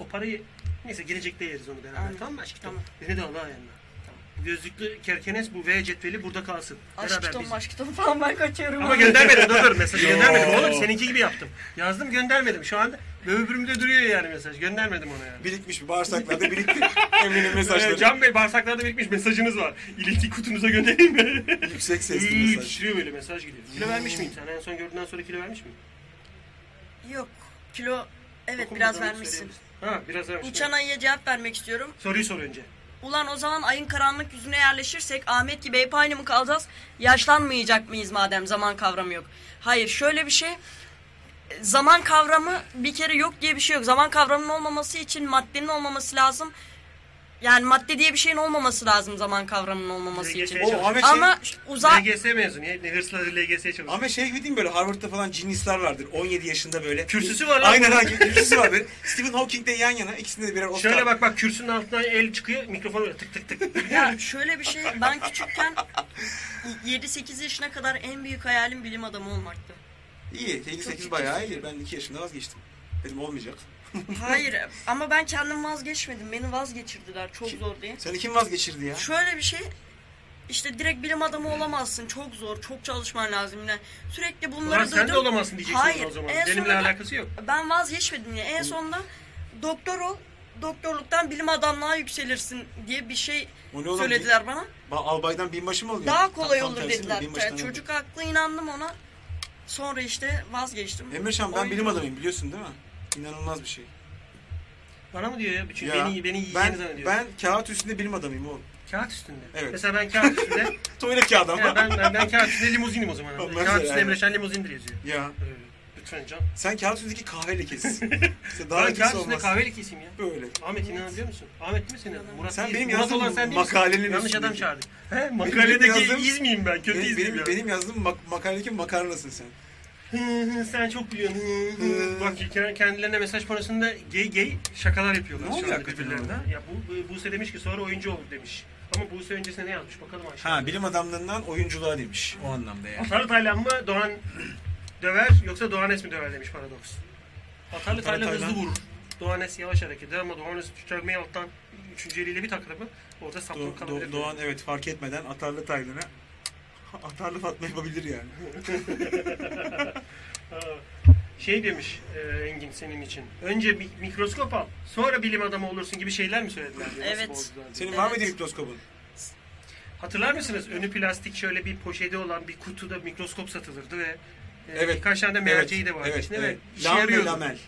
Speaker 3: O parayı neyse gelecekte yeriz onu beraber.
Speaker 4: Aynen.
Speaker 3: Tamam mı aşkım?
Speaker 4: Tamam.
Speaker 3: Beni de al ha yanına. Tamam. Gözlüklü kerkenes bu V cetveli burada kalsın.
Speaker 4: Aşk
Speaker 3: Beraber
Speaker 4: kitabı
Speaker 3: biz-
Speaker 4: aşk kitabı falan ben kaçıyorum.
Speaker 3: Ama göndermedim dur dur mesaj
Speaker 2: Yo.
Speaker 3: göndermedim oğlum seninki gibi yaptım. Yazdım göndermedim şu anda böbürümde duruyor yani mesaj göndermedim ona yani.
Speaker 2: Birikmiş. Bağırsaklarda birikti. Emre'nin
Speaker 3: Ee,
Speaker 2: mesajları.
Speaker 3: Can Bey bağırsaklarda birikmiş mesajınız var. İleti kutunuza göndereyim mi?
Speaker 2: Yüksek sesli
Speaker 3: İyi
Speaker 2: mesaj.
Speaker 3: titriyor böyle mesaj geliyor. Kilo vermiş miyim sen? En son gördüğünden sonra kilo vermiş miyim?
Speaker 4: Yok. Kilo evet
Speaker 3: Dokunmadan
Speaker 4: biraz
Speaker 3: onu
Speaker 4: vermişsin.
Speaker 3: söyleyebilirsin. Ha biraz vermişsin.
Speaker 4: Uçan ayıya cevap vermek istiyorum.
Speaker 3: Soruyu sor önce.
Speaker 4: Ulan o zaman ayın karanlık yüzüne yerleşirsek Ahmet gibi hep aynı mı kalacağız? Yaşlanmayacak mıyız madem zaman kavramı yok? Hayır şöyle bir şey. Zaman kavramı bir kere yok diye bir şey yok. Zaman kavramının olmaması için maddenin olmaması lazım. Yani madde diye bir şeyin olmaması lazım zaman kavramının olmaması
Speaker 3: LGS
Speaker 4: için.
Speaker 2: Oğlum Ahmet şey,
Speaker 4: Ama uzak
Speaker 3: LGS mezunu. ya, Ne hırsla LGS çalışıyor.
Speaker 2: Ama şey gibi değil mi böyle Harvard'da falan geniuslar vardır. 17 yaşında böyle.
Speaker 3: Kürsüsü var lan.
Speaker 2: Aynen hangi kürsüsü var böyle. Stephen Hawking'de yan yana ikisinde de birer Oscar.
Speaker 3: Şöyle bak bak kürsünün altından el çıkıyor mikrofon böyle tık tık tık.
Speaker 4: Ya şöyle bir şey, ben küçükken 7-8 yaşına kadar en büyük hayalim bilim adamı olmaktı.
Speaker 2: İyi. 8 bayağı iyi. Ben 2 yaşında vazgeçtim. Dedim olmayacak.
Speaker 4: Hayır ama ben kendim vazgeçmedim. Beni vazgeçirdiler çok zor diye.
Speaker 2: Seni kim vazgeçirdi ya?
Speaker 4: Şöyle bir şey işte direkt bilim adamı olamazsın. Çok zor. Çok çalışman lazım yine. Sürekli bunları
Speaker 3: Ulan sen de
Speaker 4: duydum.
Speaker 3: olamazsın diyeceksin
Speaker 4: Hayır,
Speaker 3: o zaman.
Speaker 4: en
Speaker 3: Benimle
Speaker 4: sonunda-
Speaker 3: alakası yok.
Speaker 4: Ben vazgeçmedim ya. En sonunda doktor ol. Doktorluktan bilim adamlığa yükselirsin diye bir şey
Speaker 2: O ne oğlum?
Speaker 4: söylediler bana.
Speaker 2: Ba- Albaydan binbaşı mı oluyor?
Speaker 4: Daha kolay
Speaker 2: Tam- tam
Speaker 4: olur
Speaker 2: tersi mi?
Speaker 4: dediler.
Speaker 2: Binbaşıdan
Speaker 4: Yani
Speaker 2: oluyor.
Speaker 4: Çocuk haklı inandım ona. Sonra işte vazgeçtim.
Speaker 2: Emircan ben
Speaker 4: Oyun-
Speaker 2: bilim adamıyım biliyorsun değil mi? İnanılmaz bir şey.
Speaker 3: Bana mı diyor ya? Çünkü
Speaker 2: Ya,
Speaker 3: beni, beni yiyeceğini
Speaker 2: ben,
Speaker 3: zannediyor.
Speaker 2: ben kağıt üstünde bilim adamıyım oğlum.
Speaker 3: Kağıt üstünde.
Speaker 2: Evet.
Speaker 3: Mesela ben kağıt üstünde.
Speaker 2: Tuvalet kağıdı ama.
Speaker 3: ya ben, ben, ben kağıt üstünde limuzinim o zaman.
Speaker 2: Ondan sonra
Speaker 3: kağıt üstünde
Speaker 2: yani.
Speaker 3: Emre Şen limuzindir yazıyor.
Speaker 2: Ya
Speaker 3: Ee, Lütfen can.
Speaker 2: sen kağıt üstündeki kahve lekesisin. işte daha
Speaker 3: Ben
Speaker 2: ötesi
Speaker 3: kağıt üstünde
Speaker 2: olmaz.
Speaker 3: kahveli keseyim ya.
Speaker 2: Böyle.
Speaker 3: Ahmet inanabiliyor musun? Ahmet değil mi senin adın? Murat
Speaker 2: Sen
Speaker 3: değil.
Speaker 2: benim
Speaker 3: Murat
Speaker 2: yazdığım
Speaker 3: olan sen değil misin?
Speaker 2: makalenin
Speaker 3: Yanlış adam
Speaker 2: üstündeki.
Speaker 3: çağırdık. He,
Speaker 2: benim
Speaker 3: makaledeki
Speaker 2: yazdığım-
Speaker 3: iz miyim ben? Kötü
Speaker 2: Benim,
Speaker 3: iz miyim
Speaker 2: benim,
Speaker 3: ya?
Speaker 2: benim yazdığım mak- makaledeki makarnasın sen.
Speaker 3: Hı hı, sen çok biliyorsun. hı hı.
Speaker 2: Hı.
Speaker 3: Bak kend- kendilerine mesaj panosunda gay gay şakalar yapıyorlar
Speaker 2: Ne
Speaker 3: şu
Speaker 2: oluyor
Speaker 3: anda
Speaker 2: hakikaten
Speaker 3: birbirlerine. Ya bu, bu- Buse demiş ki sonra oyuncu ol demiş. Ama Buse öncesinde ne yazmış bakalım Ayşe.
Speaker 2: Ha bilim adamlarından oyunculuğa demiş. O anlamda yani.
Speaker 3: Atarlı Taylan mı Doğan döver yoksa Doğan Es mi döver demiş paradoks. Atarlı Taylan
Speaker 2: Taylan.
Speaker 3: hızlı vurur. Doğan Es yavaş hareket eder ama Doğan Es çökmeyi alttan üçüncü eliyle bir takar mı orada
Speaker 2: Do-
Speaker 3: saplanıp
Speaker 2: Do-
Speaker 3: kalabilir.
Speaker 2: Doğan evet fark etmeden atarlı Taylan'a atarlı Fatma yapabilir yani.
Speaker 3: Ha, Şey demiş e, Engin senin için. Önce mi- mikroskop al, sonra bilim adamı olursun gibi şeyler mi söylediler? diyor, nasıl
Speaker 4: Evet.
Speaker 3: bozdular diyor.
Speaker 2: Senin var mıydı
Speaker 4: Evet.
Speaker 2: mikroskopun?
Speaker 3: Hatırlar mısınız? Önü plastik şöyle bir poşeti olan bir kutuda mikroskop satılırdı ve e,
Speaker 2: Evet.
Speaker 3: birkaç tane de merceği de vardı
Speaker 2: Evet,
Speaker 3: içinde
Speaker 2: evet.
Speaker 3: ve işe
Speaker 2: Lam ve
Speaker 3: yarıyordu.
Speaker 2: lamel.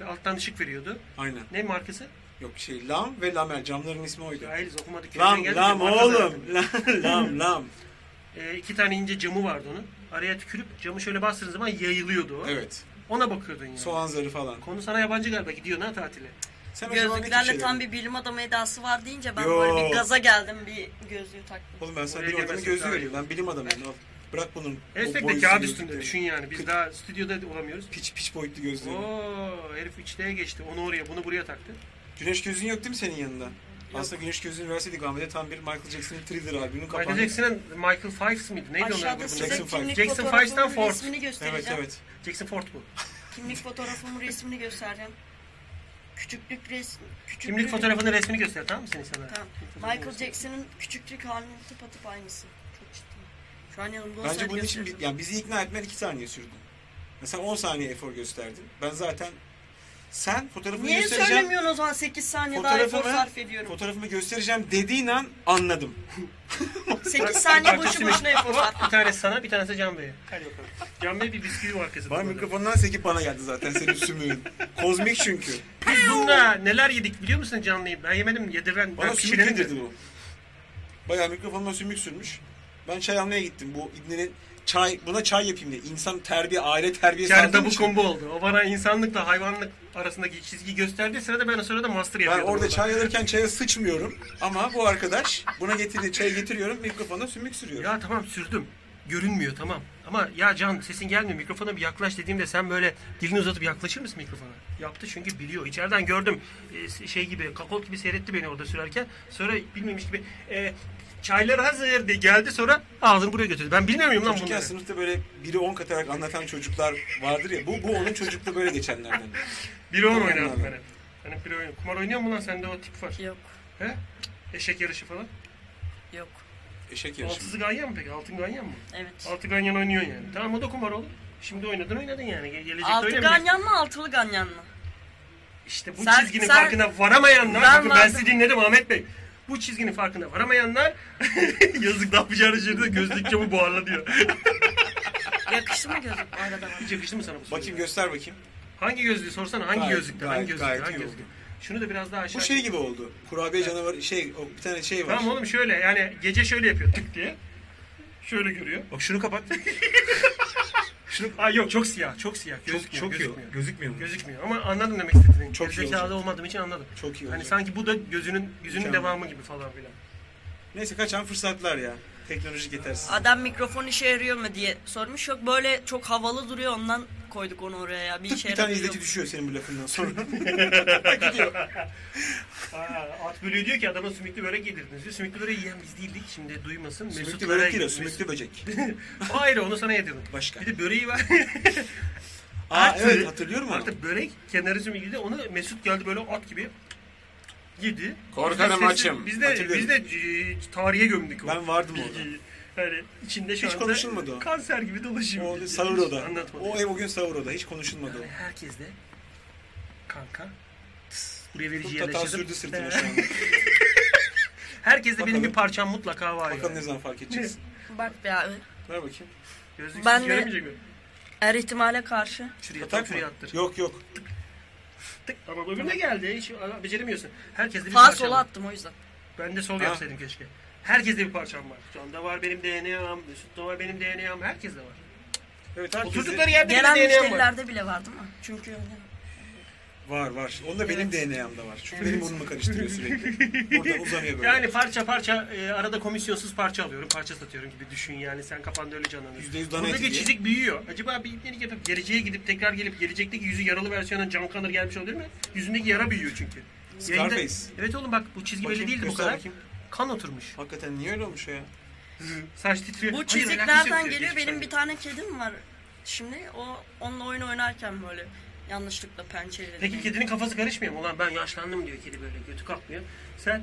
Speaker 3: Ve alttan ışık veriyordu.
Speaker 2: Aynen.
Speaker 3: Ne markası?
Speaker 2: Yok şey lam ve lamel. Camların ismi oydu.
Speaker 3: Cahiliz okumadık.
Speaker 2: Lam
Speaker 3: Köyden
Speaker 2: lam
Speaker 3: geldik de marka
Speaker 2: oğlum.
Speaker 3: zaten.
Speaker 2: Lam lam lam.
Speaker 3: E, iki tane ince camı vardı onun. Araya tükürüp camı şöyle bastığın zaman yayılıyordu o.
Speaker 2: Evet.
Speaker 3: Ona bakıyordun yani.
Speaker 2: Soğan zarı falan.
Speaker 3: Konu sana yabancı galiba. Gidiyorsun ha tatile.
Speaker 2: Sen acaba ne tür
Speaker 4: Gözlüklerle
Speaker 2: şeyler-
Speaker 4: tam bir bilim adamı edası var deyince ben
Speaker 2: Yo.
Speaker 4: böyle bir gaza geldim bir gözlüğü taktım.
Speaker 2: Oğlum ben sana
Speaker 3: Oraya
Speaker 2: bilim adamın
Speaker 3: giremezsin,
Speaker 2: gözlüğü
Speaker 3: daha iyi.
Speaker 2: vereyim lan. Bilim adamıyım al. Bırak bunun. o
Speaker 3: Hashtag de
Speaker 2: boyutlu
Speaker 3: kağıt
Speaker 2: gözlükleri.
Speaker 3: üstünde düşün yani. Biz daha stüdyoda da olamıyoruz.
Speaker 2: Piç piç boyutlu gözlüğü.
Speaker 3: Oo, herif 3D'ye geçti. Onu oraya, bunu buraya taktı.
Speaker 2: Güneş gözlüğün yok değil mi senin yanında? Aslında güneş gözlüğünü verseydik Ahmet'e tam bir Michael Jackson'ın Thriller albümünün kapanı.
Speaker 3: Michael Jackson'ın Michael Fives miydi? Neydi onun
Speaker 4: Aşağıda
Speaker 3: adı?
Speaker 4: size
Speaker 2: Jackson Five.
Speaker 4: kimlik
Speaker 3: Jackson Five'den
Speaker 4: fotoğrafımın
Speaker 3: Ford.
Speaker 4: resmini göstereceğim.
Speaker 2: Evet evet.
Speaker 3: Jackson Ford bu.
Speaker 4: Kimlik fotoğrafımın resmini göstereceğim. Küçüklük resmi. Küçüklük
Speaker 3: Kimlik fotoğrafının resmini göster tamam mı senin sana?
Speaker 4: Tamam. Michael Jackson'ın küçüklük halinin tıpa tıp aynısı. Çok ciddiyim. Şu an yanımda olsaydı
Speaker 2: Bence bunun için
Speaker 4: gösterirdim.
Speaker 2: bi- yani bizi ikna etmen 2 saniye sürdü. Mesela 10 saniye efor gösterdin. Ben zaten sen fotoğrafını
Speaker 4: Niye
Speaker 2: göstereceğim.
Speaker 4: söylemiyorsun o zaman 8 saniye daha efor
Speaker 2: Fotoğrafımı,
Speaker 4: sarf ediyorum.
Speaker 2: fotoğrafımı göstereceğim dediğin an anladım.
Speaker 4: 8 saniye boşu boşuna efor sarf
Speaker 3: Bir tanesi sana, bir tanesi Can Bey'e. Hadi bakalım. Can Bey bir bisküvi markası.
Speaker 2: Bana mikrofondan sekip bana geldi zaten senin sümüğün. Kozmik çünkü.
Speaker 3: Biz bununla neler yedik biliyor musun canlıyı? Ben yemedim, yediren.
Speaker 2: Bana
Speaker 3: ben
Speaker 2: sümük
Speaker 3: pişirenim
Speaker 2: yedirdi
Speaker 3: dedim.
Speaker 2: bu. Bayağı mikrofondan sümük sürmüş. Ben çay almaya gittim. Bu İbni'nin çay, buna çay yapayım diye. İnsan terbiye, aile terbiyesi
Speaker 3: Yani
Speaker 2: aldığım
Speaker 3: double
Speaker 2: için.
Speaker 3: combo oldu. O bana insanlıkla hayvanlık arasındaki çizgiyi gösterdiği sırada ben o sırada master
Speaker 2: Ben
Speaker 3: yapıyordum.
Speaker 2: orada
Speaker 3: orada.
Speaker 2: çay alırken çaya sıçmıyorum. Ama bu arkadaş buna getirdiği çayı getiriyorum. Mikrofonda sümük sürüyor.
Speaker 3: Ya tamam sürdüm. Görünmüyor tamam. Ama ya Can sesin gelmiyor. Mikrofona bir yaklaş dediğimde sen böyle dilini uzatıp yaklaşır mısın mikrofona? Yaptı çünkü biliyor. İçeriden gördüm. Ee, şey gibi kakol gibi seyretti beni orada sürerken. Sonra bilmemiş gibi e, çaylar hazır diye geldi sonra ağzını buraya götürdü. Ben bilmiyor muyum lan
Speaker 2: Çocukken
Speaker 3: bunları?
Speaker 2: sınıfta böyle biri 10 katarak anlatan çocuklar vardır ya. Bu, bu onun çocukluğu böyle geçenlerden.
Speaker 3: Bir oyun
Speaker 2: Tamam
Speaker 3: oynardım
Speaker 2: abi.
Speaker 3: ben hep. Ben hep bir oyun. Kumar Hani oynuyor mu lan sende o tip var?
Speaker 4: Yok.
Speaker 3: He? Eşek yarışı falan.
Speaker 4: Yok.
Speaker 2: Eşek yarışı.
Speaker 3: Altısı ganyan mı peki? Altın ganyan mı?
Speaker 4: Evet.
Speaker 3: Altı ganyan oynuyorsun yani. Tamam o da kumar oğlum. Şimdi oynadın oynadın yani. Ge- Gelecekte
Speaker 4: Altı
Speaker 3: oynamayacaksın.
Speaker 4: ganyan mı altılı ganyan mı?
Speaker 3: İşte bu
Speaker 4: Sen-
Speaker 3: çizginin
Speaker 4: sen-
Speaker 3: farkına varamayanlar,
Speaker 4: Ben
Speaker 3: bakın ben
Speaker 4: vardım.
Speaker 3: sizi dinledim Ahmet Bey. Bu çizginin farkına varamayanlar yazık ne yapacağını şaşırdı gözlük camı buharla diyor.
Speaker 4: Yakıştı mı gözüm? Arada var.
Speaker 3: Hiç yakıştı mı sana bu soru?
Speaker 2: Bakayım göster bakayım.
Speaker 3: Hangi gözlüğü sorsana hangi
Speaker 2: Gayet-
Speaker 3: gözlükte hangi
Speaker 2: gayet-
Speaker 3: gözlükte
Speaker 2: gayet
Speaker 3: hangi
Speaker 2: iyi
Speaker 3: gözlükte.
Speaker 2: oldu.
Speaker 3: Şunu da biraz daha aşağı.
Speaker 2: Bu şey gibi oldu. Kurabiye canavar şey o bir tane şey var.
Speaker 3: Tamam oğlum şöyle yani gece şöyle yapıyor tık diye. Şöyle görüyor.
Speaker 2: Bak şunu kapat.
Speaker 3: Şunu... Ay yok çok siyah çok siyah gözükmüyor gözükmüyor.
Speaker 2: Gözükmüyor mu?
Speaker 3: Gözükmüyor ama anladım demek istediğini.
Speaker 2: Çok iyi
Speaker 3: Çok Zekalı
Speaker 2: olacak.
Speaker 3: olmadığım için anladım.
Speaker 2: Çok iyi
Speaker 3: Hani
Speaker 2: olacak.
Speaker 3: sanki bu da gözünün yüzünün
Speaker 2: Mükemmel.
Speaker 3: devamı gibi falan filan.
Speaker 2: Neyse kaçan fırsatlar ya. Teknolojik yetersiz.
Speaker 4: Adam mikrofon işe yarıyor mu diye sormuş. Yok böyle çok havalı duruyor ondan koyduk onu oraya ya. Bir işe
Speaker 2: bir tane
Speaker 4: yaramıyor.
Speaker 2: izleyici düşüyor senin bu lafından sonra.
Speaker 3: Aa, at bölüğü diyor ki adama sümüklü börek yedirdiniz diyor. Sümüklü böreği yiyen biz değildik. Şimdi duymasın. Mesut
Speaker 2: sümüklü börek değil o,
Speaker 3: Karagöz.
Speaker 2: sümüklü böcek.
Speaker 3: Hayır onu sana yedirdim.
Speaker 2: Başka.
Speaker 3: Bir de böreği var.
Speaker 2: Aa, evet, hatırlıyorum onu.
Speaker 3: Artık börek kenarı zümrüdü onu Mesut geldi böyle at gibi yedi.
Speaker 1: Korkarım
Speaker 3: Biz de sesi-
Speaker 1: açım.
Speaker 3: Biz de,
Speaker 2: Hatırlıyorum.
Speaker 3: biz de e, tarihe gömdük o.
Speaker 2: Ben vardım orada.
Speaker 3: bilgiyi. Yani içinde şu
Speaker 2: Hiç
Speaker 3: anda
Speaker 2: konuşulmadı o.
Speaker 3: kanser gibi dolaşıyor.
Speaker 2: O Sauro'da.
Speaker 3: Anlatmadı.
Speaker 2: O ev o gün Sauro'da. Hiç konuşulmadı o.
Speaker 3: Yani herkes de kanka tıs, buraya verici
Speaker 2: Çok da tan sürdü sırtıma şu
Speaker 3: yerleştirdim.
Speaker 2: anda.
Speaker 3: Herkes de benim
Speaker 2: Bakalım.
Speaker 3: bir parçam mutlaka var
Speaker 2: Bakalım ne
Speaker 3: yani.
Speaker 2: zaman fark edeceksin.
Speaker 4: Bak be abi.
Speaker 2: Ver bakayım.
Speaker 3: Gözlüksüz
Speaker 4: Ben de-
Speaker 3: göremeyecek mi?
Speaker 4: Her er ihtimale karşı.
Speaker 3: Şuraya
Speaker 2: Atak
Speaker 3: tak,
Speaker 2: mı?
Speaker 3: şuraya attır.
Speaker 2: Yok yok.
Speaker 3: Tık, Ama öbürüne geldi. Hiç aa, beceremiyorsun. Herkes de bir
Speaker 4: Sağ
Speaker 3: parçam
Speaker 4: sola
Speaker 3: var.
Speaker 4: attım o yüzden.
Speaker 3: Ben de sol
Speaker 2: Ha.
Speaker 3: yapsaydım keşke. Herkes de bir parçam var. Şu anda var benim DNA'm, Mesut'ta var benim DNA'm, herkes de var.
Speaker 2: Evet herkese...
Speaker 3: Oturdukları yerde benim
Speaker 4: Gelen
Speaker 3: DNA'm var.
Speaker 4: müşterilerde bile vardı mı? Çünkü
Speaker 2: Var var. Onda benim DNA'mda var. Çünkü benim burnumu karıştırıyor sürekli. Buradan uzamıyor böyle.
Speaker 3: Yani parça parça e, arada komisyonsuz parça alıyorum, parça satıyorum gibi düşün yani. Sen kafanda öyle canlanıyorsun.
Speaker 2: %100 dana eti
Speaker 3: Buradaki
Speaker 2: diye.
Speaker 3: çizik büyüyor. Acaba bir ipnelik yapıp geleceğe gidip tekrar gelip gelecekteki yüzü yaralı versiyona John Connor gelmiş olabilir mi? Yüzündeki yara büyüyor çünkü. Yayında-
Speaker 2: Scarface.
Speaker 3: Evet oğlum bak bu çizgi
Speaker 2: Bakayım,
Speaker 3: belli değildi bu
Speaker 2: göster
Speaker 3: kadar.
Speaker 2: bakayım.
Speaker 3: Kan oturmuş.
Speaker 2: Hakikaten niye öyle olmuş o ya?
Speaker 3: Saç titriyor.
Speaker 4: bu
Speaker 3: Hayır,
Speaker 4: çizik
Speaker 3: alakası yok
Speaker 4: nereden
Speaker 3: diyor.
Speaker 4: geliyor?
Speaker 3: Hiçbir
Speaker 4: Benim
Speaker 3: şey
Speaker 4: bir tane kedim var. Şimdi o onunla oyun oynarken böyle yanlışlıkla pençeyle.
Speaker 3: Peki kedinin kafası karışmıyor mu? Ulan ben yaşlandım diyor kedi böyle götü kalkmıyor. Sen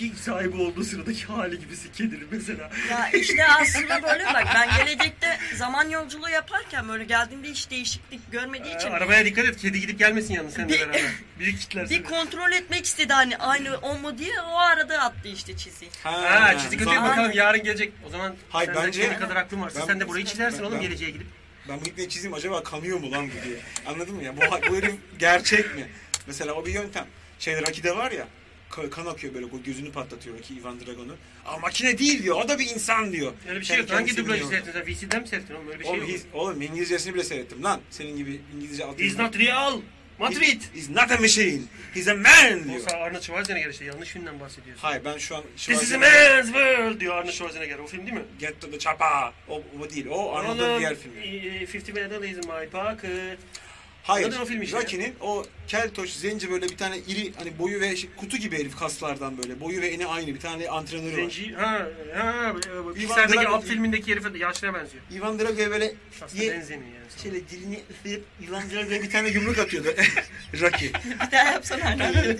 Speaker 3: ilk sahibi olduğu sıradaki hali gibisin kedinin mesela.
Speaker 4: Ya işte aslında böyle bak ben gelecekte zaman yolculuğu yaparken böyle geldiğimde hiç değişiklik görmediği için
Speaker 3: Ee, arabaya dikkat et kedi gidip gelmesin yalnız seninle
Speaker 4: Bir-
Speaker 3: beraber. Büyük kitler seni.
Speaker 4: bir kontrol etmek istedi hani aynı o mu diye o arada attı işte çiziyi.
Speaker 3: Ha çizik öteye
Speaker 2: zaman-
Speaker 3: bakalım yarın gelecek. O zaman
Speaker 2: Hayır,
Speaker 3: sen de
Speaker 2: bence-
Speaker 3: kedi kadar aklın varsa
Speaker 2: Ben-
Speaker 3: sen de burayı çizersin
Speaker 2: Ben-
Speaker 3: oğlum
Speaker 2: ben-
Speaker 3: geleceğe gidip.
Speaker 2: Ben bu ipneyi çizeyim acaba kanıyor mu lan bu diye. Anladın mı ya? Bu, bu herif gerçek mi? Mesela o bir yöntem. Şeyde Raki'de var ya. ka- Kan akıyor böyle o gözünü patlatıyor Raki Ivan Drago'nun. Aa makine değil diyor. O da bir insan diyor.
Speaker 3: Öyle bir şey yok.
Speaker 2: Kendi
Speaker 3: Hangi
Speaker 2: kendisi
Speaker 3: dublaj
Speaker 2: biliyor.
Speaker 3: seyrettin sen? VC'den mi seyrettin oğlum? Öyle bir şey
Speaker 2: Oğlum,
Speaker 3: yok.
Speaker 2: his- oğlum İngilizcesini bile seyrettim lan. Senin gibi İngilizce alt
Speaker 3: He's
Speaker 2: yazılı-
Speaker 3: not real. Madrid.
Speaker 2: He's not a machine. He's a man diyor.
Speaker 3: Olsa Arnold Schwarzenegger işte yanlış filmden bahsediyorsun.
Speaker 2: Hayır ben şu an...
Speaker 3: This is a
Speaker 2: Schwarzenegger-
Speaker 3: man's world diyor Arnold Schwarzenegger. O film değil mi?
Speaker 2: Get to the chopper. O, o değil. O Arnold'un
Speaker 3: Oğlum,
Speaker 2: diğer filmi.
Speaker 3: e, Fifty Million Dollars in my pocket.
Speaker 2: Hayır.
Speaker 3: Zaten o film işte.
Speaker 2: Rocky'nin o keltoş, zenci böyle bir tane iri hani boyu ve şey- kutu gibi herif kaslardan böyle. Boyu ve eni aynı bir tane antrenörü var.
Speaker 3: Zenci, ha, ha, e, Pixar'daki
Speaker 2: Drago-
Speaker 3: Up filmindeki herife de yaşlıya benziyor.
Speaker 2: Ivan Drago'ya böyle
Speaker 3: Aslında
Speaker 2: ye, Şey-
Speaker 3: benzemiyor yani. sana.
Speaker 2: şöyle dilini ısırıp Ivan Drago'ya bir tane yumruk atıyordu. Rocky.
Speaker 4: Bir daha yapsana.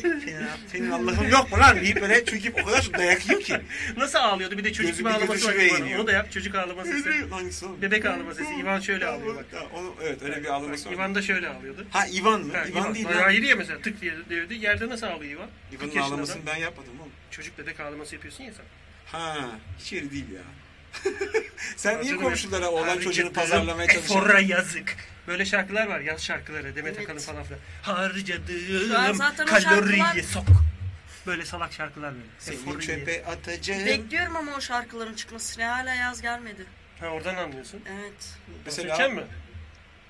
Speaker 2: Senin, senin Allah'ın yok mu lan deyip böyle çünkü o kadar çok dayak yiyor ki.
Speaker 3: Nasıl ağlıyordu? Bir de çocuk
Speaker 2: Gözü
Speaker 3: gibi
Speaker 2: bir
Speaker 3: ağlaması var.
Speaker 2: gözü şuraya
Speaker 3: İvan.
Speaker 2: iniyor.
Speaker 3: Onu da yap. Çocuk ağlaması sesi.
Speaker 2: Hangisi o?
Speaker 3: Bebek ağlama sesi. İvan şöyle ağlıyor bak.
Speaker 2: Ha, Onu, evet öyle bir ağlaması var.
Speaker 3: İvan da şöyle ağlıyordu.
Speaker 2: Ha Ivan mı?
Speaker 3: Ha,
Speaker 2: Ivan,
Speaker 3: İvan,
Speaker 2: değil
Speaker 3: Bayağı
Speaker 2: lan.
Speaker 3: iri ya mesela tık diye diyordu. Yerde nasıl ağlıyor İvan? Kırk
Speaker 2: Ivan'ın
Speaker 3: yaşında
Speaker 2: ağlamasını
Speaker 3: adam.
Speaker 2: ben yapmadım oğlum.
Speaker 3: Çocuk bebek ağlaması yapıyorsun ya sen.
Speaker 2: Ha, hiç yeri değil ya. Sen niye
Speaker 3: Hatırlıyorum.
Speaker 2: komşulara oğlan
Speaker 3: Hareketlerim
Speaker 2: çocuğunu pazarlamaya çalışıyorsun?
Speaker 3: Efor'a yazık. Böyle şarkılar var yaz şarkıları Demet Akalın falan filan.
Speaker 4: Şu an
Speaker 3: Harcadığım
Speaker 4: zaten o
Speaker 3: kaloriyi
Speaker 4: şarkılar-
Speaker 3: sok. Böyle salak şarkılar böyle.
Speaker 2: Seni
Speaker 3: Efor'a ye.
Speaker 2: çöpe atacağım.
Speaker 4: Bekliyorum ama o şarkıların çıkmasını hala yaz gelmedi.
Speaker 3: Ha oradan anlıyorsun.
Speaker 4: Evet
Speaker 2: Mesela-
Speaker 3: Söken mi?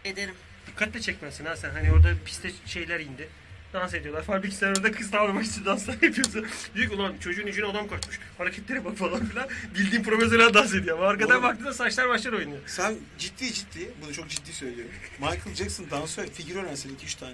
Speaker 4: ederim.
Speaker 3: Dikkatle çekmezsin ha sen. Hani orada piste şeyler indi. Dans ediyorlar. Fabrik sen orada kız tavlamak için danslar yapıyorsun. Diyor ki ulan çocuğun içine adam kaçmış. Hareketlere bak falan filan. Bildiğin profesyonel dans ediyor. Ama arkadan
Speaker 2: Oğlum.
Speaker 3: baktığında saçlar başlar oynuyor.
Speaker 2: Sen ciddi ciddi, bunu çok ciddi söylüyorum. Michael Jackson dansör, figür öğrensin 2-3 tane.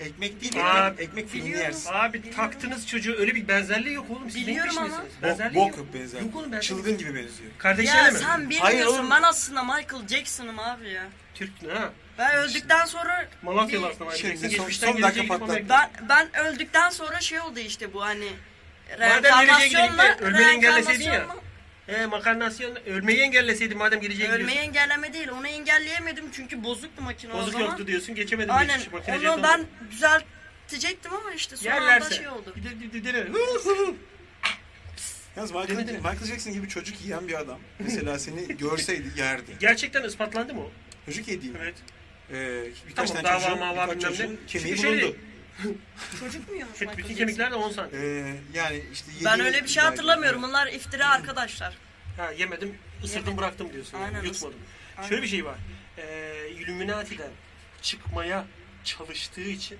Speaker 2: Ekmek değil,
Speaker 3: Aa,
Speaker 2: ekmek, ekmek filmi
Speaker 4: biliyorum.
Speaker 2: yersin.
Speaker 3: Abi taktınız çocuğu öyle bir benzerliği yok oğlum. Siz
Speaker 4: Biliyorum
Speaker 3: neyin
Speaker 4: ama.
Speaker 3: peşindesiniz?
Speaker 2: Bok,
Speaker 3: Benzerliği
Speaker 2: bok yok benzer.
Speaker 3: Yok oğlum benzerliği.
Speaker 2: Çılgın gibi benziyor.
Speaker 4: Ya
Speaker 3: Kardeşlerle mi?
Speaker 4: sen
Speaker 2: Hayır
Speaker 4: bilmiyorsun
Speaker 2: oğlum.
Speaker 4: ben aslında Michael Jackson'ım abi ya.
Speaker 3: Türk ne ha?
Speaker 4: Ben öldükten sonra
Speaker 3: Malatyalı aslında.
Speaker 2: Şimdi
Speaker 3: Şimdi
Speaker 2: son-
Speaker 3: geçmişten
Speaker 2: son dakika
Speaker 3: geleceğe gidip
Speaker 2: patladı.
Speaker 3: Amerika-
Speaker 4: Ben ben öldükten sonra şey oldu işte bu hani
Speaker 3: Madem nereye gideyim de
Speaker 4: reenkarnasyonla
Speaker 3: ölmeni engelleseydin ya.
Speaker 4: reenkarnasyonla-
Speaker 3: He makarnasyon ölmeyi engelleseydi madem geleceğe
Speaker 4: Ölmeyi
Speaker 3: gidiyorsun.
Speaker 4: engelleme değil onu engelleyemedim çünkü bozuktu makine o
Speaker 3: Bozuk
Speaker 4: zaman.
Speaker 3: yoktu diyorsun geçemedin.
Speaker 4: Aynen
Speaker 3: geçmiş, makine
Speaker 4: onu
Speaker 3: jeton-
Speaker 4: ben düzeltecektim ama işte sonra
Speaker 3: Yerlerse.
Speaker 4: şey oldu.
Speaker 3: Bir de- bir de- bir de- Hı, hı, hı.
Speaker 2: Yalnız Michael,
Speaker 3: Demedim.
Speaker 2: Michael Jackson gibi çocuk yiyen bir adam. Mesela seni görseydi yerdi.
Speaker 3: Gerçekten ispatlandı mı o?
Speaker 2: Çocuk yediği.
Speaker 3: Evet.
Speaker 2: Ee, birkaç
Speaker 3: Tamam,
Speaker 2: tane
Speaker 3: dava,
Speaker 2: çocuğun,
Speaker 3: mava
Speaker 2: birkaç
Speaker 3: bilmem
Speaker 2: çocuğun
Speaker 3: ne.
Speaker 2: kemiği
Speaker 3: Çünkü şey-
Speaker 2: bulundu.
Speaker 4: Çocuk mu yiyormuş
Speaker 3: Hep
Speaker 4: Michael
Speaker 3: bütün
Speaker 4: Jackson?
Speaker 3: kemikler de 10 santim.
Speaker 2: Ee, yani işte
Speaker 4: Ben
Speaker 2: yediği-
Speaker 4: öyle bir şey hatırlamıyorum. Bunlar iftira arkadaşlar.
Speaker 3: Ha yemedim, ısırdım
Speaker 4: Yemedim.
Speaker 3: bıraktım diyorsun.
Speaker 4: Aynen,
Speaker 3: Yani, yutmadım.
Speaker 4: Aynen.
Speaker 3: Şöyle bir şey var. Ee, Illuminati'den çıkmaya çalıştığı için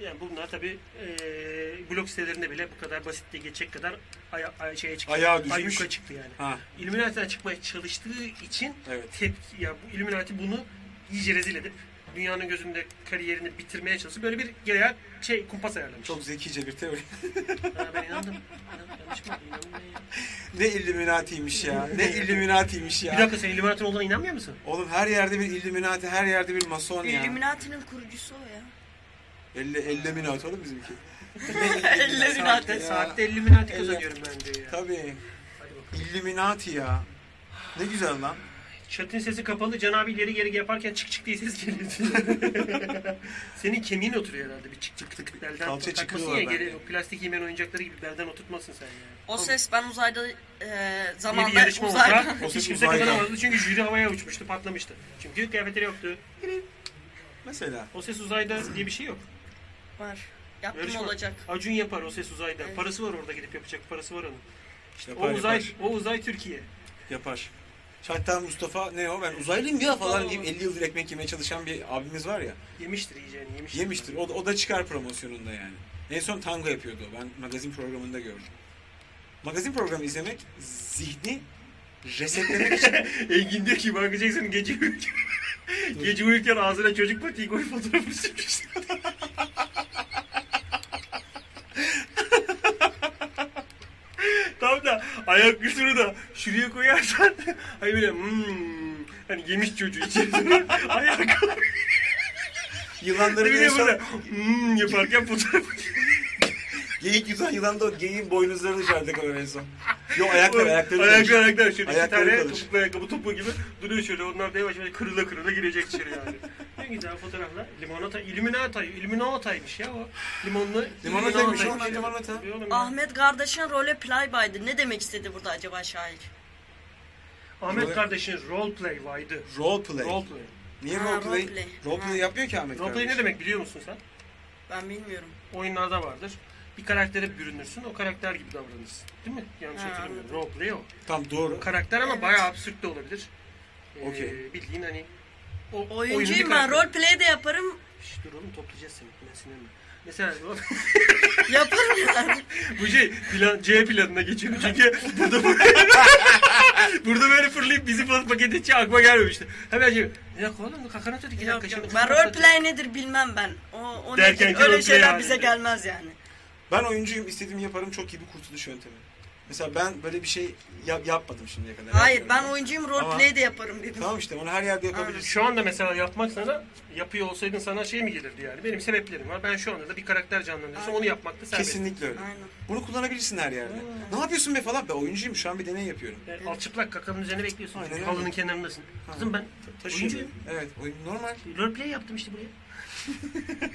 Speaker 3: yani bunlar tabi blog sitelerinde bile bu kadar basit diye geçecek kadar aya, ay- şeye çıktı.
Speaker 2: Ayağa düşmüş.
Speaker 3: Ayyuka çıktı yani.
Speaker 2: Ha,
Speaker 3: Illuminati'den çıkmaya çalıştığı için
Speaker 2: evet.
Speaker 3: tepki ya bu Illuminati bunu iyice rezil edip dünyanın gözünde kariyerini bitirmeye çalışıp böyle bir geriye şey kumpas ayarlamış.
Speaker 2: Çok zekice bir teori.
Speaker 3: Ha, ben inandım. İnan- Yanlış mı? İnandım ya.
Speaker 2: ne illuminatiymiş ya. Ne illuminatiymiş ya.
Speaker 3: Bir dakika sen Illuminati olduğuna inanmıyor musun?
Speaker 2: Oğlum her yerde bir illuminati, her yerde bir mason ya.
Speaker 4: Illuminati'nin kurucusu o ya.
Speaker 2: Elle, elleminati oğlum bizimki.
Speaker 4: Illuminati.
Speaker 3: Saatte,
Speaker 2: Ya.
Speaker 3: saatte Illuminati
Speaker 2: Evet.
Speaker 3: kazanıyorum bence ya.
Speaker 2: Tabii.
Speaker 3: Hadi bakalım.
Speaker 2: Illuminati ya. Ne güzel lan.
Speaker 3: Çatın sesi kapalı. Can abi ileri geri yaparken çık çık diye ses geliyor. Senin kemiğin oturuyor herhalde bir çık çık tık belden.
Speaker 2: Kalça
Speaker 3: Takmasın
Speaker 2: çıkıyorlar
Speaker 3: ya geri,
Speaker 2: bence.
Speaker 3: o plastik yemen oyuncakları gibi belden oturtmazsın sen yani.
Speaker 4: O ses ben uzayda e,
Speaker 3: Yeni bir
Speaker 4: zamanda
Speaker 3: yarışma
Speaker 4: uzayda.
Speaker 3: olsa
Speaker 2: O ses
Speaker 3: hiç kimse
Speaker 2: uzayda.
Speaker 3: kazanamazdı çünkü jüri havaya uçmuştu patlamıştı. Çünkü kıyafetleri yoktu.
Speaker 2: Mesela.
Speaker 3: O ses uzayda diye bir şey yok.
Speaker 4: Var. Yaptım
Speaker 3: Yarışma.
Speaker 4: olacak.
Speaker 3: Acun yapar o ses uzayda.
Speaker 4: Evet.
Speaker 3: Parası var orada gidip yapacak parası var onun.
Speaker 2: İşte
Speaker 3: O
Speaker 2: yapar,
Speaker 3: uzay,
Speaker 2: yapar.
Speaker 3: o uzay Türkiye.
Speaker 2: Yapar. Hatta Mustafa ne o ben uzaylıyım ya falan deyip 50 yıldır ekmek yemeye çalışan bir abimiz var ya.
Speaker 3: Yemiştir yiyeceğini yemiştir.
Speaker 2: Yemiştir. O da, o da çıkar promosyonunda yani. En son tango yapıyordu. o. Ben magazin programında gördüm. Magazin programı izlemek zihni resetlemek için.
Speaker 3: Engin diyor ki Michael Jackson gece uyurken, gece uyurken ağzına çocuk patiği koyup fotoğrafını sürmüş. Tam da ayak güçlüğünü da şuraya koyarsan hani böyle hmm, hani yemiş çocuğu içerisine ayak
Speaker 2: Yılanların en
Speaker 3: böyle
Speaker 2: son
Speaker 3: böyle hmm yaparken fotoğrafı
Speaker 2: geyik yutan yılan da o geyiğin boynuzlarını dışarıda kalıyor en son. Yo ayaklar ayakları.
Speaker 3: ayaklar ayaklar şöyle iki
Speaker 2: Ayakları
Speaker 3: tane
Speaker 2: kalır.
Speaker 3: topuklu ayakkabı topu gibi duruyor şöyle onlar da yavaş yavaş kırıla kırıla girecek içeri yani. ne güzel fotoğraflar. Limonata, Illuminati, Illuminati'ymiş ya o. Limonlu.
Speaker 2: Limonataymış,
Speaker 3: Illuminati'ymiş
Speaker 2: onlar
Speaker 3: ya.
Speaker 2: limonata.
Speaker 3: Biliyorum ya. Ahmet,
Speaker 4: Ahmet kardeşin role play baydı. Ne demek istedi burada acaba şair?
Speaker 3: Ahmet kardeşin roleplay vaydı.
Speaker 2: Roleplay.
Speaker 3: Roleplay.
Speaker 2: Niye
Speaker 4: Ha,
Speaker 2: roleplay?
Speaker 4: roleplay.
Speaker 2: Roleplay
Speaker 4: Ha.
Speaker 2: yapmıyor ki Ahmet
Speaker 3: Roleplay ne
Speaker 2: kardeş.
Speaker 3: demek biliyor musun sen?
Speaker 4: Ben bilmiyorum.
Speaker 3: Oyunlarda vardır. Bir karaktere bürünürsün, o karakter gibi davranırsın. Değil mi? Yanlış
Speaker 4: Ha,
Speaker 3: hatırlamıyorum. Roleplay o.
Speaker 2: Tam doğru.
Speaker 3: Karakter ama
Speaker 4: Evet.
Speaker 3: bayağı absürt de olabilir. Ee,
Speaker 2: Okey.
Speaker 3: Bildiğin hani o oyunun bir
Speaker 4: Oyuncuyum ben.
Speaker 3: karakteri.
Speaker 4: Role play de yaparım.
Speaker 3: Şşş dur oğlum toplayacağız seni. Ben sinirlenme. Mesela bu-
Speaker 4: yaparım yani.
Speaker 3: bu şey plan, C planına geçiyor. Çünkü burada burada böyle fırlayıp bizi falan paket edeceği aklıma gelmemişti. Hemen şey bir dakika oğlum bu kakana tut iki dakika
Speaker 4: Yok,
Speaker 3: şimdi.
Speaker 4: yok. Ben role play nedir bilmem ben. O, o
Speaker 3: Derken
Speaker 4: nedir?
Speaker 3: ki
Speaker 4: Öyle
Speaker 3: roleplay
Speaker 4: şeyler
Speaker 3: abi.
Speaker 4: bize gelmez yani.
Speaker 2: Ben oyuncuyum istediğimi yaparım çok iyi bir kurtuluş yöntemi. Mesela ben böyle bir şey yap- yapmadım şimdiye kadar.
Speaker 4: Hayır ben
Speaker 2: Yapmıyorum.
Speaker 4: oyuncuyum role
Speaker 2: Ama-
Speaker 4: play de yaparım dedim.
Speaker 2: Tamam işte onu her yerde yapabilirsin.
Speaker 3: Şu anda mesela yapmak sana yapıyor olsaydın sana şey mi gelirdi yani? Benim sebeplerim var. Ben şu anda da bir karakter canlandırıyorsam
Speaker 4: Aynen.
Speaker 3: onu yapmakta serbest.
Speaker 2: Kesinlikle öyle.
Speaker 4: Aynen.
Speaker 2: Bunu kullanabilirsin her yerde.
Speaker 3: Hmm.
Speaker 2: Ne yapıyorsun be falan? Ben oyuncuyum şu an bir deney yapıyorum.
Speaker 3: Yani alçıplak kakanın üzerine bekliyorsun.
Speaker 2: Aynen öyle.
Speaker 3: Halının kenarındasın. Kızım ben
Speaker 2: Taşıyorum.
Speaker 3: oyuncuyum.
Speaker 2: Evet oyun normal.
Speaker 3: Roleplay yaptım işte buraya.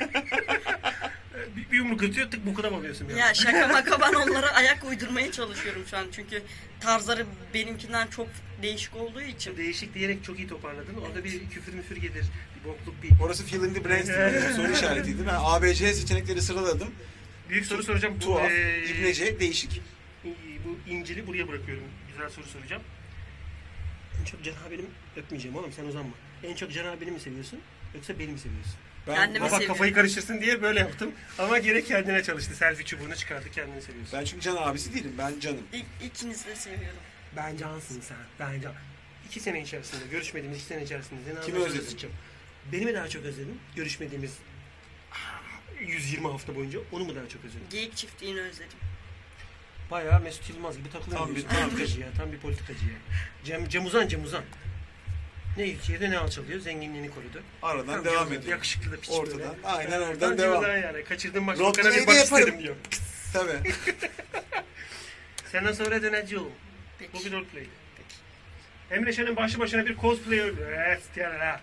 Speaker 3: bir, bir yumruk atıyor tık bu kadar alıyorsun. yani.
Speaker 4: Ya şaka maka ben onlara ayak uydurmaya çalışıyorum şu an. Çünkü tarzları benimkinden çok değişik olduğu için.
Speaker 3: Değişik diyerek çok iyi toparladın. Orada bir küfür müfür gelir, bir bokluk, bir...
Speaker 2: Orası feeling the brains diye bir soru işaretiydi. Ben ABC seçenekleri sıraladım.
Speaker 3: Büyük soru soracağım. Bu,
Speaker 2: Tuhaf,
Speaker 3: eee,
Speaker 2: İbnece, değişik.
Speaker 3: i- Bu İncil'i buraya bırakıyorum. Güzel soru soracağım. En çok cenabeni mi? Öpmeyeceğim oğlum sen uzanma. En çok cenabeni mi seviyorsun? Yoksa beni mi seviyorsun?
Speaker 2: Ben,
Speaker 4: Kendimi
Speaker 3: Baba
Speaker 4: seviyorum.
Speaker 3: kafayı karıştırsın diye böyle yaptım. Ama gerek kendine çalıştı. Selfie çubuğunu çıkardı kendini seviyorsun.
Speaker 2: ben çünkü Can abisi değilim. Ben Can'ım.
Speaker 4: İk, ikinizi de seviyorum.
Speaker 3: Ben cansın sen. Ben can. İki sene içerisinde, görüşmediğimiz iki sene içerisinde seni
Speaker 2: Kimi
Speaker 3: ağzına
Speaker 2: özledin?
Speaker 3: sıçacağım. Beni mi daha çok özledin? Görüşmediğimiz 120 hafta boyunca onu mu daha çok özledin?
Speaker 4: Geyik çiftliğini özledim.
Speaker 3: Bayağı Mesut Yılmaz gibi takılıyor.
Speaker 2: Tam bir-
Speaker 3: Tam bir
Speaker 2: tam bir-
Speaker 3: politikacı ya. Tam bir politikacı ya. Cem, Cem Uzan, Cem Uzan. Ne yerde ne alçalıyor, zenginliğini korudu.
Speaker 2: Aradan
Speaker 3: Tam Cem
Speaker 2: devam
Speaker 3: Uzan,
Speaker 2: ediyor.
Speaker 3: Yakışıklı da piç
Speaker 2: Ortadan,
Speaker 3: böyle.
Speaker 2: aynen
Speaker 3: Ben-
Speaker 2: oradan
Speaker 3: ben Cem
Speaker 2: devam.
Speaker 3: Uzan yani. Kaçırdığım başka
Speaker 2: Rotmayı
Speaker 3: bakana bir
Speaker 2: da
Speaker 3: bak
Speaker 2: yaparım.
Speaker 3: istedim diyor.
Speaker 2: Tabii.
Speaker 3: Senden sonra döneci oğlum.
Speaker 4: Peki.
Speaker 3: Bu bir roleplay. Emre Şen'in başlı başına bir cosplayer. Evet, yani ha.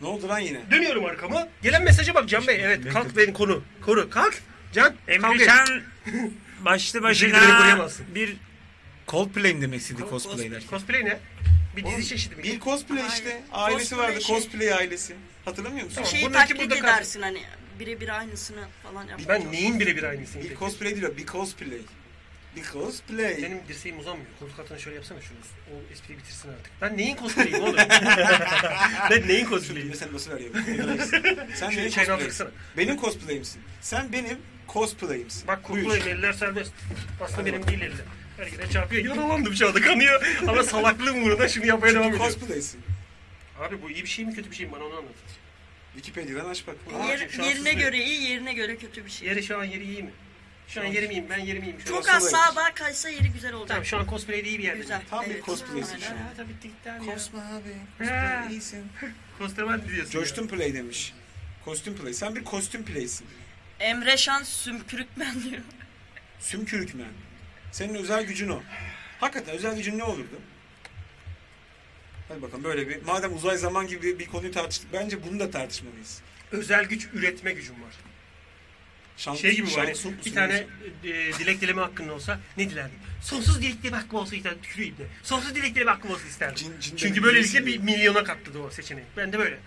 Speaker 2: ne oldu lan yine?
Speaker 3: Dönüyorum arkama. Gelen mesaja bak Can Bey. Evet kalk benim konu. Koru kalk. Can kalk
Speaker 1: Emre
Speaker 3: benim.
Speaker 1: Can başlı
Speaker 3: Bilgileri
Speaker 1: başına
Speaker 3: koruyamazsın.
Speaker 1: bir
Speaker 2: Cosplay'im demek istedi cosplay'ler.
Speaker 3: Cosplay ne? Bir dizi çeşidi mi?
Speaker 2: Bir cosplay
Speaker 4: Hayır.
Speaker 2: işte. Ailesi
Speaker 4: Cosplay
Speaker 2: vardı.
Speaker 4: şey.
Speaker 2: Cosplay ailesi. Hatırlamıyor musun?
Speaker 3: Tamam.
Speaker 4: Şeyi
Speaker 3: bununki
Speaker 4: taklit
Speaker 3: burada kalsın.
Speaker 4: edersin hani birebir aynısını falan yapmaya
Speaker 3: Ben
Speaker 4: çalışıyorum.
Speaker 3: neyin birebir aynısıyım
Speaker 2: Bir
Speaker 3: peki?
Speaker 2: cosplay değil o. Bir cosplay. Bir cosplay.
Speaker 3: Benim dirseğim uzanmıyor. Koltuk altına şöyle yapsana şunu. O espriyi bitirsin artık. Ben neyin cosplay'im oğlum? ben neyin cosplay'im?
Speaker 2: Mesela nasıl arıyor? Sen benim
Speaker 3: çayını
Speaker 2: cosplay'imsin.
Speaker 3: aldırsana.
Speaker 2: Benim cosplay'imsin. Sen benim cosplay'imsin.
Speaker 3: Bak
Speaker 2: Buyur.
Speaker 3: koklayın eller serbest. Aslında benim değil eller. Her yere çarpıyor. Yaralandım şu anda kanıyor. Ama salaklığım uğruna şimdi yapmaya devam
Speaker 2: Çünkü
Speaker 3: ediyorum.
Speaker 2: cosplay'sin.
Speaker 3: Abi bu iyi bir şey mi kötü bir şey mi? Bana onu anlat.
Speaker 2: Wikipedia'dan aç bak.
Speaker 3: Aa,
Speaker 4: Yer-
Speaker 3: şanssız
Speaker 4: yerine
Speaker 3: bir-
Speaker 4: göre iyi, yerine göre kötü bir şey.
Speaker 3: Yeri şu an yeri iyi mi? Şu an yerim iyiyim. Ben yerim iyiyim. Şu an-
Speaker 4: Çok
Speaker 2: Orası
Speaker 4: az
Speaker 2: da
Speaker 4: sağa
Speaker 2: iyidir.
Speaker 4: daha kaysa yeri güzel olacak.
Speaker 3: Tamam şu an cosplay'de iyi bir yerde.
Speaker 4: Güzel.
Speaker 2: Tam bir
Speaker 4: Evet.
Speaker 2: cosplay'sin şu an.
Speaker 4: Aynen.
Speaker 3: Ha tabii dikten ya.
Speaker 2: Kosma abi.
Speaker 3: Ha.
Speaker 2: Kosma iyisin.
Speaker 3: Kostraman diyorsun.
Speaker 2: Coştum play demiş. Kostüm play. Sen bir kostüm play'sin.
Speaker 4: Emre Şan sümkürükmen diyor.
Speaker 2: Sümkürükmen. Senin özel gücün o. Hakikaten özel gücün ne olurdu? Hadi bakalım böyle bir. Madem uzay zaman gibi bir konuyu tartıştık. Bence bunu da tartışmalıyız.
Speaker 3: Özel güç üretme gücüm var.
Speaker 2: Şans,
Speaker 3: Şey gibi var.
Speaker 2: şans-
Speaker 3: Bir tane e, dilek dileme hakkın olsa ne dilerdin? Sonsuz dilek dileme hakkım olsa isterdim. Tüküreyim de. Sonsuz dilek dileme hakkım olsa isterdim.
Speaker 2: Cin- cin
Speaker 3: Çünkü
Speaker 2: demek
Speaker 3: böylelikle bir
Speaker 2: birisi.
Speaker 3: milyona katladı o seçeneği. Ben de böyle.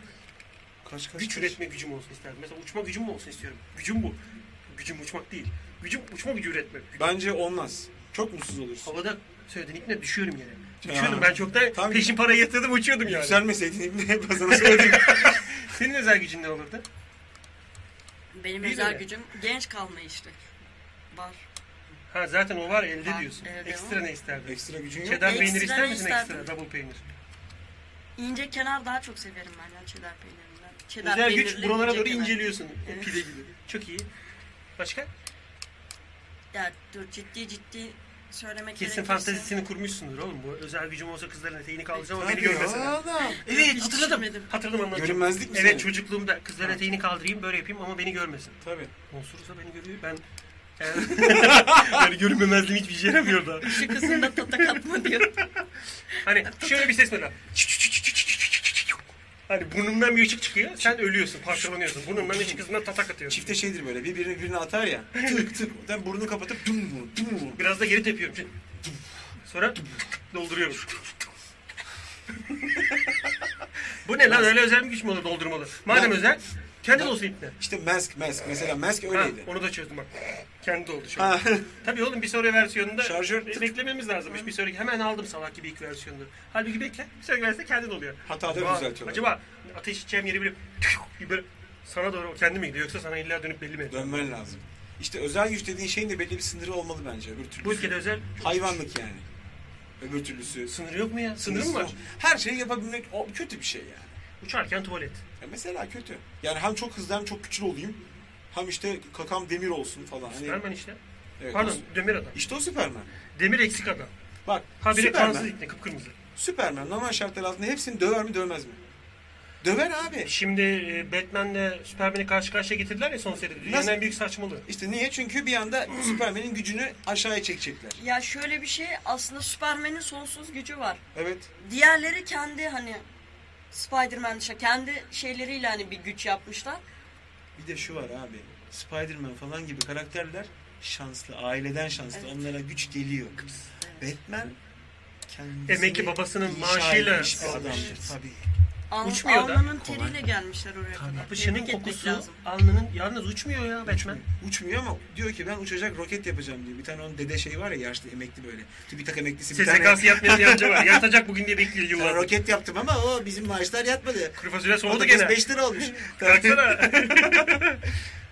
Speaker 2: Kaç kaç.
Speaker 3: Güç
Speaker 2: kaç.
Speaker 3: üretme gücüm olsun isterdim. Mesela uçma gücüm mü olsun istiyorum? Gücüm bu. Gücüm uçmak değil. Gücüm uçma gücü üretmek. Gücüm-
Speaker 2: Bence olmaz. Çok mutsuz olursun.
Speaker 3: Havada söylediğin ilk ne? Düşüyorum yere.
Speaker 2: Ya.
Speaker 3: Düşüyordum ben çoktan
Speaker 2: Tam-
Speaker 3: peşin parayı yatırdım uçuyordum yani.
Speaker 2: Yükselmeseydin İbni Ebbas sana söyledim.
Speaker 3: Senin özel gücün ne olurdu?
Speaker 4: Benim
Speaker 3: İyi
Speaker 4: özel
Speaker 3: de.
Speaker 4: gücüm genç kalma işte. Var.
Speaker 3: Ha zaten o var elde
Speaker 4: Ha,
Speaker 3: diyorsun.
Speaker 4: elde
Speaker 3: ekstra
Speaker 4: var.
Speaker 3: ne isterdin?
Speaker 2: Ekstra gücün yok.
Speaker 3: Çedar
Speaker 4: Ekstra
Speaker 3: peynir
Speaker 4: ne
Speaker 3: ister misin
Speaker 4: isterdim?
Speaker 3: ekstra? Double peynir.
Speaker 4: İnce kenar daha çok severim ben ya çedar peynirinden. Çedar
Speaker 3: Özel güç
Speaker 4: peynirli
Speaker 3: buralara
Speaker 4: ince
Speaker 3: doğru
Speaker 4: kenar.
Speaker 3: inceliyorsun.
Speaker 4: Evet.
Speaker 3: Pide gibi. Çok iyi. Başka?
Speaker 4: Ya dur ciddi ciddi söylemek
Speaker 3: Kesin
Speaker 4: gerekirse-
Speaker 3: fantezisini kurmuşsundur oğlum. Bu özel gücüm olsa kızların eteğini kaldıracağım ama beni
Speaker 2: Tabii
Speaker 3: görmesinler.
Speaker 2: adam.
Speaker 3: Evet
Speaker 4: Hiç
Speaker 3: hatırladım.
Speaker 4: düşünmedim.
Speaker 3: Hatırladım anlatacağım.
Speaker 2: Görünmezlik mi
Speaker 3: Evet
Speaker 2: senin?
Speaker 3: çocukluğumda kızların eteğini kaldırayım böyle yapayım ama beni görmesin.
Speaker 2: Tabii.
Speaker 3: Monsursa beni görüyor. Ben yani görünmemezliğim hiçbir işe yaramıyor da.
Speaker 4: Şu kızın da tata katma diyor.
Speaker 3: Hani şöyle bir ses mesela. Hani burnumdan bir ışık çıkıyor. Sen ölüyorsun, parçalanıyorsun. Burnumdan ışık hızına tatak atıyorsun.
Speaker 2: Çifte şeydir böyle. Bir birini birine atar ya. Tık tık. Ben burnunu kapatıp dum vur dum vur.
Speaker 3: Biraz da geri tepiyorum. Sonra dolduruyorum. Bu ne lan? Öyle özel bir güç mü olur doldurmalı? Madem
Speaker 2: Ben-
Speaker 3: özel, kendi olsun ipne.
Speaker 2: İşte mask mask. Mesela mask
Speaker 3: Ha,
Speaker 2: öyleydi.
Speaker 3: onu da çözdüm bak. Kendi oldu şu an.
Speaker 2: Ha.
Speaker 3: Tabii oğlum bir sonraki versiyonunda
Speaker 2: Şarjör-
Speaker 3: be- beklememiz lazımmış. Bir sonraki hemen aldım salak gibi ilk versiyonunu. Halbuki bekle. Bir sonraki versiyonda kendin oluyor.
Speaker 2: Hataları
Speaker 3: Acaba-
Speaker 2: düzeltiyorlar.
Speaker 3: Acaba ateş içeceğim yeri bilip böyle sana doğru kendi mi gidiyor yoksa sana illa dönüp belli mi? ediyor?
Speaker 2: Dönmen lazım. İşte özel güç dediğin şeyin de belli bir sınırı olmalı bence. Öbür türlüsü.
Speaker 3: Bu ülkede özel
Speaker 2: Hayvanlık yani. Öbür türlüsü.
Speaker 3: sınırı yok mu ya? Sınırı mı var?
Speaker 2: Her şeyi yapabilmek o kötü bir şey yani.
Speaker 3: Uçarken tuvalet.
Speaker 2: Ya mesela kötü. Yani hem çok hızlı hem çok güçlü olayım. Hem işte kakam demir olsun falan. Hani,
Speaker 3: Süpermen işte.
Speaker 2: Evet,
Speaker 3: Pardon
Speaker 2: o-
Speaker 3: demir adam.
Speaker 2: İşte o Süpermen.
Speaker 3: Demir eksik adam.
Speaker 2: Bak
Speaker 3: Ha biri
Speaker 2: Süpermen.
Speaker 3: kansız ipne kıpkırmızı.
Speaker 2: Süpermen normal şartlar altında hepsini döver mi dövmez mi? Döver abi.
Speaker 3: Şimdi e, Batman'le Superman'i karşı karşıya getirdiler ya son seride. Dünyanın
Speaker 2: Nasıl?
Speaker 3: en büyük saçmalığı.
Speaker 2: İşte niye? Çünkü bir anda Süpermen'in gücünü aşağıya çekecekler.
Speaker 4: Ya şöyle bir şey aslında Superman'in sonsuz gücü var.
Speaker 2: Evet.
Speaker 4: Diğerleri kendi hani Spider-Man dışında kendi şeyleriyle hani bir güç yapmışlar.
Speaker 2: Bir de şu var abi. Spider-Man falan gibi karakterler şanslı, aileden şanslı.
Speaker 4: Evet.
Speaker 2: Onlara güç geliyor. Batman kendisini
Speaker 3: Emekli babasının
Speaker 2: inşa
Speaker 3: maaşıyla
Speaker 2: etmiş bir
Speaker 3: almış.
Speaker 2: adamdır tabii.
Speaker 4: Al-
Speaker 3: Uçmuyor da.
Speaker 4: Almanın
Speaker 2: Kolay.
Speaker 4: teriyle gelmişler oraya kadar.
Speaker 3: Yapışının
Speaker 4: Tebrik etmek
Speaker 3: kokusu
Speaker 4: lazım.
Speaker 3: alnının yalnız uçmuyor ya Batman.
Speaker 2: Uçmuyor ama diyor ki ben uçacak roket yapacağım diyor. Bir tane onun dede şeyi var ya yaşlı emekli böyle. TÜBİTAK emeklisi bir tane.
Speaker 3: SSK'sı yapmayan bir amca var. Yatacak bugün diye bekliyor
Speaker 2: Ben
Speaker 3: yıllardır.
Speaker 2: roket yaptım ama o bizim maaşlar yatmadı.
Speaker 3: Kuru fasulye soğudu
Speaker 2: Patates
Speaker 3: gene.
Speaker 2: 5 lira olmuş.
Speaker 3: Baksana.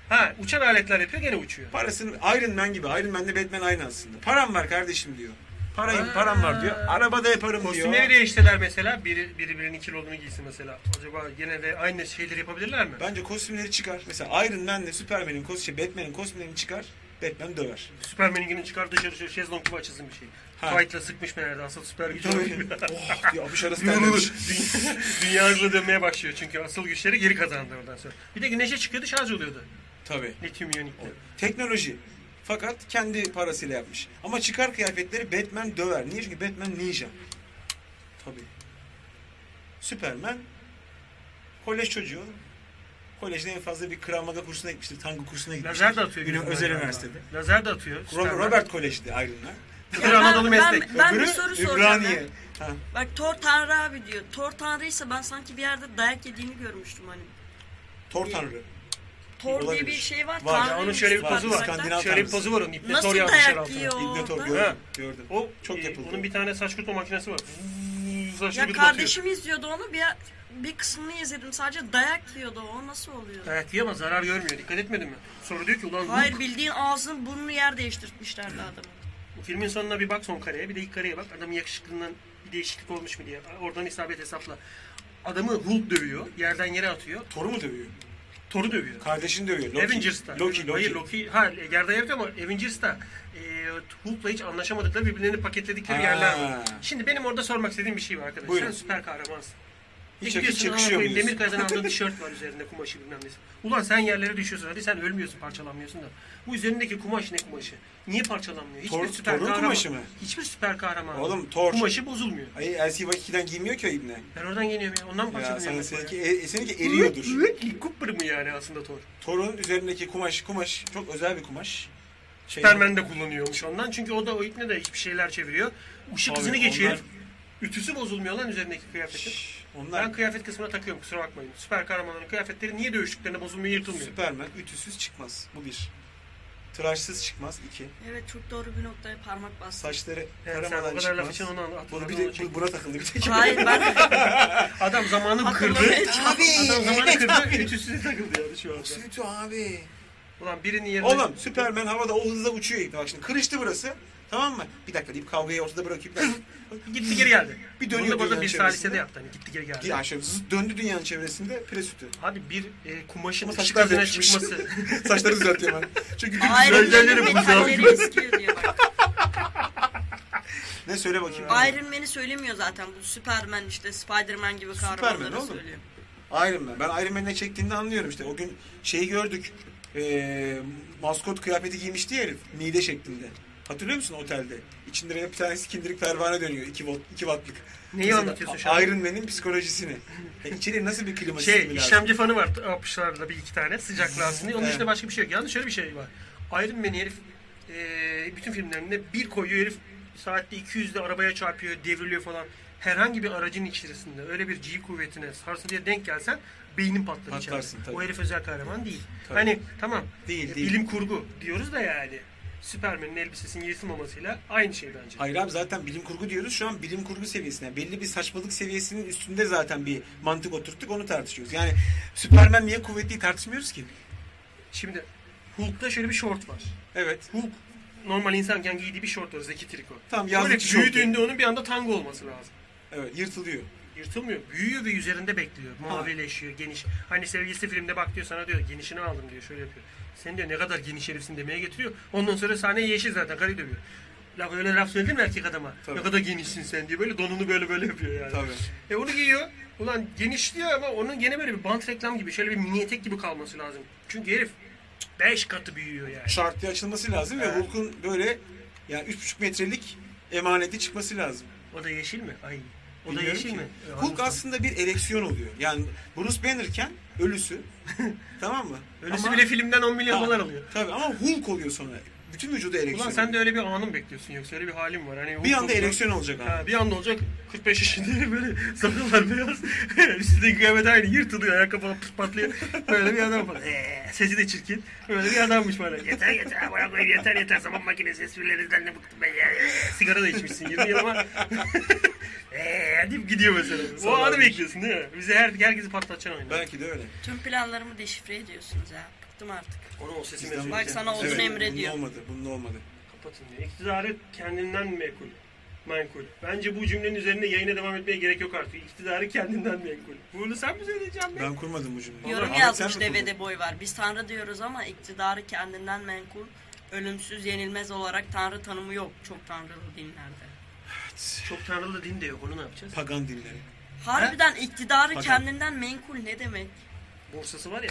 Speaker 3: ha uçan aletler yapıyor gene uçuyor.
Speaker 2: Parasını Iron Man gibi. Iron Man'le Batman aynı aslında. Param var kardeşim diyor. Parayım,
Speaker 3: Aa.
Speaker 2: param var diyor. Arabada yaparım diyor.
Speaker 3: Kostümleri değiştiler mesela. Biri, biri birinin kiloluğunu giysin mesela. Acaba gene de aynı şeyleri yapabilirler mi?
Speaker 2: Bence kostümleri çıkar. Mesela Iron Man'le Superman'in kostümü, Batman'in kostümlerini çıkar. Batman döver.
Speaker 3: Superman'in günü çıkar dışarı şöyle şezlong gibi açılsın bir şey.
Speaker 2: Ha.
Speaker 3: Fight'la sıkmış meğerse asıl süper gücü.
Speaker 2: Tabii. oh diyor apış arası terlemiş.
Speaker 3: Dünya- Dünya hızla dönmeye başlıyor çünkü asıl güçleri geri kazandı oradan sonra. Bir de güneşe çıkıyordu şarj oluyordu.
Speaker 2: Tabii.
Speaker 3: Lityum iyonikte.
Speaker 2: Teknoloji. Fakat kendi parasıyla yapmış. Ama çıkar kıyafetleri Batman döver. Niye? Çünkü Batman ninja. Tabii. Superman kolej çocuğu. Kolejde en fazla bir kravmaga kursuna gitmiştir. Tango kursuna gitmiştir.
Speaker 3: Lazer de atıyor.
Speaker 2: Ünü-
Speaker 3: gözünden
Speaker 2: özel
Speaker 3: galiba.
Speaker 2: üniversitede.
Speaker 3: Lazer de atıyor.
Speaker 2: Robert,
Speaker 3: Superman.
Speaker 2: Robert Kolej'di ayrımlar.
Speaker 3: Bir
Speaker 4: Ya ben-
Speaker 3: Anadolu meslek.
Speaker 4: Ben, ben bir soru soracağım. ya.
Speaker 2: İbraniye. Ha.
Speaker 4: Bak Thor Tanrı abi diyor. Thor Tanrıysa ben sanki bir yerde dayak yediğini görmüştüm hani.
Speaker 2: Tor Tanrı.
Speaker 4: Thor diye
Speaker 2: Olabilir.
Speaker 4: bir şey var.
Speaker 2: Var.
Speaker 4: Tanrı
Speaker 3: Onun şöyle bir
Speaker 2: Var,
Speaker 3: pozu var.
Speaker 2: İskandinav
Speaker 3: Şöyle bir
Speaker 2: tanrısı.
Speaker 3: pozu var onun. İple
Speaker 4: Nasıl
Speaker 3: tor yazmışlar
Speaker 4: dayak
Speaker 3: altına.
Speaker 4: yiyor
Speaker 2: İbne Tor
Speaker 4: orada?
Speaker 2: gördüm.
Speaker 3: Ha.
Speaker 2: Gördüm.
Speaker 3: O
Speaker 2: Çok
Speaker 3: e,
Speaker 2: yapıldı.
Speaker 3: Onun bir tane saç kurutma makinesi var. Vuuu, Saçını
Speaker 4: Ya
Speaker 3: bir
Speaker 4: kardeşim izliyordu onu bir bir kısmını izledim sadece dayak yiyordu o nasıl oluyor?
Speaker 3: Dayak yiyor ama zarar görmüyor. Dikkat etmedin mi? Sonra diyor ki ulan
Speaker 4: Hayır
Speaker 3: Luke,
Speaker 4: bildiğin ağzını burnunu yer değiştirtmişlerdi adamın.
Speaker 3: filmin sonuna bir bak son kareye bir de ilk kareye bak. Adamın yakışıklılığından bir değişiklik olmuş mu diye. Oradan isabet hesapla. adamı Hulk dövüyor. Yerden yere atıyor.
Speaker 2: Thor'u mu dövüyor?
Speaker 3: Thor'u dövüyor.
Speaker 2: Kardeşini dövüyor. Loki.
Speaker 3: Avengers'ta.
Speaker 2: Loki, Loki.
Speaker 3: Hayır Loki. Ha Gerda evet ama Avengers'ta e, Hulk'la hiç anlaşamadıkları birbirlerini paketledikleri
Speaker 2: Ha.
Speaker 3: yerler var. Şimdi benim orada sormak istediğim bir şey var arkadaşlar.
Speaker 2: Buyurun.
Speaker 3: Sen süper kahramansın.
Speaker 2: Hiç, hiç
Speaker 3: Gidiyorsun,
Speaker 2: yakışıyor
Speaker 3: "Aa, benim
Speaker 2: muyuz?
Speaker 3: Demir kazan aldığın tişört var üzerinde kumaşı bilmem nesi. Ulan sen yerlere düşüyorsun hadi sen ölmüyorsun parçalanmıyorsun da. Bu üzerindeki kumaş ne kumaşı? Niye parçalanmıyor? Hiçbir
Speaker 2: Thor-
Speaker 3: süper
Speaker 2: Thor'un
Speaker 3: kahraman.
Speaker 2: kumaşı mı?
Speaker 3: Hiçbir süper kahraman.
Speaker 2: Oğlum, Thor-
Speaker 3: Kumaşı bozulmuyor.
Speaker 2: Ay Elsie Vakiki'den giymiyor ki o ibne.
Speaker 3: Ben oradan geliyorum ya. Ondan
Speaker 2: Ya
Speaker 3: parçalanıyor.
Speaker 2: sen,
Speaker 3: mesela ya.
Speaker 2: seninki, e, seninki eriyordur.
Speaker 3: Ridley Cooper mı yani aslında Thor?
Speaker 2: Thor'un üzerindeki kumaş kumaş çok özel bir kumaş. Şey,
Speaker 3: Superman de kullanıyormuş ondan. Çünkü o da o ipne de hiçbir şeyler çeviriyor. Işık
Speaker 2: Abi
Speaker 3: hızını geçiyor.
Speaker 2: onlar-
Speaker 3: herif. Ütüsü bozulmuyor lan üzerindeki kıyafetin. Ben
Speaker 2: Onlar
Speaker 3: kıyafet kısmına takıyorum kusura bakmayın. Süper kahramanların kıyafetleri niye dövüştüklerinde bozulmuyor yırtılmıyor.
Speaker 2: Superman ütüsüz çıkmaz. Bu bir. Tıraşsız çıkmaz. iki.
Speaker 4: Evet çok doğru bir noktaya parmak bastın.
Speaker 2: Saçları
Speaker 3: Evet, sen
Speaker 2: taramadan
Speaker 3: o kadar laf
Speaker 2: çıkmaz.
Speaker 3: için onu anlat.
Speaker 2: Bunu bir de, bu- buna takıldı bir tek.
Speaker 4: Hayır ben
Speaker 3: şey- Adam zamanı kırdı.
Speaker 4: Hatırlamaya
Speaker 3: Adam zamanı kırdı. Ütüsüne takıldı yani şu anda.
Speaker 2: Sütü abi.
Speaker 3: Ulan birinin yerine...
Speaker 2: Oğlum Superman havada o hızla uçuyor ipne. Bak şimdi kırıştı burası. Tamam mı? Bir dakika deyip kavgayı ortada bırakıp ben...
Speaker 3: Gitti geri geldi.
Speaker 2: Bir dönüyor
Speaker 3: Bunu da burada
Speaker 2: dünyanın
Speaker 3: bir
Speaker 2: çevresinde.
Speaker 3: salisede yaptı. Hani gitti geri geldi.
Speaker 2: Ya şöyle zıt döndü dünyanın çevresinde pire sütü.
Speaker 3: Abi bir e, kumaşın
Speaker 2: Ama
Speaker 3: ışık
Speaker 2: saçlar
Speaker 3: hızına
Speaker 2: değişmiş.
Speaker 3: çıkması.
Speaker 2: Saçları düzeltiyor hemen. Çünkü dün
Speaker 4: Iron
Speaker 2: düzeltileri
Speaker 4: Man'in
Speaker 2: bu.
Speaker 4: metalleri eskiyor diyor bak.
Speaker 2: Ne söyle bakayım.
Speaker 4: Iron Man'i söylemiyor zaten bu Superman işte Spider-Man gibi kahramanları
Speaker 2: oğlum.
Speaker 4: söylüyor.
Speaker 2: Iron Man. Ben Iron Man'in ne çektiğini anlıyorum işte. O gün şeyi gördük. Ee, maskot kıyafeti giymişti ya herif. Mide şeklinde. Hatırlıyor musun otelde? İçinde böyle bir tanesi kindirik pervane dönüyor. 2 watt, 2 wattlık.
Speaker 3: Neyi
Speaker 2: Mesela
Speaker 3: anlatıyorsun şu an?
Speaker 2: Iron Man'in psikolojisini. E, içeri nasıl bir klima
Speaker 3: Şey,
Speaker 2: sistemi lazım?
Speaker 3: işlemci fanı var 60'larda bir iki tane sıcaklarsın diye. Onun
Speaker 2: Evet.
Speaker 3: dışında başka bir şey yok. Yalnız şöyle bir şey var. Iron Man herif e, bütün filmlerinde bir koyuyor herif saatte 200'de arabaya çarpıyor, devriliyor falan. Herhangi bir aracın içerisinde öyle bir G kuvvetine sarsıntıya denk gelsen beynin patlar
Speaker 2: Patlarsın,
Speaker 3: içeride.
Speaker 2: tabii.
Speaker 3: O herif özel kahraman değil.
Speaker 2: Tabii.
Speaker 3: Hani tamam
Speaker 2: Değil,
Speaker 3: e,
Speaker 2: değil.
Speaker 3: bilim kurgu diyoruz da yani. Superman'in elbisesinin yırtılmamasıyla aynı şey bence.
Speaker 2: Hayır abi zaten bilim kurgu diyoruz. Şu an bilim kurgu seviyesine. Yani belli bir saçmalık seviyesinin üstünde zaten bir mantık oturttuk. Onu tartışıyoruz. Yani Superman niye kuvvetli tartışmıyoruz ki?
Speaker 3: Şimdi Hulk'ta şöyle bir short var.
Speaker 2: Evet.
Speaker 3: Hulk normal insanken giydiği bir şort var zeki triko.
Speaker 2: Tamam, yazlık
Speaker 3: Böyle
Speaker 2: tişörtü.
Speaker 3: büyüdüğünde onun bir anda tango olması lazım.
Speaker 2: Evet yırtılıyor.
Speaker 3: Yırtılmıyor. Büyüyor ve üzerinde bekliyor. Mavileşiyor, geniş. Hani sevgilisi filmde bak diyor sana diyor genişini aldım diyor şöyle yapıyor. Sen diyor ne kadar geniş herifsin demeye getiriyor. Ondan sonra sahne yeşil zaten karı dövüyor. Laf öyle laf söyledin mi erkek adama?
Speaker 2: Tabii.
Speaker 3: Ne kadar genişsin sen diye böyle donunu böyle böyle yapıyor yani.
Speaker 2: Tabii.
Speaker 3: E onu giyiyor. Ulan genişliyor ama onun gene böyle bir bant reklam gibi şöyle bir mini etek gibi kalması lazım. Çünkü herif 5 katı büyüyor yani.
Speaker 2: şartlı açılması lazım ve Hulk'un böyle yani 3,5 metrelik emaneti çıkması lazım.
Speaker 3: O da yeşil mi? Ay. O da
Speaker 2: Bilmiyorum
Speaker 3: yeşil
Speaker 2: ki.
Speaker 3: mi? E,
Speaker 2: Hulk
Speaker 3: anlamadım.
Speaker 2: aslında bir eleksiyon oluyor. Yani Bruce Banner'ken ölüsü. tamam mı?
Speaker 3: Ölüsü
Speaker 2: Ama-
Speaker 3: bile filmden 10 milyon
Speaker 2: Ha,
Speaker 3: dolar alıyor.
Speaker 2: Tabii ama Hulk oluyor sonra. Bütün vücuda eleksiyon.
Speaker 3: Ulan sen de öyle bir anın bekliyorsun yoksa öyle bir halim var. Hani
Speaker 2: Şey- bir anda
Speaker 3: olacak-
Speaker 2: eleksiyon olacak abi.
Speaker 3: Ha, bir anda olacak 45 yaşında böyle sakalar beyaz. Üstündeki kıyafet aynı yırtılıyor. Ayakkabı falan pıs patlıyor. Böyle bir adam var. Eee, sesi de çirkin. Böyle bir adammış bana. Yeter yeter. Bana koyayım yeter yeter. Zaman makinesi esprilerinizden ne bıktım ben ya. Eee, Sigara da içmişsin 20 yıl ama. Eee deyip gidiyor mesela. o anı
Speaker 2: Salarmış.
Speaker 3: bekliyorsun değil mi? Bize her, herkesi patlatacaksın oyunu.
Speaker 2: Belki de öyle.
Speaker 4: Tüm planlarımı deşifre ediyorsunuz ya. Bıktım artık.
Speaker 3: Onun o sesi
Speaker 2: Bizden-
Speaker 3: mesela-
Speaker 4: Bak sana odun emrediyor.
Speaker 2: Bunun olmadı, bunun olmadı.
Speaker 3: Kapatın diyor. İktidarı kendinden menkul. Menkul. Bence bu cümlenin üzerine yayına devam etmeye gerek yok artık. İktidarı kendinden menkul. Bunu sen mi söyleyeceksin be?
Speaker 2: Ben kurmadım bu cümleyi.
Speaker 4: Yorum
Speaker 2: Ahmet, sen mi
Speaker 4: yazmış
Speaker 2: kurdun?
Speaker 4: devede boy var. Biz tanrı diyoruz ama iktidarı kendinden menkul, ölümsüz, yenilmez olarak tanrı tanımı yok çok tanrılı dinlerde.
Speaker 3: Çok tanrılı din de yok. Onu ne yapacağız?
Speaker 2: Pagan dinleri.
Speaker 4: Harbiden iktidarı
Speaker 2: Hadi.
Speaker 4: kendinden menkul ne demek?
Speaker 3: Borsası var ya.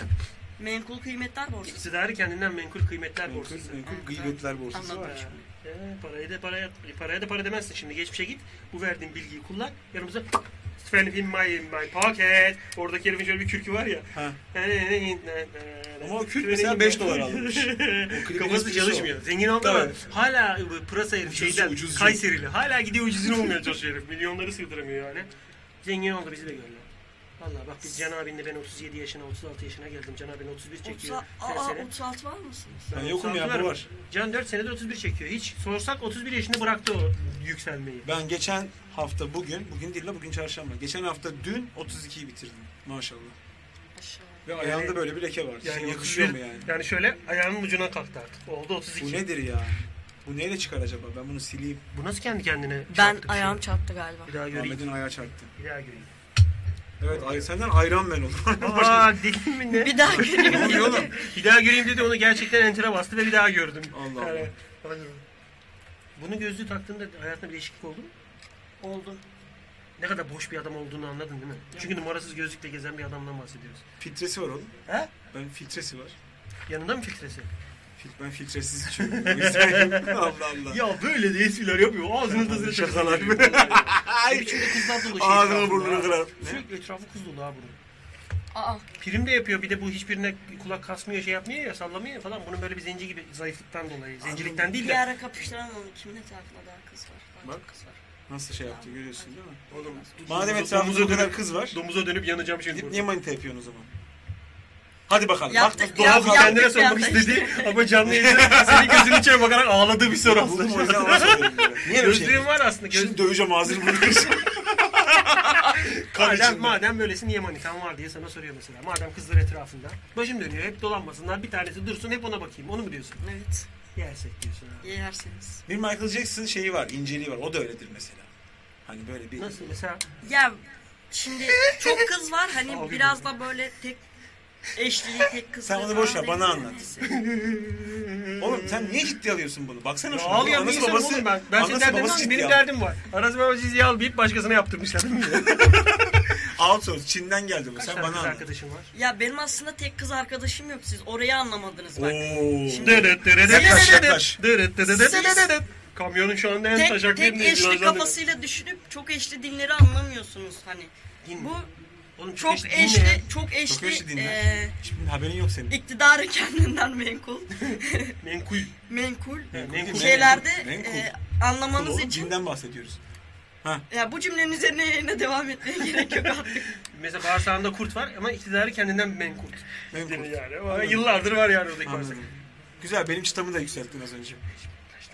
Speaker 4: Menkul kıymetler borsası.
Speaker 3: İktidarı kendinden menkul kıymetler
Speaker 2: Menkul,
Speaker 3: borsası.
Speaker 2: menkul gıybetler borsası var.
Speaker 4: Anladım.
Speaker 3: Ha, ee, parayı da paraya, paraya da para demezsin şimdi. Geçmişe git. Bu verdiğin bilgiyi kullan. Yanımıza Spend in my, in my pocket. Oradaki herifin şöyle bir kürkü var ya.
Speaker 2: Ha. Ama o Kürt mesela 5 dolar almış. O klibin
Speaker 3: Kafası
Speaker 2: esprisi o.
Speaker 3: çalışmıyor. Zengin oldu ama
Speaker 2: Tabii.
Speaker 3: hala bu pırasa herif
Speaker 2: Ucuzcu,
Speaker 3: şeyden
Speaker 2: ucuzcu.
Speaker 3: Kayserili. Hala gidiyor ucuzunu olmaya çalışıyor herif. Milyonları sığdıramıyor yani. Zengin oldu bizi de görüyor. Valla bak biz Can abinle ben 37 yaşına 36 yaşına geldim. Can abin 31 çekiyor.
Speaker 4: Otsa-
Speaker 3: Sen
Speaker 4: Aa,
Speaker 3: sene.
Speaker 4: 36 var mısınız?
Speaker 3: Ben
Speaker 2: Ben yokum ya, bu
Speaker 3: 36'larım.
Speaker 2: var.
Speaker 3: Can 4 senedir 31 çekiyor. Hiç sorsak 31 yaşında bıraktı o yükselmeyi.
Speaker 2: Ben geçen hafta bugün, bugün değil la bugün çarşamba. Geçen hafta dün 32'yi bitirdim maşallah.
Speaker 4: Aşağı.
Speaker 2: Ve ayağımda böyle bir leke var. Yani Şey, yakışıyor mu
Speaker 3: 31
Speaker 2: yani?
Speaker 3: Yani şöyle ayağının ucuna kalktı artık. Oldu 32.
Speaker 2: Bu nedir ya? Bu neyle çıkar acaba? Ben bunu sileyim.
Speaker 3: Bu nasıl kendi kendine
Speaker 4: Ben
Speaker 3: çarptı bir şey?
Speaker 4: ayağım çarptı galiba.
Speaker 3: Bir daha göreyim.
Speaker 2: Ahmet'in ayağı çarptı.
Speaker 3: Bir daha göreyim.
Speaker 2: Evet ay- senden Iron Man oldu. Başka-
Speaker 3: Aa dedim mi ne?
Speaker 4: Bir daha
Speaker 2: ne
Speaker 4: göreyim.
Speaker 2: oluyor oğlum?
Speaker 3: Bir daha göreyim dedi onu gerçekten enter'a bastı ve bir daha gördüm.
Speaker 2: Allah Allah.
Speaker 3: Yani, hani Bunu gözlüğü taktığında hayatında bir değişiklik oldu mu?
Speaker 4: Oldu.
Speaker 3: Ne kadar boş bir adam olduğunu anladın değil mi? Çünkü numarasız gözlükle gezen bir adamdan bahsediyoruz.
Speaker 2: Filtresi var oğlum.
Speaker 3: He?
Speaker 2: Ben filtresi var.
Speaker 3: Yanında mı filtresi?
Speaker 2: Fil- Ben filtresiz içiyorum. O yüzden- Allah Allah.
Speaker 3: Ya böyle de espriler yapıyor. Ağzınızda zırh
Speaker 2: Şakalar.
Speaker 3: Ay şimdi kızlar dolaşıyor.
Speaker 2: Ağzını
Speaker 3: şey etrafında.
Speaker 2: burnunu kırar.
Speaker 3: Sürekli etrafı kız dolu ha bunun.
Speaker 4: Aa.
Speaker 3: Prim de yapıyor bir de bu hiçbirine kulak kasmıyor şey yapmıyor ya sallamıyor ya falan. Bunun böyle bir zenci gibi zayıflıktan dolayı. Zencilikten değil
Speaker 4: Bir
Speaker 3: de.
Speaker 4: ara kapıştıran onu. Kimle takla daha kız var. Daha çok
Speaker 2: Bak.
Speaker 4: kız var.
Speaker 2: Nasıl şey yaptı görüyorsun değil mi?
Speaker 3: Oğlum,
Speaker 2: Madem
Speaker 3: domuza-
Speaker 2: etrafımızda o
Speaker 3: domuza
Speaker 2: kadar
Speaker 3: dönüp-
Speaker 2: kız var.
Speaker 3: Domuza dönüp yanacağım şimdi.
Speaker 2: Gidip
Speaker 3: burada.
Speaker 2: niye manita yapıyorsun o zaman? Hadi bakalım.
Speaker 4: Yaptı-
Speaker 2: Bak, bak,
Speaker 3: Doğa
Speaker 4: Yap-
Speaker 3: bu kendine
Speaker 4: yaptık
Speaker 3: sormak
Speaker 4: ya.
Speaker 3: istedi ama canlı yayında senin gözünün içine bakarak ağladığı bir soru
Speaker 2: Buldum o
Speaker 3: aslında.
Speaker 2: yüzden ona soruyorum böyle. Niye böyle şey
Speaker 3: Gözlüğüm var aslında. Göz...
Speaker 2: Şimdi döveceğim ağzını bunu kırsın. Kan
Speaker 3: madem,
Speaker 2: içinde.
Speaker 3: madem böylesi niye manitan var diye sana soruyor mesela. Madem kızlar etrafında. Başım dönüyor hep dolanmasınlar. Bir tanesi dursun hep ona bakayım. Onu mu diyorsun?
Speaker 4: Evet.
Speaker 3: Yersek diyorsun abi.
Speaker 4: Yerseniz.
Speaker 2: Bir Michael Jackson şeyi var, inceliği var. O da öyledir mesela. Hani böyle bir...
Speaker 3: Nasıl mesela?
Speaker 4: Ya şimdi çok kız var hani
Speaker 3: Abi
Speaker 4: biraz da böyle tek eşliği tek kız.
Speaker 2: Sen onu boş ver, bana anlat. Oğlum sen niye ciddi alıyorsun bunu? Baksana şuna.
Speaker 3: Ağlayan bir
Speaker 2: Anası
Speaker 3: insanım
Speaker 2: babası-
Speaker 3: oğlum ben. Ben senin
Speaker 2: anası
Speaker 3: derdin
Speaker 2: babası
Speaker 3: var mı?
Speaker 2: ciddi
Speaker 3: Benim
Speaker 2: al-
Speaker 3: derdim var. Anası babası Cizi'yi alıp başkasına yaptırmışlar. değil mi?
Speaker 2: Outsource, Çin'den geldi bu.
Speaker 3: Kaç
Speaker 2: Sen
Speaker 3: tane
Speaker 2: bana
Speaker 3: kız
Speaker 2: anlat.
Speaker 3: arkadaşın var?
Speaker 4: Ya benim aslında tek kız arkadaşım yok siz orayı anlamadınız bak.
Speaker 2: Oo.
Speaker 3: Dırıt dırıt
Speaker 2: Yaklaş,
Speaker 3: dırıt
Speaker 2: yaklaş.
Speaker 3: dırıt dırıt dırıt
Speaker 4: Siz-
Speaker 3: dırıt. Kamyonun şu anda en
Speaker 4: Tek,
Speaker 3: taşak
Speaker 4: tek
Speaker 3: yerine
Speaker 4: eşli
Speaker 3: birazdan-
Speaker 4: kafasıyla düşünüp çok eşli dinleri anlamıyorsunuz hani.
Speaker 3: Din-
Speaker 4: Bu
Speaker 3: Oğlum
Speaker 4: çok
Speaker 3: eşli- din ne ya?
Speaker 4: eşli, çok eşli,
Speaker 2: Çok
Speaker 3: şey,
Speaker 2: eşli dinler.
Speaker 3: e,
Speaker 4: eee,
Speaker 2: Şimdi haberin yok senin.
Speaker 4: iktidarı kendinden menkul,
Speaker 3: Menkul.
Speaker 4: menkul
Speaker 3: Evet,
Speaker 2: Menkul.
Speaker 4: şeylerde
Speaker 2: Menkul.
Speaker 4: eee,
Speaker 2: Kul
Speaker 4: anlamanız
Speaker 2: oğlum,
Speaker 4: için.
Speaker 2: Çin'den bahsediyoruz.
Speaker 4: Ya bu cümlenin üzerine yayına devam etmeye gerek yok artık.
Speaker 3: Mesela bağırsağında kurt var ama iktidarı kendinden menkul.
Speaker 2: Menkul.
Speaker 3: Menkul. Yani. O
Speaker 2: Anladım.
Speaker 3: Yıllardır var yani oradaki bağırsak.
Speaker 2: Anladım. Güzel, benim çıtamı da yükselttin az önce.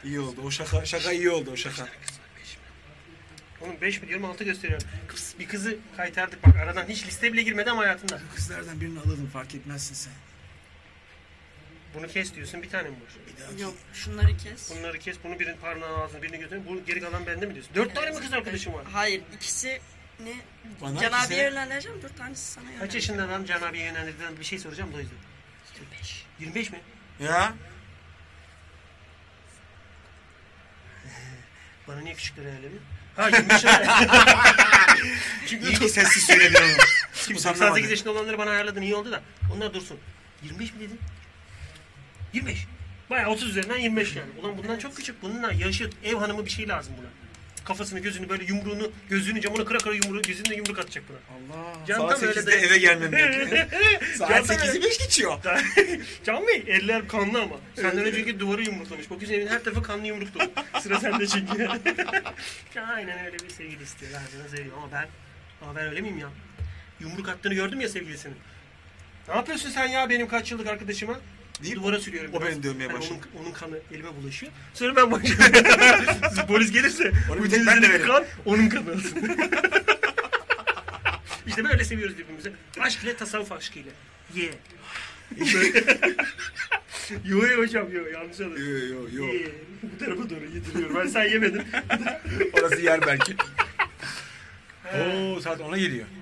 Speaker 2: İyi oldu. O şaka, şaka iyi oldu o şaka.
Speaker 3: Oğlum 5 mi diyorum 6 gösteriyorum. Kız, bir kızı kaytardık bak aradan hiç liste bile girmedi ama hayatında.
Speaker 2: Kızlardan birini alalım fark etmezsin sen.
Speaker 3: Bunu kes diyorsun bir tane mi var?
Speaker 2: Bir daha
Speaker 4: Yok şunları kes.
Speaker 3: Bunları kes bunu birinin parmağının ağzına birini götürün. Bu geri kalan bende mi diyorsun? 4 tane mi kız arkadaşım var?
Speaker 4: Hayır ikisi ne?
Speaker 2: Bana
Speaker 4: Can
Speaker 2: ikisi-
Speaker 4: abiye yönlendireceğim dört tanesi sana
Speaker 3: Kaç
Speaker 4: yönlendireceğim.
Speaker 3: yaşında lan Can abiye yönlendirdiğinden bir şey soracağım da o yüzden.
Speaker 4: 25.
Speaker 3: 25 mi?
Speaker 2: Ya?
Speaker 3: Bana niye küçükleri öyle mi? Ha 25 yaşında. Çünkü
Speaker 2: İyi ki sessiz söyledin onu. Kimse anlamadı.
Speaker 3: 98 yaşında olanları bana ayarladın iyi oldu da. Onlar dursun. 25 mi dedin? 25. Bayağı 30 üzerinden 25 yani. Ulan bundan çok küçük. Bununla yaşıt ev hanımı bir şey lazım buna. Kafasını gözünü böyle yumruğunu gözünü camına kıra kıra yumruğu gözünle yumruk atacak buna.
Speaker 2: Allah.
Speaker 3: Can
Speaker 2: Saat
Speaker 3: tam öyle
Speaker 2: 8'de
Speaker 3: de-
Speaker 2: eve gelmem bekliyor.
Speaker 3: Can
Speaker 2: Saat
Speaker 3: tam
Speaker 2: 8'i 5 geçiyor.
Speaker 3: Can Bey eller kanlı ama. Senden önceki duvarı yumruklamış. Bakıyorsun evin her tarafı kanlı yumruk dolu. Sıra sende çünkü. Aynen öyle bir sevgili istiyor. Ağzına seviyor ama ben, ama ben öyle miyim ya? Yumruk attığını gördüm ya sevgilisinin. Ne yapıyorsun sen ya benim kaç yıllık arkadaşıma?
Speaker 2: Deyip
Speaker 3: Duvara sürüyorum.
Speaker 2: o
Speaker 3: biraz.
Speaker 2: beni dövmeye
Speaker 3: Hani
Speaker 2: başladı.
Speaker 3: Onun, onun kanı elime bulaşıyor. Sonra ben başlıyorum. Polis gelirse
Speaker 2: Onu
Speaker 3: bu
Speaker 2: bir tek ben de
Speaker 3: cildindeki
Speaker 2: veririm.
Speaker 3: kan onun kanı olsun. işte böyle seviyoruz birbirimizi. Aşk ile tasavvuf aşkıyla. Ye. yo yo hocam yo yanlış anladım.
Speaker 2: Yo yo yo.
Speaker 3: Ye. Bu tarafa doğru yediriyorum. Ben sen yemedin.
Speaker 2: Orası yer belki. Oo saat 10'a geliyor.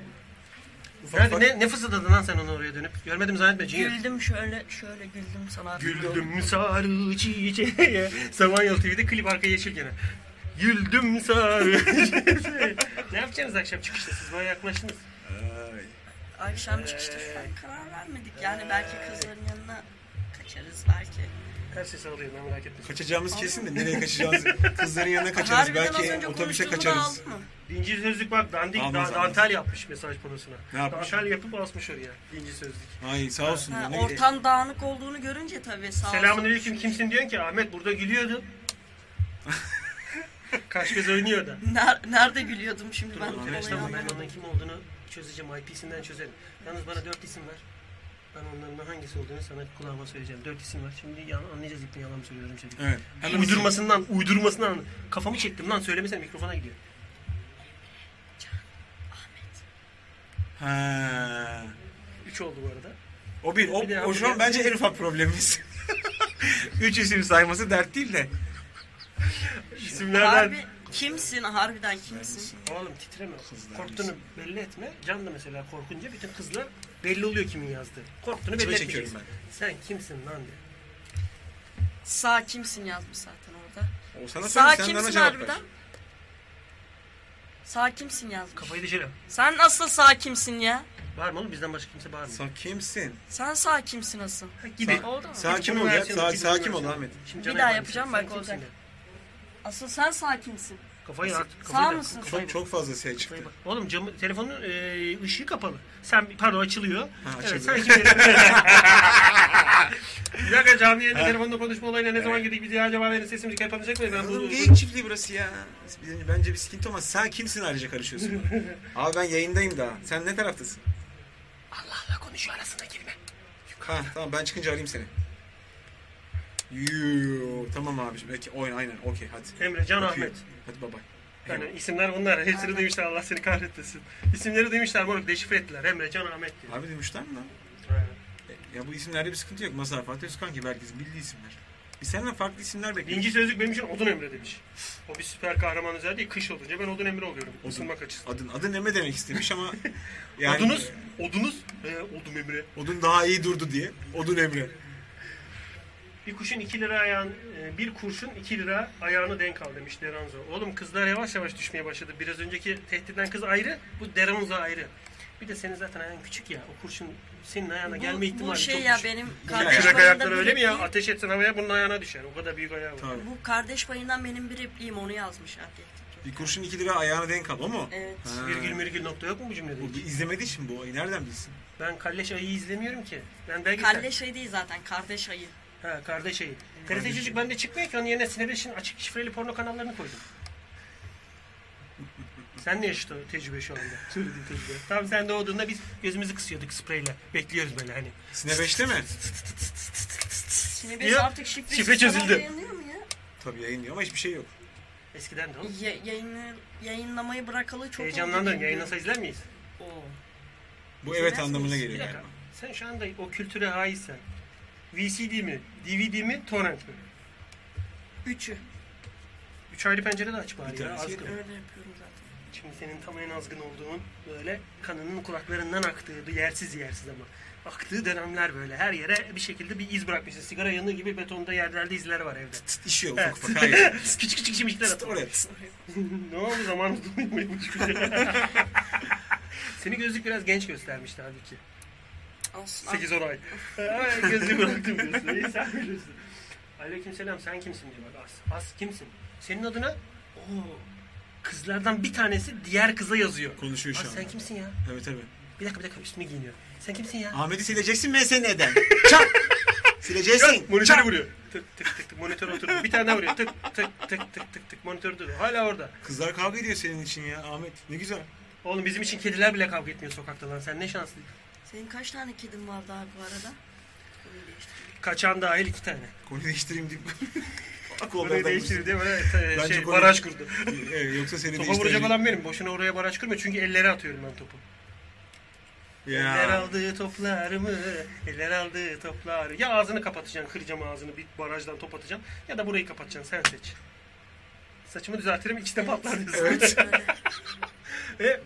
Speaker 2: Ufak
Speaker 3: Nerede,
Speaker 2: ufak-
Speaker 3: ne, ne fısıldadın lan sen onu oraya dönüp? Görmedim zannetme Cihir.
Speaker 4: Güldüm şöyle şöyle güldüm sana.
Speaker 3: Güldüm sarı çiçeğe. Samanyolu TV'de klip arka yeşil gene. Güldüm sarı çiçeğe. ne yapacaksınız akşam çıkışta? Siz bana yaklaştınız.
Speaker 2: Ay.
Speaker 4: Akşam çıkışta şu an karar vermedik. Yani belki kızların yanına kaçarız belki.
Speaker 3: Her sesi alıyorum ben merak etme.
Speaker 2: Kaçacağımız kesin de nereye kaçacağız? Kızların yanına kaçarız.
Speaker 4: Harbiden az
Speaker 2: Belki
Speaker 4: önce
Speaker 2: otobüse
Speaker 4: konuştuğumu
Speaker 2: kaçarız.
Speaker 4: aldın mı?
Speaker 3: Dinci sözlük bak dandik
Speaker 2: Almaz,
Speaker 3: dan-
Speaker 2: almaz.
Speaker 3: dantel yapmış mesaj panosuna.
Speaker 2: Ne yapmış?
Speaker 3: Dantel yapıp asmış oraya dinci sözlük.
Speaker 2: Ay sağ olsun.
Speaker 4: Ha,
Speaker 2: ne gerek-
Speaker 4: ortam dağınık olduğunu görünce tabii sağ olsun.
Speaker 3: Selamünaleyküm kimsin diyorsun ki Ahmet burada gülüyordu. Kaç kez oynuyor da.
Speaker 4: Ner- nerede gülüyordum şimdi ben?
Speaker 2: Ahmet,
Speaker 4: Olayı
Speaker 3: Arkadaşlar
Speaker 2: tamam.
Speaker 4: anlamadım.
Speaker 3: Bayman'dan kim olduğunu çözeceğim. IP'sinden çözerim. Yalnız bana dört isim ver. Ben onların da hangisi olduğunu sana kulağıma söyleyeceğim. Dört isim var. Şimdi yan, anlayacağız ipini yalan mı söylüyorum şimdi.
Speaker 2: Evet. Hemen
Speaker 3: uydurmasından, uydurmasından kafamı çektim lan söylemesene mikrofona gidiyor.
Speaker 2: Ha.
Speaker 3: Üç oldu bu arada.
Speaker 2: O bir. O,
Speaker 3: Bir de-
Speaker 2: o şu
Speaker 3: bir
Speaker 2: an
Speaker 3: de-
Speaker 2: bence en ufak problemimiz. Üç isim sayması dert değil de.
Speaker 3: İsimlerden
Speaker 4: Harbi Kimsin harbiden kimsin?
Speaker 2: Vermişsin.
Speaker 3: Oğlum titreme.
Speaker 2: Kızlar
Speaker 3: Korktuğunu
Speaker 2: misin?
Speaker 3: belli etme. Can da mesela korkunca bütün kızlar belli oluyor kimin yazdığı. Korktuğunu
Speaker 2: İçime
Speaker 3: belli
Speaker 2: çekiyorum
Speaker 3: etmeyeceksin. Sen kimsin lan diye.
Speaker 4: Sağ kimsin yazmış zaten orada.
Speaker 2: O sana
Speaker 4: Sağ
Speaker 2: söyleyeyim, sen bana
Speaker 4: kimsin
Speaker 2: cevap ver.
Speaker 4: harbiden? Sağ kimsin yazmış.
Speaker 3: Kafayı şey dışarı.
Speaker 4: Sen asıl sağ kimsin ya?
Speaker 3: Bağırma oğlum bizden başka kimse bağırmıyor.
Speaker 2: Sen kimsin?
Speaker 4: Sen sağ kimsin asıl?
Speaker 3: Ha, gibi.
Speaker 4: Oldu mu?
Speaker 2: Sakin
Speaker 3: Bunu
Speaker 2: ol ya.
Speaker 3: versene,
Speaker 2: Sa-
Speaker 3: gibi
Speaker 2: sakin ol
Speaker 3: versene.
Speaker 2: Ahmet.
Speaker 3: Şimdi
Speaker 4: Bir
Speaker 3: Can'a
Speaker 4: daha
Speaker 3: bak,
Speaker 4: yapacağım,
Speaker 3: sen
Speaker 4: bak
Speaker 3: kimsin
Speaker 4: olacak.
Speaker 3: diye.
Speaker 4: Asıl sen sağ kimsin?
Speaker 3: Kafayı at.
Speaker 4: Sağ
Speaker 3: kafayı da-
Speaker 4: mısın?
Speaker 2: Çok
Speaker 3: kafayı da-
Speaker 2: çok fazla şey
Speaker 3: kafayı
Speaker 2: çıktı.
Speaker 3: bak. Oğlum camı, telefonun e, ışığı kapalı. Sen pardon açılıyor.
Speaker 2: açılıyor.
Speaker 3: Evet sen kim Bir dakika canlı yayında telefonda konuşma olayına ne zaman girdik? Bizi acaba benim sesimiz kapanacak mı? Ben
Speaker 2: Anladım
Speaker 3: bunu...
Speaker 2: geyik çiftliği burası ya. Bence bir sıkıntı olmaz. Sen kimsin ayrıca karışıyorsun? Abi ben yayındayım daha. Sen ne taraftasın?
Speaker 3: Allah'la konuşuyor arasına girme.
Speaker 2: Ha tamam ben çıkınca arayayım seni. Yuu, tamam abiciğim. Peki oyun aynen. Okey hadi.
Speaker 3: Emre, Can,
Speaker 2: Öpüyorum.
Speaker 3: Ahmet.
Speaker 2: Hadi bye bye.
Speaker 3: Yani Hani isimler bunlar. Hepsini duymuşlar. Allah seni kahretmesin. İsimleri duymuşlar. Moruk deşifre ettiler. Emre, Can, Ahmet diye.
Speaker 2: Abi demişler mi lan? E, Ya bu isimlerde bir sıkıntı yok. Mazhar Fatih Özkan gibi herkesin bildiği isimler. Biz senden farklı isimler bekliyoruz.
Speaker 3: İnci sözlük benim için Odun Emre demiş. O bir süper kahraman özelliği. Kış olunca ben Odun Emre oluyorum.
Speaker 2: Odun.
Speaker 3: Isınmak açısından.
Speaker 2: Adın adın Emre demek istemiş ama yani
Speaker 3: Odunuz? Odunuz? Ee, Odun Emre.
Speaker 2: Odun daha iyi durdu diye. Odun Emre.
Speaker 3: Bir kuşun 2 lira ayağın, e, bir kurşun 2 lira ayağını denk al demiş Deranzo. Oğlum kızlar yavaş yavaş düşmeye başladı. Biraz önceki tehditten kız ayrı, bu Deranzo ayrı. Bir de senin zaten ayağın küçük ya. O kurşun senin ayağına gelme
Speaker 4: Bu,
Speaker 3: ihtimali
Speaker 4: bu şey
Speaker 3: çok
Speaker 4: ya
Speaker 3: düşük.
Speaker 4: benim
Speaker 2: Kürek
Speaker 4: kardeş
Speaker 3: Kürek ayakları
Speaker 4: payımdan bir
Speaker 3: öyle mi ya?
Speaker 4: repliğim-
Speaker 3: Ateş etsen havaya bunun ayağına düşer. O kadar büyük ayağı var.
Speaker 4: Bu kardeş payından benim bir repliğim onu yazmış erkek.
Speaker 2: Bir kurşun 2 lira ayağına denk al o mu?
Speaker 4: Evet.
Speaker 2: Ha.
Speaker 3: Virgül virgül nokta yok mu bu cümlede?
Speaker 2: Bu bir izlemediği için bu ayı nereden bilsin?
Speaker 3: Ben Kalleş Ayı'yı izlemiyorum ki. Ben belgesel.
Speaker 4: Kardeş ayı değil zaten kardeş ayı.
Speaker 3: Ha Kardeş Ayı. TRT Çocuk bende çıkmıyor ki onun yerine Sinebeş'in açık şifreli porno kanallarını koydum. sen ne yaşadın o tecrübe şu anda? Söylediğin tecrübe. Tam sen doğduğunda biz gözümüzü kısıyorduk spreyle. Bekliyoruz böyle hani.
Speaker 2: Sine 5'te mi?
Speaker 4: Şimdi biz
Speaker 3: Ya,
Speaker 4: artık şifre,
Speaker 3: şifre çözüldü.
Speaker 4: Yayınlıyor mu ya?
Speaker 2: Tabii yayınlıyor ama hiçbir şey yok.
Speaker 3: Eskiden de oğlum.
Speaker 4: Ya, yayını, yayınlamayı bırakalı çok oldu
Speaker 3: Heyecanlandın.
Speaker 4: çünkü.
Speaker 3: Yayınlasa izler miyiz?
Speaker 4: Oo.
Speaker 2: Bu evet
Speaker 4: Nasıl
Speaker 2: anlamına
Speaker 4: bir-
Speaker 2: geliyor
Speaker 3: Bir dakika.
Speaker 2: galiba.
Speaker 3: Sen şu anda o kültüre haizsen. VCD mi? DVD mi? Torrent mi?
Speaker 4: Üçü.
Speaker 3: Üç ayrı pencerede aç bari
Speaker 2: Bir
Speaker 3: ya.
Speaker 2: tanesi
Speaker 3: Azgın.
Speaker 4: Öyle yapıyorum zaten.
Speaker 3: Şimdi senin tam en azgın olduğun böyle kanının kulaklarından aktığı, yersiz yersiz ama aktığı dönemler böyle her yere bir şekilde bir iz bırakmışsın. Sigara yanığı gibi betonda yerlerde izler var evde.
Speaker 2: Tıt işiyor
Speaker 3: Evet.
Speaker 2: ufak ufak. Hayır.
Speaker 3: küçük küçük şimşekler
Speaker 2: Tıt
Speaker 3: atıyor.
Speaker 2: oraya. tıt.
Speaker 3: ne oldu zamanımızda uyumayı bu şekilde. Seni gözlük biraz genç göstermişti halbuki.
Speaker 4: Aslında.
Speaker 3: 8-10 ay. Ay, Gözlüğü bıraktım diyorsun. İyi sen bilirsin. Aleykümselam sen kimsin diyor bak As. As kimsin? Senin adına Oo, kızlardan bir tanesi diğer kıza yazıyor.
Speaker 2: Konuşuyor şu
Speaker 3: As sen
Speaker 2: anda.
Speaker 3: kimsin ya?
Speaker 2: Evet evet.
Speaker 3: Bir dakika bir dakika üstüme giyiniyor. Sen kimsin ya?
Speaker 2: Ahmet'i sileceksin MSN'den. Çak! Sileceksin.
Speaker 3: Monitörü vuruyor. Tık tık tık tık monitör oturdu. Bir tane daha vuruyor. Tık tık tık tık tık tık monitör duruyor. Hala orada.
Speaker 2: Kızlar kavga ediyor senin için ya Ahmet. Ne güzel.
Speaker 3: Oğlum bizim için kediler bile kavga etmiyor sokakta lan. Sen ne şanslısın.
Speaker 4: Senin kaç tane kedin vardı abi bu arada? Konuyu değiştirdim.
Speaker 3: Kaçan dahil iki tane.
Speaker 2: Konuyu değiştireyim deyip. Ak oldu
Speaker 3: Orayı
Speaker 2: adam.
Speaker 3: değiştirdi böyle e,
Speaker 2: Bence
Speaker 3: şey
Speaker 2: konuyu-
Speaker 3: baraj kurdu.
Speaker 2: Evet, yoksa seni
Speaker 3: Topa vuracak
Speaker 2: değiştirecek.
Speaker 3: olan benim. Boşuna oraya baraj kurma çünkü ellere atıyorum ben topu. Eller
Speaker 2: Ya.
Speaker 3: aldığı toplarımı, eller aldığı topları. Ya ağzını kapatacaksın, kıracağım ağzını, bir barajdan top atacağım. Ya da burayı kapatacaksın, sen seç. Saçımı düzeltirim, ikisi de patlar diyorsun.
Speaker 2: Evet.
Speaker 4: Böyle
Speaker 3: Ve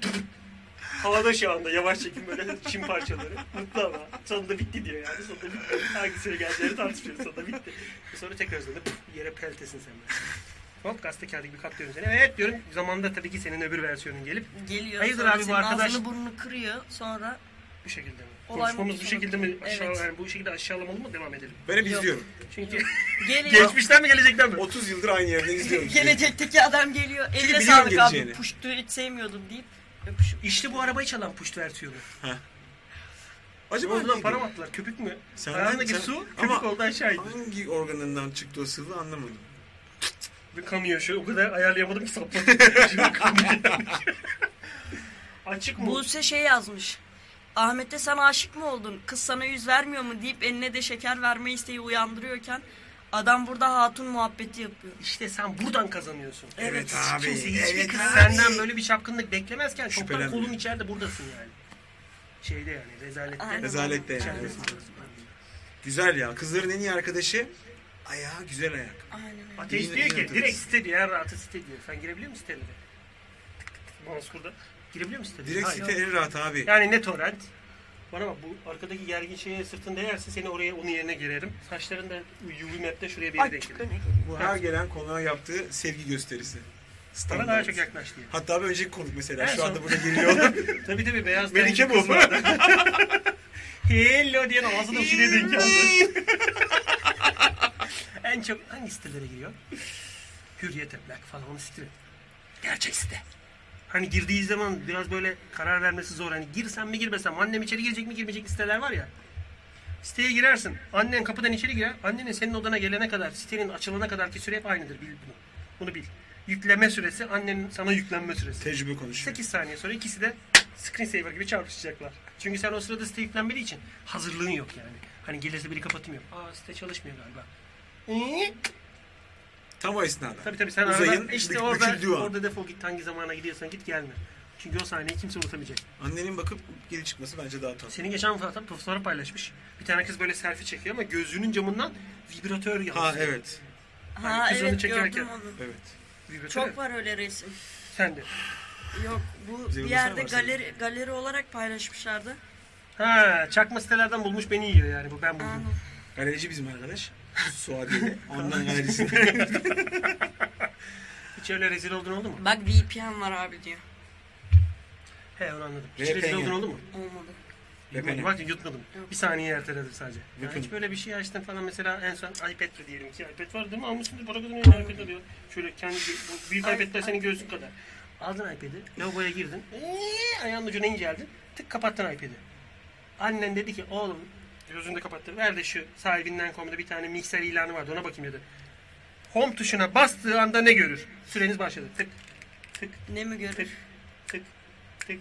Speaker 3: havada şu anda yavaş çekim böyle çim parçaları. Mutlu ama sonunda bitti diyor yani. Sonunda bitti. Hangisine geleceğini tartışıyoruz. Sonunda bitti. Sonra tekrar sonunda püf, yere peltesin sen böyle. Hop gazete kağıdı gibi katlıyorum seni. Evet diyorum. Zamanında tabii ki senin öbür versiyonun gelip
Speaker 4: Geliyor.
Speaker 3: Hayırdır
Speaker 4: sonra
Speaker 3: abi bu
Speaker 4: senin
Speaker 3: arkadaş-
Speaker 4: Ağzını burnunu kırıyor sonra.
Speaker 3: bu şekilde mi?
Speaker 4: Olay
Speaker 3: Konuşmamız bu
Speaker 4: mutlu
Speaker 3: şekilde mi?
Speaker 4: sonucu.
Speaker 3: Aşağı,
Speaker 4: Evet.
Speaker 3: yani bu şekilde aşağılamalı mı? Devam edelim.
Speaker 2: Ben hep izliyorum.
Speaker 3: Çünkü
Speaker 4: Geliyor.
Speaker 3: geçmişten mi gelecekten mi?
Speaker 2: 30 yıldır aynı yerden izliyorum.
Speaker 4: Gelecekteki adam geliyor. Eline
Speaker 2: biliyorum
Speaker 4: sağlık abi
Speaker 2: geleceğini.
Speaker 4: puştu hiç sevmiyordum deyip öpüşüp.
Speaker 3: İşte bu arabayı çalan push versiyonu.
Speaker 2: Acaba
Speaker 3: Oradan
Speaker 2: hangi,
Speaker 3: para mı attılar? Köpük mü?
Speaker 2: Sen-
Speaker 3: Ayağındaki
Speaker 2: sen-
Speaker 3: su
Speaker 2: ama-
Speaker 3: köpük oldu aşağı indi.
Speaker 2: hangi organından çıktı o sıvı anlamadım.
Speaker 3: Bir kamuya şu o kadar ayarlayamadım ki sapladım. Şimdi kamuya. Açık mı?
Speaker 4: Buse şey yazmış. Ahmet'e sen aşık mı oldun? Kız sana yüz vermiyor mu deyip eline de şeker verme isteği uyandırıyorken adam burada hatun muhabbeti yapıyor.
Speaker 3: İşte sen buradan kazanıyorsun.
Speaker 2: Evet abi,
Speaker 3: Kimse hiçbir
Speaker 2: evet
Speaker 3: kız
Speaker 2: abi.
Speaker 3: senden böyle bir çapkınlık beklemezken toprak
Speaker 2: Şüphelenmiyor.
Speaker 3: kolun içeride buradasın yani. Şeyde yani rezalette.
Speaker 4: Aynen.
Speaker 2: Rezalet de yani.
Speaker 3: İçeridesin.
Speaker 2: Güzel ya. Kızların en iyi arkadaşı Ayağı güzel ayak.
Speaker 4: Aynen öyle.
Speaker 3: Ateist
Speaker 2: Yine-
Speaker 3: diyor
Speaker 2: yine
Speaker 3: ki direkt
Speaker 2: ateist.
Speaker 3: site diyor. En rahatı site diyor. Sen girebiliyor musun sitelere? Manskur'da. Girebiliyor musun sitelere?
Speaker 2: Direkt
Speaker 3: Hayır.
Speaker 2: site en rahat abi.
Speaker 3: Yani ne torrent? Bana bak bu arkadaki gergin şeye sırtın değerse seni oraya onun yerine girerim. Saçların da UV map'te şuraya bir yere denk
Speaker 1: Açık
Speaker 3: gelir.
Speaker 1: öne
Speaker 2: Bu her gelen konuğa yaptığı sevgi gösterisi.
Speaker 3: Bana
Speaker 2: Standart.
Speaker 3: daha çok yaklaş diyor.
Speaker 2: Hatta bir önceki konuk mesela
Speaker 3: En
Speaker 2: şu anda
Speaker 3: son-
Speaker 2: burada geliyor.
Speaker 3: Tabii tabii beyaz
Speaker 2: Melike
Speaker 3: tenli kız
Speaker 2: bu.
Speaker 3: vardı. Hello diyen ağzına bir şeye denk geldi. en çok hangi sitelere giriyor? Hürriyet Emlak falan onu siktir et. Gerçek site. Hani girdiği zaman biraz böyle karar vermesi zor. Hani girsem mi girmesem, annem içeri girecek mi girmeyecek mi siteler var ya. Siteye girersin. Annen kapıdan içeri girer. Annenin senin odana gelene kadar, sitenin açılana kadarki süre hep aynıdır. Bil bunu. Bunu bil. Yükleme süresi, annenin sana yüklenme süresi.
Speaker 2: Tecrübe konuşuyor.
Speaker 3: 8 saniye sonra ikisi de screensaver gibi çarpışacaklar. Çünkü sen o sırada site yüklenmediği için hazırlığın yok yani. Hani gelirse biri kapatım yok. Aa site çalışmıyor galiba. Ee,
Speaker 2: Tam o esnada.
Speaker 3: tabii tabii sen
Speaker 2: Uzayın
Speaker 3: arada işte
Speaker 2: bük-
Speaker 3: orada,
Speaker 2: büküldüğü an.
Speaker 3: orada defol git hangi zamana gidiyorsan git gelme. Çünkü o sahneyi kimse unutamayacak.
Speaker 2: Annenin bakıp geri çıkması bence daha tatlı.
Speaker 3: Senin geçen fotoğraf profesör paylaşmış. Bir tane kız böyle selfie çekiyor ama gözlüğünün camından vibratör yansıyor.
Speaker 2: Ha evet.
Speaker 4: Ha
Speaker 3: kız onu
Speaker 4: evet
Speaker 3: çekerken-
Speaker 4: gördüm onu.
Speaker 2: Evet.
Speaker 3: Vibratör
Speaker 4: Çok
Speaker 3: ya.
Speaker 4: var öyle resim.
Speaker 3: Sen de.
Speaker 4: Yok bu
Speaker 2: Bize
Speaker 4: bir
Speaker 2: yollasana
Speaker 4: yerde
Speaker 2: varsa.
Speaker 4: galeri galeri olarak paylaşmışlardı.
Speaker 3: Ha çakma sitelerden bulmuş beni yiyor yani. Bu ben buldum.
Speaker 4: Aynen.
Speaker 2: Galerici bizim arkadaş. Suadiye'de. Ondan galerisi.
Speaker 3: Hiç öyle rezil oldun oldu mu?
Speaker 4: Bak VPN var abi diyor.
Speaker 3: He onu anladım. Hiç
Speaker 2: VPN.
Speaker 3: rezil oldun oldu mu?
Speaker 4: Olmadı.
Speaker 2: Vepenem.
Speaker 3: Bak yutmadım. Bir saniye erteledim sadece. Ya
Speaker 2: Bakın.
Speaker 3: hiç böyle bir şey açtım falan mesela en son iPad'le diyelim ki iPad var değil mi? Almışsındır para kadar iPad alıyor. Şöyle kendi bu büyük
Speaker 4: Ay,
Speaker 3: iPad'ler senin
Speaker 4: ay.
Speaker 3: göğsün kadar. Aldın iPad'i, lavaboya girdin. Ee, ayağın ucuna inceldin. Tık kapattın iPad'i. Annen dedi ki oğlum gözünü de kapattı. Ver de şu sahibinden komda bir tane mikser ilanı vardı ona bakayım dedi. Home tuşuna bastığı anda ne görür? Süreniz başladı. Tık tık
Speaker 4: Ne mi görür?
Speaker 3: Tık, tık, tık,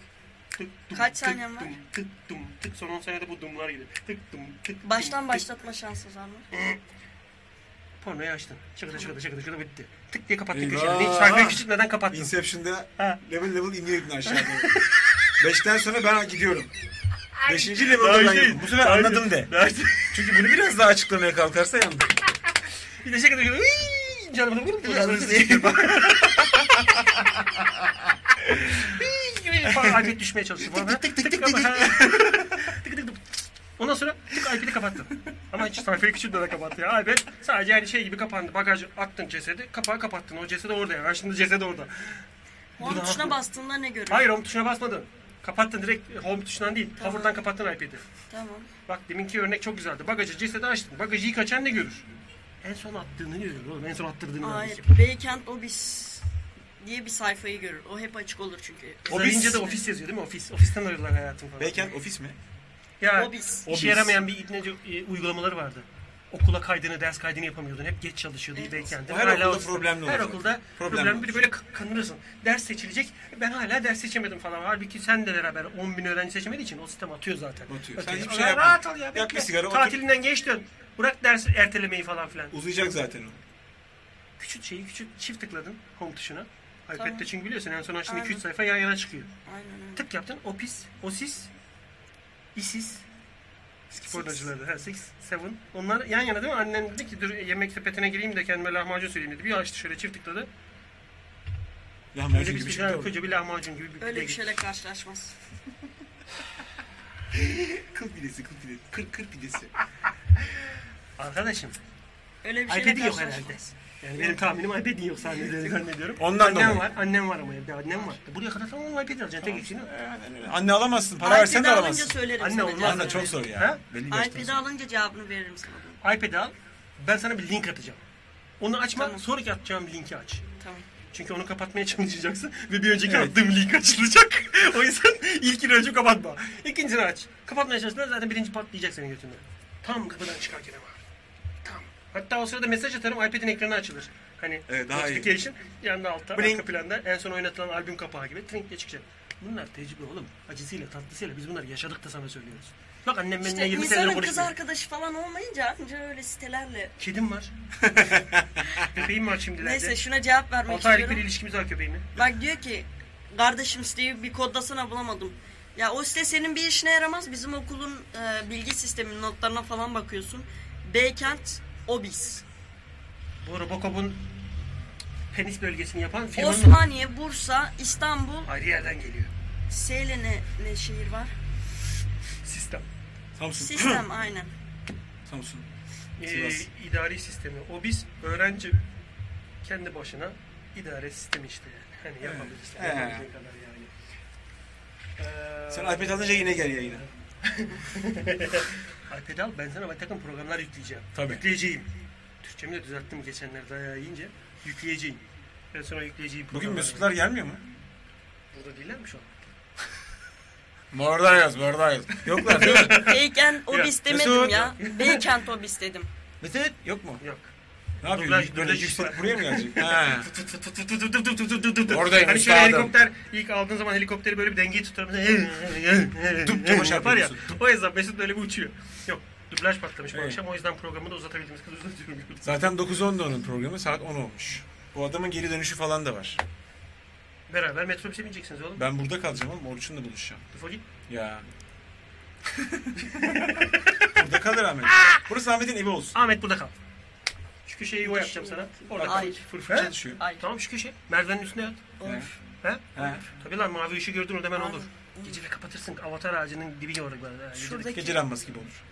Speaker 3: tık, dum,
Speaker 4: Kaç
Speaker 3: tık,
Speaker 4: saniyen var?
Speaker 3: Dum, tık, dum, tık. Son 10 saniyede bu dumlar gibi. Tık, dum, tık, dum,
Speaker 4: Baştan
Speaker 3: tık.
Speaker 4: başlatma şansı var mı?
Speaker 3: Pornoyu açtın. Şakada şakada şakada şakada bitti. Tık diye kapattın
Speaker 2: Eyvah!
Speaker 3: köşeyi. Ne- Sayfayı küçültmeden kapattın.
Speaker 2: Inception'da
Speaker 3: Ha.
Speaker 2: level level iniyordun aşağıda. Beşten sonra ben gidiyorum. Beşinci level'da
Speaker 3: Daha
Speaker 2: ben
Speaker 3: iyi
Speaker 2: yokum. Bu sefer
Speaker 3: daha iyi
Speaker 2: anladım de.
Speaker 3: Daha iyi.
Speaker 2: Çünkü bunu biraz daha açıklamaya kalkarsa yandım.
Speaker 3: Bir de şakada şakada. "Iiii, Canımı da vurur. Biraz iPad düşmeye çalıştı falan. Tık tık tık tık tık tık tık. Ondan sonra tık iPad'i kapattın. Ama hiç sayfayı küçültmeden kapattı ya. iPad sadece yani şey gibi kapandı. Bagajı attın cesedi, kapağı kapattın. O ceset orada ya. Şimdi ceset orada.
Speaker 4: Home
Speaker 3: Burada
Speaker 4: tuşuna
Speaker 3: haklı.
Speaker 4: bastığında ne görür?
Speaker 3: Hayır home tuşuna basmadın. Kapattın direkt e, home tuşundan değil. Power'dan kapattın iPad'i.
Speaker 4: Tamam.
Speaker 3: Bak deminki örnek çok güzeldi. Bagajı cesedi açtın. Bagajı ilk açan ne görür? En son attığını görür oğlum. En son attırdığını
Speaker 4: Hayır.
Speaker 3: görür.
Speaker 4: Beykent Obis diye bir sayfayı görür. O hep açık olur çünkü.
Speaker 3: Obis. de ofis yazıyor değil mi? Ofis. Ofisten arıyorlar hayatım falan.
Speaker 2: Beyken ofis mi?
Speaker 3: Ya
Speaker 4: Obis.
Speaker 3: işe yaramayan bir ibnece e, uygulamaları vardı. Okula kaydını, ders kaydını yapamıyordun. Hep geç çalışıyordun
Speaker 4: Evet.
Speaker 3: Beykent'te.
Speaker 2: O her okulda problemli
Speaker 3: Her
Speaker 2: olacak.
Speaker 3: okulda
Speaker 2: Problemli
Speaker 3: problem. Bir
Speaker 2: olacak.
Speaker 3: böyle ka- kanırırsın. Ders seçilecek. Ben hala ders seçemedim falan. Halbuki sen de beraber 10 bin öğrenci seçemediği için o sistem atıyor zaten.
Speaker 2: Atıyor. Sen
Speaker 3: Ötüyor.
Speaker 2: hiçbir şey
Speaker 3: Aa,
Speaker 2: yapma.
Speaker 3: Rahat ol ya.
Speaker 2: Yak
Speaker 3: Bekle.
Speaker 2: bir sigara, otur.
Speaker 3: Tatilinden geç dön. Bırak ders ertelemeyi falan filan.
Speaker 2: Uzayacak zaten o.
Speaker 3: Küçük şeyi küçük çift tıkladın home tuşuna. iPad'de
Speaker 4: Tamam.
Speaker 3: çünkü biliyorsun en son açtığın 2-3
Speaker 4: Aynen.
Speaker 3: sayfa yan yana çıkıyor.
Speaker 4: Aynen öyle.
Speaker 3: Tık yaptın. Opis, Osis, Isis. Skip oynacıları. Ha, Six, Seven. Onlar yan yana değil mi? Annen dedi ki dur yemek sepetine gireyim de kendime lahmacun söyleyeyim dedi. Bir açtı şöyle çift tıkladı. Öyle
Speaker 2: Lahmacun
Speaker 3: bir
Speaker 2: gibi
Speaker 3: şey
Speaker 2: çıktı orada.
Speaker 3: koca bir lahmacun gibi bir pide
Speaker 4: Öyle bir
Speaker 3: gibi.
Speaker 4: şeyle karşılaşmaz.
Speaker 2: Kıl pidesi, kıl pidesi. Kır kır pidesi.
Speaker 3: Arkadaşım.
Speaker 4: Öyle bir şeyle
Speaker 3: iPad'i yok
Speaker 4: karşılaşmaz.
Speaker 3: herhalde. Yani benim tahminim iPad'i yok sahnede zannediyorum.
Speaker 2: Ondan
Speaker 3: annem
Speaker 2: dolayı.
Speaker 3: var. Annem var ama evde. Annem var. Buraya kadar tamam iPad alacaksın. Tek eksiğini.
Speaker 2: Ee, Anne alamazsın. Para
Speaker 4: iPad'i
Speaker 2: versen de
Speaker 4: alınca
Speaker 2: alamazsın.
Speaker 4: söylerim
Speaker 3: Anne
Speaker 4: sana
Speaker 3: olmaz.
Speaker 4: cevabını.
Speaker 2: Anne çok zor
Speaker 3: Ha?
Speaker 2: ya. Belli yaştan
Speaker 4: iPad'i
Speaker 2: sonra.
Speaker 4: alınca cevabını veririm sana.
Speaker 3: iPad'i al. Ben sana bir link atacağım. Onu açma.
Speaker 4: Tamam.
Speaker 3: Sonraki atacağım linki aç.
Speaker 4: Tamam.
Speaker 3: Çünkü onu kapatmaya çalışacaksın ve bir önceki
Speaker 2: Evet.
Speaker 3: attığım link açılacak. o yüzden ilkini önce kapatma. İkincisini aç. Kapatmaya çalıştığında zaten birinci patlayacak senin götünde. Tam kapıdan çıkarken ama. Tam. Hatta o sırada mesaj atarım iPad'in ekranı açılır. Hani
Speaker 2: Evet, daha iyi.
Speaker 3: notification yanında altta
Speaker 2: Blink.
Speaker 3: arka planda en son oynatılan albüm kapağı gibi trink diye çıkacak. Bunlar tecrübe oğlum. Acısıyla tatlısıyla biz bunları yaşadık da sana söylüyoruz. Bak annem benimle
Speaker 4: İşte
Speaker 3: 20 senedir
Speaker 4: insanın kız
Speaker 3: konuşmuyor.
Speaker 4: arkadaşı falan olmayınca anca öyle sitelerle.
Speaker 3: Kedim var. Köpeğim var şimdilerde.
Speaker 4: Neyse şuna cevap vermek
Speaker 3: 6 aylık bir
Speaker 4: istiyorum.
Speaker 3: ilişkimiz var köpeğimle.
Speaker 4: Bak diyor ki kardeşim siteyi bir kodlasana bulamadım. Ya o site senin bir işine yaramaz. Bizim okulun e, bilgi sisteminin notlarına falan bakıyorsun. Beykent Obis.
Speaker 3: Bu Robocop'un penis bölgesini yapan firmanın...
Speaker 4: Osmaniye, Bursa, İstanbul,
Speaker 3: Ayrı yerden geliyor.
Speaker 4: Seyle ne, ne şehir var?
Speaker 3: Sistem.
Speaker 2: Samsun.
Speaker 4: Sistem aynen.
Speaker 2: Samsun.
Speaker 3: Ee,
Speaker 2: Sivas.
Speaker 3: idari sistemi. O biz öğrenci kendi başına idare sistemi işte yani. Hani yapabiliriz.
Speaker 2: Ee.
Speaker 3: yapabildiğin kadar yani. Ee,
Speaker 2: Sen iPad alınca yine gel yayına.
Speaker 3: iPad al ben sana bir takım programlar yükleyeceğim.
Speaker 2: Tabii.
Speaker 3: Yükleyeceğim. Türkçemi de düzelttim geçenlerde ayağı yiyince. Yükleyeceğim. Ben sana yükleyeceğim.
Speaker 2: Bugün
Speaker 3: programları.
Speaker 2: müzikler gelmiyor mu?
Speaker 3: Burada değiller mi şu an?
Speaker 2: Morda yaz, morda yaz. Yoklar değil mi?
Speaker 4: Beykent obis demedim
Speaker 2: Mesut.
Speaker 4: ya. Beykent obis dedim.
Speaker 2: Metin yok mu?
Speaker 3: Yok.
Speaker 2: Ne yapıyor? Böyle
Speaker 3: Dublaj- dublaj
Speaker 2: yükselip
Speaker 3: var.
Speaker 2: buraya mı gelecek? Ha.
Speaker 3: Tut tut tut tut tut tut tut tut tut tut.
Speaker 2: Oradayım,
Speaker 3: Hani şöyle
Speaker 2: üstadım.
Speaker 3: helikopter ilk aldığın zaman helikopteri böyle bir dengeye tutar.
Speaker 2: Dup,
Speaker 3: Dup
Speaker 2: cama
Speaker 3: yapar ya.
Speaker 2: çarpıyorsun.
Speaker 3: O yüzden Mesut böyle bir uçuyor. Yok. Dublaj patlamış bu
Speaker 2: Evet.
Speaker 3: akşam. O yüzden programı da uzatabildiğimiz kadar uzatıyorum.
Speaker 2: Zaten 9.10'da onun programı. Saat 10 olmuş. Bu adamın geri dönüşü falan da var.
Speaker 3: Beraber metrobüse bineceksiniz oğlum.
Speaker 2: Ben burada kalacağım ama Orçun'la buluşacağım.
Speaker 3: Defol git.
Speaker 2: Ya. burada kalır Ahmet. Burası Ahmet'in evi olsun.
Speaker 3: Ahmet burada kal. Şu köşeyi o yapacağım sana. Orada kal.
Speaker 4: Ay.
Speaker 3: Fırfır
Speaker 2: He?
Speaker 3: çalış.
Speaker 2: Çalışıyor.
Speaker 4: Ay.
Speaker 3: Tamam şu köşe. Merdivenin üstüne yat.
Speaker 2: He.
Speaker 3: He?
Speaker 2: He.
Speaker 3: Tabii lan mavi ışığı gördün orada hemen
Speaker 4: Ay,
Speaker 3: olur. Gece de kapatırsın. Avatar ağacının dibi orada. böyle. Gece de
Speaker 4: Şuradaki
Speaker 2: Gece lambası gibi olur.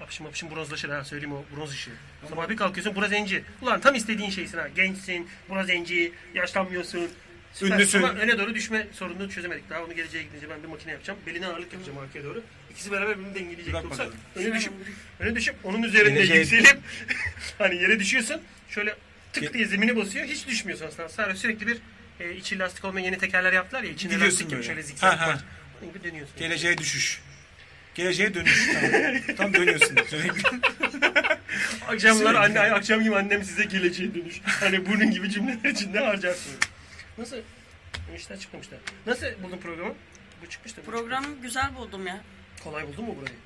Speaker 3: Apışım apışım bronzlaşır şey, ha söyleyeyim o bronz ışığı. Sabah bir kalkıyorsun bura zenci. Ulan tam istediğin şeysin ha. Gençsin, bura zenci, yaşlanmıyorsun. Süper.
Speaker 2: Ünlüsün.
Speaker 3: Ama öne doğru düşme sorununu çözemedik. Daha onu geleceğe gidince ben bir makine yapacağım. Beline ağırlık yapacağım arkaya doğru. İkisi beraber birbirini dengeleyecek.
Speaker 2: Bak
Speaker 3: Yoksa
Speaker 2: bakalım.
Speaker 3: öne düşüp, öne düşüp onun üzerinde
Speaker 2: Geleceğe-
Speaker 3: yükselip hani yere düşüyorsun. Şöyle tık
Speaker 2: Ge-
Speaker 3: diye zemini basıyor. Hiç düşmüyorsun aslında. Sadece sürekli bir e, içi lastik olmayan yeni tekerler yaptılar ya. İçinde
Speaker 2: Gidiyorsun
Speaker 3: lastik gibi
Speaker 2: böyle.
Speaker 3: şöyle zikzak
Speaker 2: Ha, ha.
Speaker 3: var. Onun gibi dönüyorsun.
Speaker 2: Geleceğe düşüş. Geleceğe dönüş. Tam, tam dönüyorsun. Sürekli.
Speaker 3: Akşamlar anne akşam gibi annem size geleceğe dönüş. Hani bunun gibi cümleler içinde harcarsınız. Nasıl? İşte çıkmışlar. Nasıl buldun programı? Bu çıkmıştı. bu
Speaker 4: Programı güzel buldum ya.
Speaker 3: çıkmış. kolay buldun mu burayı?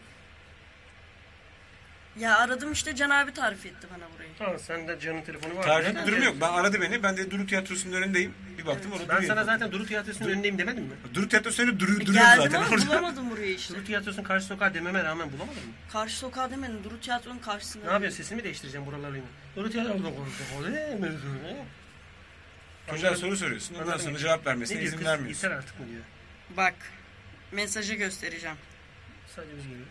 Speaker 4: Ya aradım işte Can abi tarif etti bana burayı.
Speaker 3: Tamam sende Can'ın telefonu var.
Speaker 2: Tarihli bir
Speaker 3: Zaten-
Speaker 2: durum yok. Ben aradı beni. Ben de Duru Tiyatrosu'nun önündeyim. Bir baktım orada
Speaker 3: Ben sana
Speaker 2: duruyor.
Speaker 3: zaten Duru Tiyatrosu'nun önündeyim demedim mi?
Speaker 2: Duru Tiyatrosu'nun önünde duru,
Speaker 4: E,
Speaker 2: duruyorum
Speaker 4: geldim
Speaker 2: zaten
Speaker 4: ama
Speaker 2: orada.
Speaker 4: bulamadım burayı işte.
Speaker 3: Duru Tiyatrosu'nun karşı sokağı dememe rağmen bulamadın mı?
Speaker 4: Karşı sokağa demedim. Duru tiyatronun
Speaker 3: Ne
Speaker 4: karşısında.
Speaker 3: yapıyorsun? Sesimi mi değiştireceğim buralarla yine? Duru Tiyatrosu'nun karşı sokağı.
Speaker 2: Çocuğa soru soruyorsun. Ondan
Speaker 3: Anladım.
Speaker 2: sonra cevap
Speaker 3: Ne
Speaker 2: vermesine
Speaker 3: diyor
Speaker 2: izin
Speaker 3: kız?
Speaker 2: vermiyorsun.
Speaker 3: Yeter artık mı diyor.
Speaker 4: Bak. Mesajı göstereceğim.
Speaker 3: Sadece biz geliyor.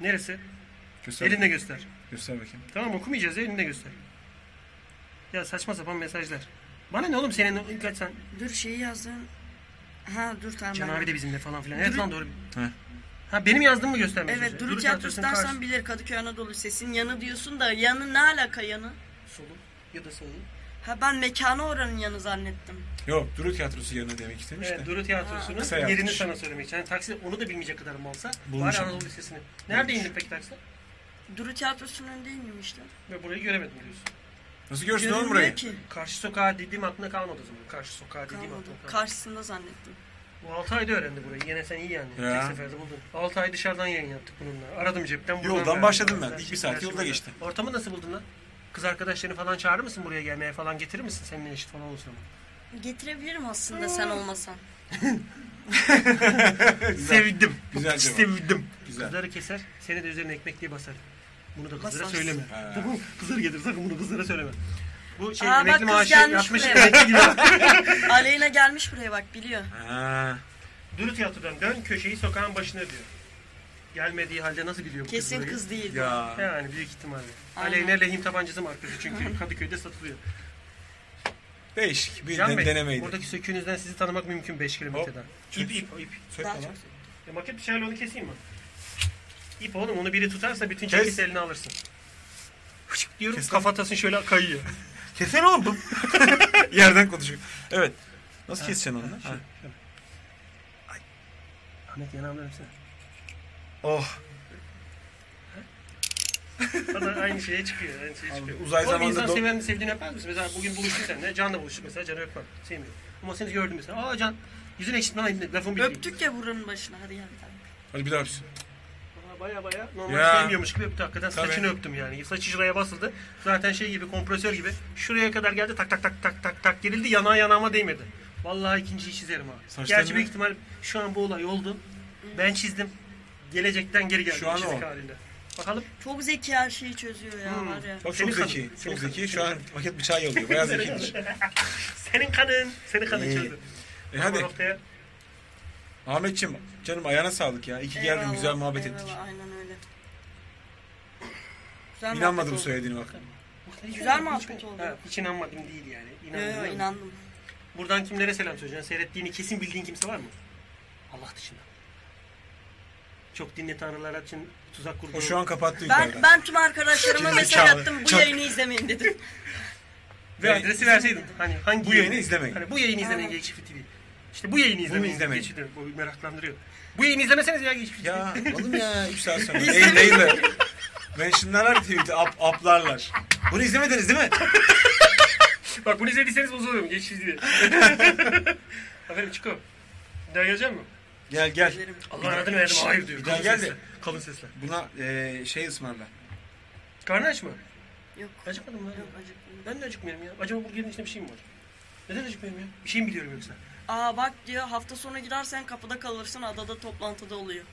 Speaker 3: Neresi?
Speaker 2: Göster,
Speaker 3: Elinle göster.
Speaker 2: göster bakayım.
Speaker 3: Tamam okumayacağız ya elinde göster. Ya saçma sapan mesajlar. Bana ne oğlum senin ilk kaç sen?
Speaker 4: Dur şeyi yazdın. Ha dur tamam.
Speaker 3: Can
Speaker 4: ben-
Speaker 3: abi de bizimle falan filan. Evet
Speaker 4: Duru-
Speaker 3: lan doğru.
Speaker 2: He.
Speaker 3: Ha benim yazdığımı göstermiyor.
Speaker 4: Evet
Speaker 3: çocuğa.
Speaker 4: Duru
Speaker 3: Duru
Speaker 4: tiyatrosu
Speaker 3: Tiyatrosu'nun karşı-
Speaker 4: dersen bilir Kadıköy Anadolu Sesi'nin yanı diyorsun da yanı ne alaka yanı?
Speaker 3: Solu ya da solu.
Speaker 4: Ha ben mekanı oranın yanı zannettim.
Speaker 2: Yok Duru Tiyatrosu yanına demek istemiş
Speaker 3: Evet
Speaker 2: de.
Speaker 3: Duru Tiyatrosu'nun
Speaker 2: Kısa
Speaker 3: yerini
Speaker 2: yapmış.
Speaker 3: sana söylemek için. Yani taksi onu da bilmeyecek kadar mı olsa?
Speaker 2: Bulmuş
Speaker 3: Bari
Speaker 2: ama.
Speaker 3: Anadolu Lisesi'ni. Nerede
Speaker 2: Bulmuş.
Speaker 3: indin peki taksi?
Speaker 4: Duru tiyatrosunun önündeyim işte.
Speaker 3: Ve burayı göremedim diyorsun.
Speaker 2: Nasıl görsün oğlum burayı?
Speaker 4: Görünmüyor ki.
Speaker 3: Karşı sokağa dediğim aklına kalmadı o zaman. Karşı sokağa dediğim
Speaker 4: Kalmadı.
Speaker 3: aklına kalmadı.
Speaker 4: Karşısında zannettim.
Speaker 3: Bu 6 ayda öğrendi burayı. Yine sen iyi yani.
Speaker 2: Ya.
Speaker 3: Tek seferde buldun. 6 ay dışarıdan yayın yaptık bununla. Aradım cepten. buradan
Speaker 2: Yoldan
Speaker 3: verdim.
Speaker 2: başladım ben.
Speaker 3: Her
Speaker 2: İlk
Speaker 3: şey-
Speaker 2: bir saat
Speaker 3: her şey
Speaker 2: yolda
Speaker 3: burada.
Speaker 2: geçti.
Speaker 3: Ortamı nasıl buldun lan? Kız arkadaşlarını falan çağırır mısın buraya gelmeye falan getirir misin? Seninle eşit falan olursa mı?
Speaker 4: Getirebilirim aslında sen olmasan.
Speaker 3: Sevdim.
Speaker 2: Güzel cevap.
Speaker 3: Sevdim.
Speaker 2: Güzel.
Speaker 3: Kızları keser. Seni de üzerine ekmek diye basar. Bunu da kızlara
Speaker 4: Basar.
Speaker 3: söyleme.
Speaker 2: Ha.
Speaker 3: Kızları getir sakın bunu kızlara söyleme. Bu şey
Speaker 4: Aa, bak
Speaker 3: emekli
Speaker 4: kız
Speaker 3: maaşı
Speaker 4: gelmiş
Speaker 3: yatmış
Speaker 4: buraya.
Speaker 3: emekli gibi.
Speaker 4: Aleyna gelmiş buraya bak biliyor.
Speaker 2: Ha.
Speaker 3: Duru tiyatrodan dön köşeyi sokağın başına diyor. Gelmediği halde nasıl biliyor bu kız
Speaker 4: Kesin
Speaker 3: burayı?
Speaker 4: kız değil.
Speaker 2: Ya.
Speaker 3: Yani büyük ihtimalle.
Speaker 4: Aynen.
Speaker 3: Aleyhine lehim tabancası markası çünkü Kadıköy'de satılıyor.
Speaker 2: Değişik bir
Speaker 3: Can
Speaker 2: den-
Speaker 3: Bey,
Speaker 2: denemeydi.
Speaker 3: oradaki söküğünüzden sizi tanımak mümkün 5 kilometreden.
Speaker 2: Çünkü ip.
Speaker 3: O ip.
Speaker 2: Söyle
Speaker 4: Daha
Speaker 2: lan.
Speaker 4: çok
Speaker 3: Ya maket bıçağıyla onu keseyim mi? İp oğlum onu biri tutarsa bütün
Speaker 2: Kes.
Speaker 3: ceketi eline alırsın. Hışık diyorum
Speaker 2: Kes lan.
Speaker 3: kafatasın şöyle kayıyor.
Speaker 2: Kesene oğlum. Yerden konuşuyor. Evet. Nasıl keseceksin onu? lan? Ha.
Speaker 3: Ahmet yanağımdan öpsene.
Speaker 2: Oh.
Speaker 3: Bana aynı şeye çıkıyor. Aynı şeye
Speaker 2: Abi,
Speaker 3: çıkıyor.
Speaker 2: uzay
Speaker 3: Oğlum
Speaker 2: zamanda
Speaker 3: insan
Speaker 2: do-
Speaker 3: seven, sevdiğini öper misin? Mesela bugün buluştun seninle. Can'la buluştuk mesela. Can'ı öpmem. Sevmiyorum. Ama seni gördüm mesela. Aa Can. Yüzün ekşitme lan lafın bitti.
Speaker 4: Öptük ya buranın başına hadi gel bir tane.
Speaker 2: Hadi bir daha öpsün.
Speaker 3: Aa, Baya baya normal
Speaker 2: Ya.
Speaker 3: sevmiyormuş gibi öptü hakikaten.
Speaker 2: Tabii.
Speaker 3: Saçını öptüm yani. Saçı şuraya basıldı. Zaten şey gibi kompresör gibi. Şuraya kadar geldi tak tak tak tak tak tak gerildi. Yanağa yanağıma değmedi. Vallahi ikinciyi çizerim abi.
Speaker 2: Saçlarını-
Speaker 3: Gerçi büyük ihtimal şu an bu olay oldu. Ben çizdim. Gelecekten geri geldi.
Speaker 2: Şu an
Speaker 3: çizik
Speaker 2: o.
Speaker 3: halinde. Bakalım.
Speaker 4: Çok zeki her şeyi çözüyor ya
Speaker 3: Hmm.
Speaker 4: var ya.
Speaker 2: Çok,
Speaker 3: Senin
Speaker 2: çok
Speaker 3: kadın,
Speaker 2: zeki.
Speaker 3: senin
Speaker 2: Çok
Speaker 3: kadın.
Speaker 2: zeki. Şu an paket bıçağı yalıyor. Bayağı E, zekiymiş.
Speaker 3: Senin kadın. Senin kadın
Speaker 2: İyi.
Speaker 3: çözdü.
Speaker 2: E hadi
Speaker 3: Haftaya.
Speaker 2: Ahmetçim canım ayağına sağlık ya. İyi ki geldin.
Speaker 4: Eyvallah,
Speaker 2: Güzel muhabbet
Speaker 4: eyvallah,
Speaker 2: ettik.
Speaker 4: Aynen öyle. Güzel
Speaker 2: İnanmadım
Speaker 4: muhabbet oldu.
Speaker 2: söylediğine bak.
Speaker 4: Güzel muhabbet oldu.
Speaker 3: şey. Ha, hiç inanmadım değil yani. İnanmadım.
Speaker 4: Yo, yo, inandım.
Speaker 3: Buradan kimlere selam söyleyeceksin? Seyrettiğini kesin bildiğin kimse var mı? Allah dışında. Çok dinli tanrılar için tuzak kurdu.
Speaker 2: O şu an kapattı
Speaker 4: Ben
Speaker 2: yukarıdan.
Speaker 4: ben tüm arkadaşlarıma
Speaker 2: Geri
Speaker 4: mesaj
Speaker 2: zekalı.
Speaker 4: attım. Bu
Speaker 2: Çok-
Speaker 4: yayını izlemeyin dedim.
Speaker 3: Ve adresi verseydin. Hani hangi
Speaker 2: Bu yayını izlemeyin.
Speaker 3: Hani bu yayını izlemeyin
Speaker 4: Ha.
Speaker 3: Geç TV. İşte bu yayını izlemeyin.
Speaker 2: izlemeyin.
Speaker 3: Geçidir. Bu meraklandırıyor. Bu yayını izlemeseniz ya Geç TV.
Speaker 2: Ya oğlum ya 3 saat sonra. Ey neyle? Mentionlarlar tweet'i up, uplarlar. Bunu izlemediniz değil mi?
Speaker 3: Bak bunu izlediyseniz bozuluyorum. Geç TV. Efendim Çiko. Bir daha gelecek mi?
Speaker 2: Gel gel.
Speaker 3: Allah'ın adını verdim. Hayır diyor.
Speaker 2: Bir daha
Speaker 3: Kalın
Speaker 2: gel de.
Speaker 3: sesle. Kalın sesle.
Speaker 2: Buna e, şey ısmarla.
Speaker 3: Karnı aç mı?
Speaker 4: Yok.
Speaker 3: Acıkmadın mı?
Speaker 4: Yok acıktım.
Speaker 3: Ben de acıkmıyorum ya. Acaba burgerin içinde bir şey mi var? Neden acıkmıyorum ya? Bir şey mi biliyorum yoksa?
Speaker 4: Aa bak diyor hafta sonu gidersen kapıda kalırsın adada toplantıda oluyor.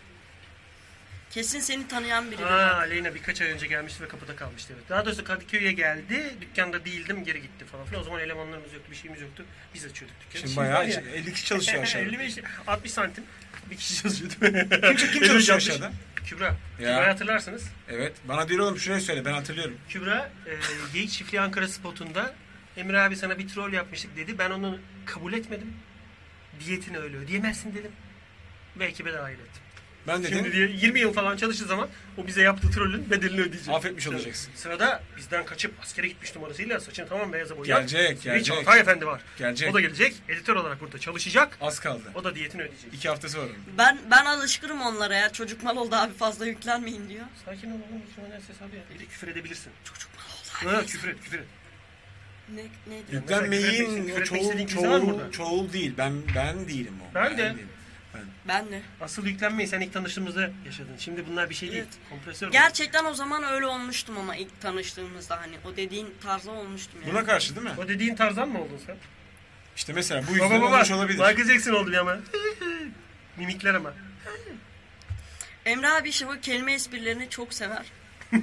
Speaker 4: Kesin seni tanıyan biri.
Speaker 3: Aa Aleyna birkaç ay önce gelmişti ve kapıda kalmıştı evet. Daha doğrusu Kadıköy'e geldi. Dükkanda değildim geri gitti falan filan. O zaman elemanlarımız yoktu bir şeyimiz yoktu. Biz açıyorduk dükkanı.
Speaker 2: Şimdi bayağı
Speaker 3: var ya,
Speaker 2: işte 50 kişi çalışıyor aşağıda. Şey
Speaker 3: 55, 60 santim bir kişi çalışıyordu.
Speaker 2: Kim, kim
Speaker 3: 55,
Speaker 2: çalışıyor
Speaker 3: 60.
Speaker 2: aşağıda?
Speaker 3: Kübra.
Speaker 2: Ya.
Speaker 3: Kübra'yı hatırlarsınız.
Speaker 2: Evet. Bana değil oğlum şuraya söyle ben hatırlıyorum.
Speaker 3: Kübra e, Geyik Çiftliği Ankara spotunda Emre abi sana bir troll yapmıştık dedi. Ben onu kabul etmedim. Diyetini öyle ödeyemezsin dedim. Belki ben dahil ettim.
Speaker 2: Ben dedim
Speaker 3: Şimdi diye 20 yıl falan çalıştığı zaman o bize yaptığı trollün bedelini ödeyecek.
Speaker 2: Affetmiş olacaksın.
Speaker 3: Sırada bizden kaçıp askere gitmiş numarasıyla saçını tamam beyaza boyayacak.
Speaker 2: Gelecek,
Speaker 3: Bir
Speaker 2: gelecek.
Speaker 3: Çağatay Efendi var.
Speaker 2: Gelecek.
Speaker 3: O da gelecek. Editör olarak burada çalışacak.
Speaker 2: az kaldı.
Speaker 3: O da diyetini ödeyecek.
Speaker 2: İki haftası var onun.
Speaker 4: Ben ben alışkırım onlara ya. Çocuk mal oldu abi fazla yüklenmeyin diyor.
Speaker 3: Sakin ol oğlum. Lütfen her ses abi ya. Bir de küfür edebilirsin.
Speaker 4: Çocuk mal oldu.
Speaker 3: Ha, küfür et, küfür et.
Speaker 4: Ne ne diyor?
Speaker 3: mesela küfür etmek-
Speaker 2: Yüklenmeyin
Speaker 3: küfür
Speaker 2: o
Speaker 3: etmek istediğin
Speaker 2: çoğul,
Speaker 3: kimse var mı
Speaker 2: çoğul,
Speaker 3: burada?
Speaker 2: çoğul değil. Ben ben değilim o.
Speaker 3: Ben de.
Speaker 2: değilim.
Speaker 4: Ben de.
Speaker 3: Asıl yüklenmeyi sen ilk tanıştığımızda yaşadın. Şimdi bunlar bir şey değil.
Speaker 4: Evet.
Speaker 3: Kompresör.
Speaker 4: Gerçekten o zaman öyle olmuştum ama ilk tanıştığımızda hani o dediğin tarzda olmuştum yani.
Speaker 2: Buna karşı değil mi?
Speaker 3: O dediğin tarzan mı oldun sen?
Speaker 2: İşte mesela bu yüzden olmuş olabilir.
Speaker 3: Michael Jackson oldu bir ama. Mimikler ama.
Speaker 4: Emre abi işte bu kelime esprilerini çok sever.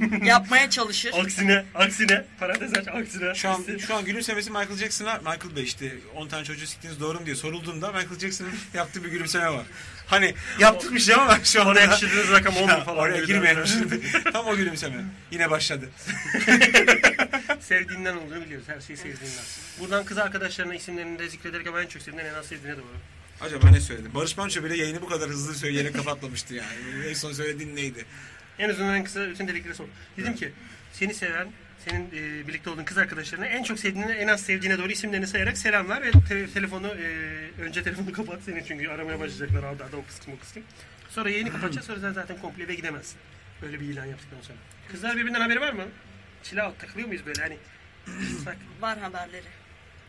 Speaker 4: Yapmaya çalışır.
Speaker 3: Aksine, aksine. Parantez aç, aksine.
Speaker 2: Şu an, şu an gülümsemesi Michael Jackson'a Michael Bey işte 10 tane çocuğu siktiniz doğru mu diye sorulduğunda Michael Jackson'ın yaptığı bir gülümseme var. Hani yaptık bir şey ama şu an
Speaker 3: Oraya pişirdiğiniz rakam 10 mu
Speaker 2: Ya,
Speaker 3: falan.
Speaker 2: Oraya
Speaker 3: Birden.
Speaker 2: girmeyelim şimdi. Tam o gülümseme. Yine başladı.
Speaker 3: Sevdiğinden olduğunu biliyoruz. Her şeyi sevdiğinden. Buradan kız arkadaşlarına isimlerini de zikrederek ama en çok sevdiğinden en az sevdiğine doğru.
Speaker 2: Acaba ne söyledi? Barış Manço bile yayını bu kadar hızlı söyleyerek kapatmamıştı yani. En son söylediğin neydi?
Speaker 3: En azından en kısa bütün dedikleri son. Dedim ki seni seven, senin e, birlikte olduğun kız arkadaşlarına en çok sevdiğine, en az sevdiğine doğru isimlerini sayarak selam ver ve te- telefonu, e, önce telefonu kapat seni çünkü aramaya başlayacaklar abi adam o kısmı o kısmı. Sonra yayını kapatacağız sonra sen zaten komple eve gidemezsin. Böyle bir ilan yaptıktan sonra. Kızlar birbirinden haberi var mı? Çila takılıyor muyuz böyle hani? Bak,
Speaker 4: Var haberleri.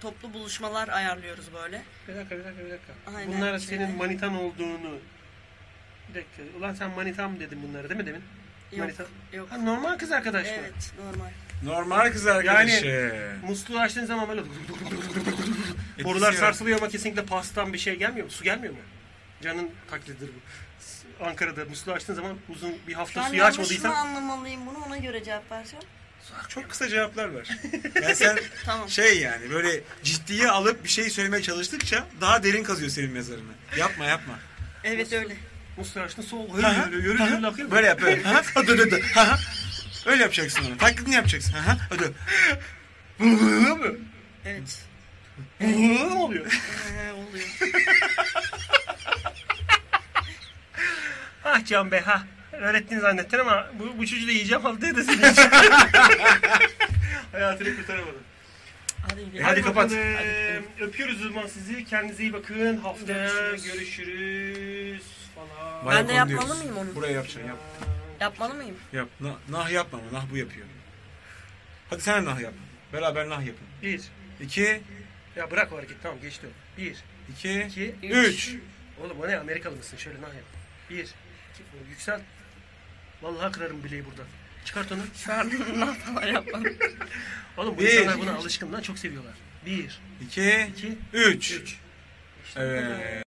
Speaker 4: Toplu buluşmalar ayarlıyoruz böyle.
Speaker 3: bir dakika, bir dakika, bir dakika.
Speaker 4: Aynen,
Speaker 3: Bunlar
Speaker 4: şey.
Speaker 3: senin manitan olduğunu... Bir dakika. Ulan sen manitam dedin bunlara değil mi demin?
Speaker 4: Yok, yok.
Speaker 3: Ha, normal kız arkadaş mı?
Speaker 4: Evet normal.
Speaker 2: Normal kız arkadaşı.
Speaker 3: Musluğu açtığın zaman böyle borular sarsılıyor ama kesinlikle pastan bir şey gelmiyor mu? Su gelmiyor mu? Can'ın taklididir bu. S- Ankara'da musluğu açtığın zaman uzun bir hafta
Speaker 4: Ben
Speaker 3: suyu
Speaker 4: yanlış mı
Speaker 3: açmadıysan
Speaker 4: anlamalıyım bunu ona göre cevap vereceğim.
Speaker 2: Çok kısa cevaplar ver. Yani sen
Speaker 4: Tamam.
Speaker 2: şey yani böyle ciddiye alıp bir şey söylemeye çalıştıkça daha derin kazıyor senin mezarını. Yapma yapma.
Speaker 4: Evet öyle.
Speaker 3: musluğu açtın soğuk yürü yürü yürü yürü akıyor.
Speaker 2: Böyle yap böyle. Ha, ödü, ödü. Ha, ha. Öyle yapacaksın onu. Taklidini yapacaksın. Ha, ha, ödü.
Speaker 3: Böyle mı?
Speaker 4: Evet.
Speaker 3: Böyle mi oluyor?
Speaker 4: Ee, oluyor.
Speaker 3: Ah Can Bey ha. Öğrettin zannettin ama bu, bu çocuğu da yiyeceğim haftaya da seni yiyeceğim. Hayatını kurtaramadım.
Speaker 4: Hadi
Speaker 2: E,
Speaker 4: gidelim.
Speaker 2: hadi kapat.
Speaker 3: bakalım. Öpüyoruz o zaman sizi. Kendinize iyi bakın. Haftaya görüşürüz falan.
Speaker 2: Bayağı
Speaker 4: de
Speaker 2: konu
Speaker 4: yapmalı
Speaker 2: diyoruz.
Speaker 4: mıyım onu?
Speaker 2: Buraya yapacaksın yap.
Speaker 4: Yapmalı mıyım?
Speaker 2: Yap. Nah, nah yapma ama nah bu yapıyor. Hadi sen de nah yap. Beraber nah yapın.
Speaker 3: Bir.
Speaker 2: İki,
Speaker 3: Ya bırak o hareketi tamam geçti o. Bir,
Speaker 2: iki,
Speaker 3: iki,
Speaker 2: üç.
Speaker 3: Oğlum o ne Amerikalı mısın? Şöyle nah yap. Bir, iki, o yüksel. Vallahi kırarım bileği buradan. Çıkart onu. Çıkart.
Speaker 4: Falan yapmalı.
Speaker 3: Oğlum bu
Speaker 2: Bir.
Speaker 3: insanlar buna alışkın lan çok seviyorlar. Bir,
Speaker 2: iki,
Speaker 3: iki,
Speaker 2: üç.
Speaker 3: üç.
Speaker 2: Evet.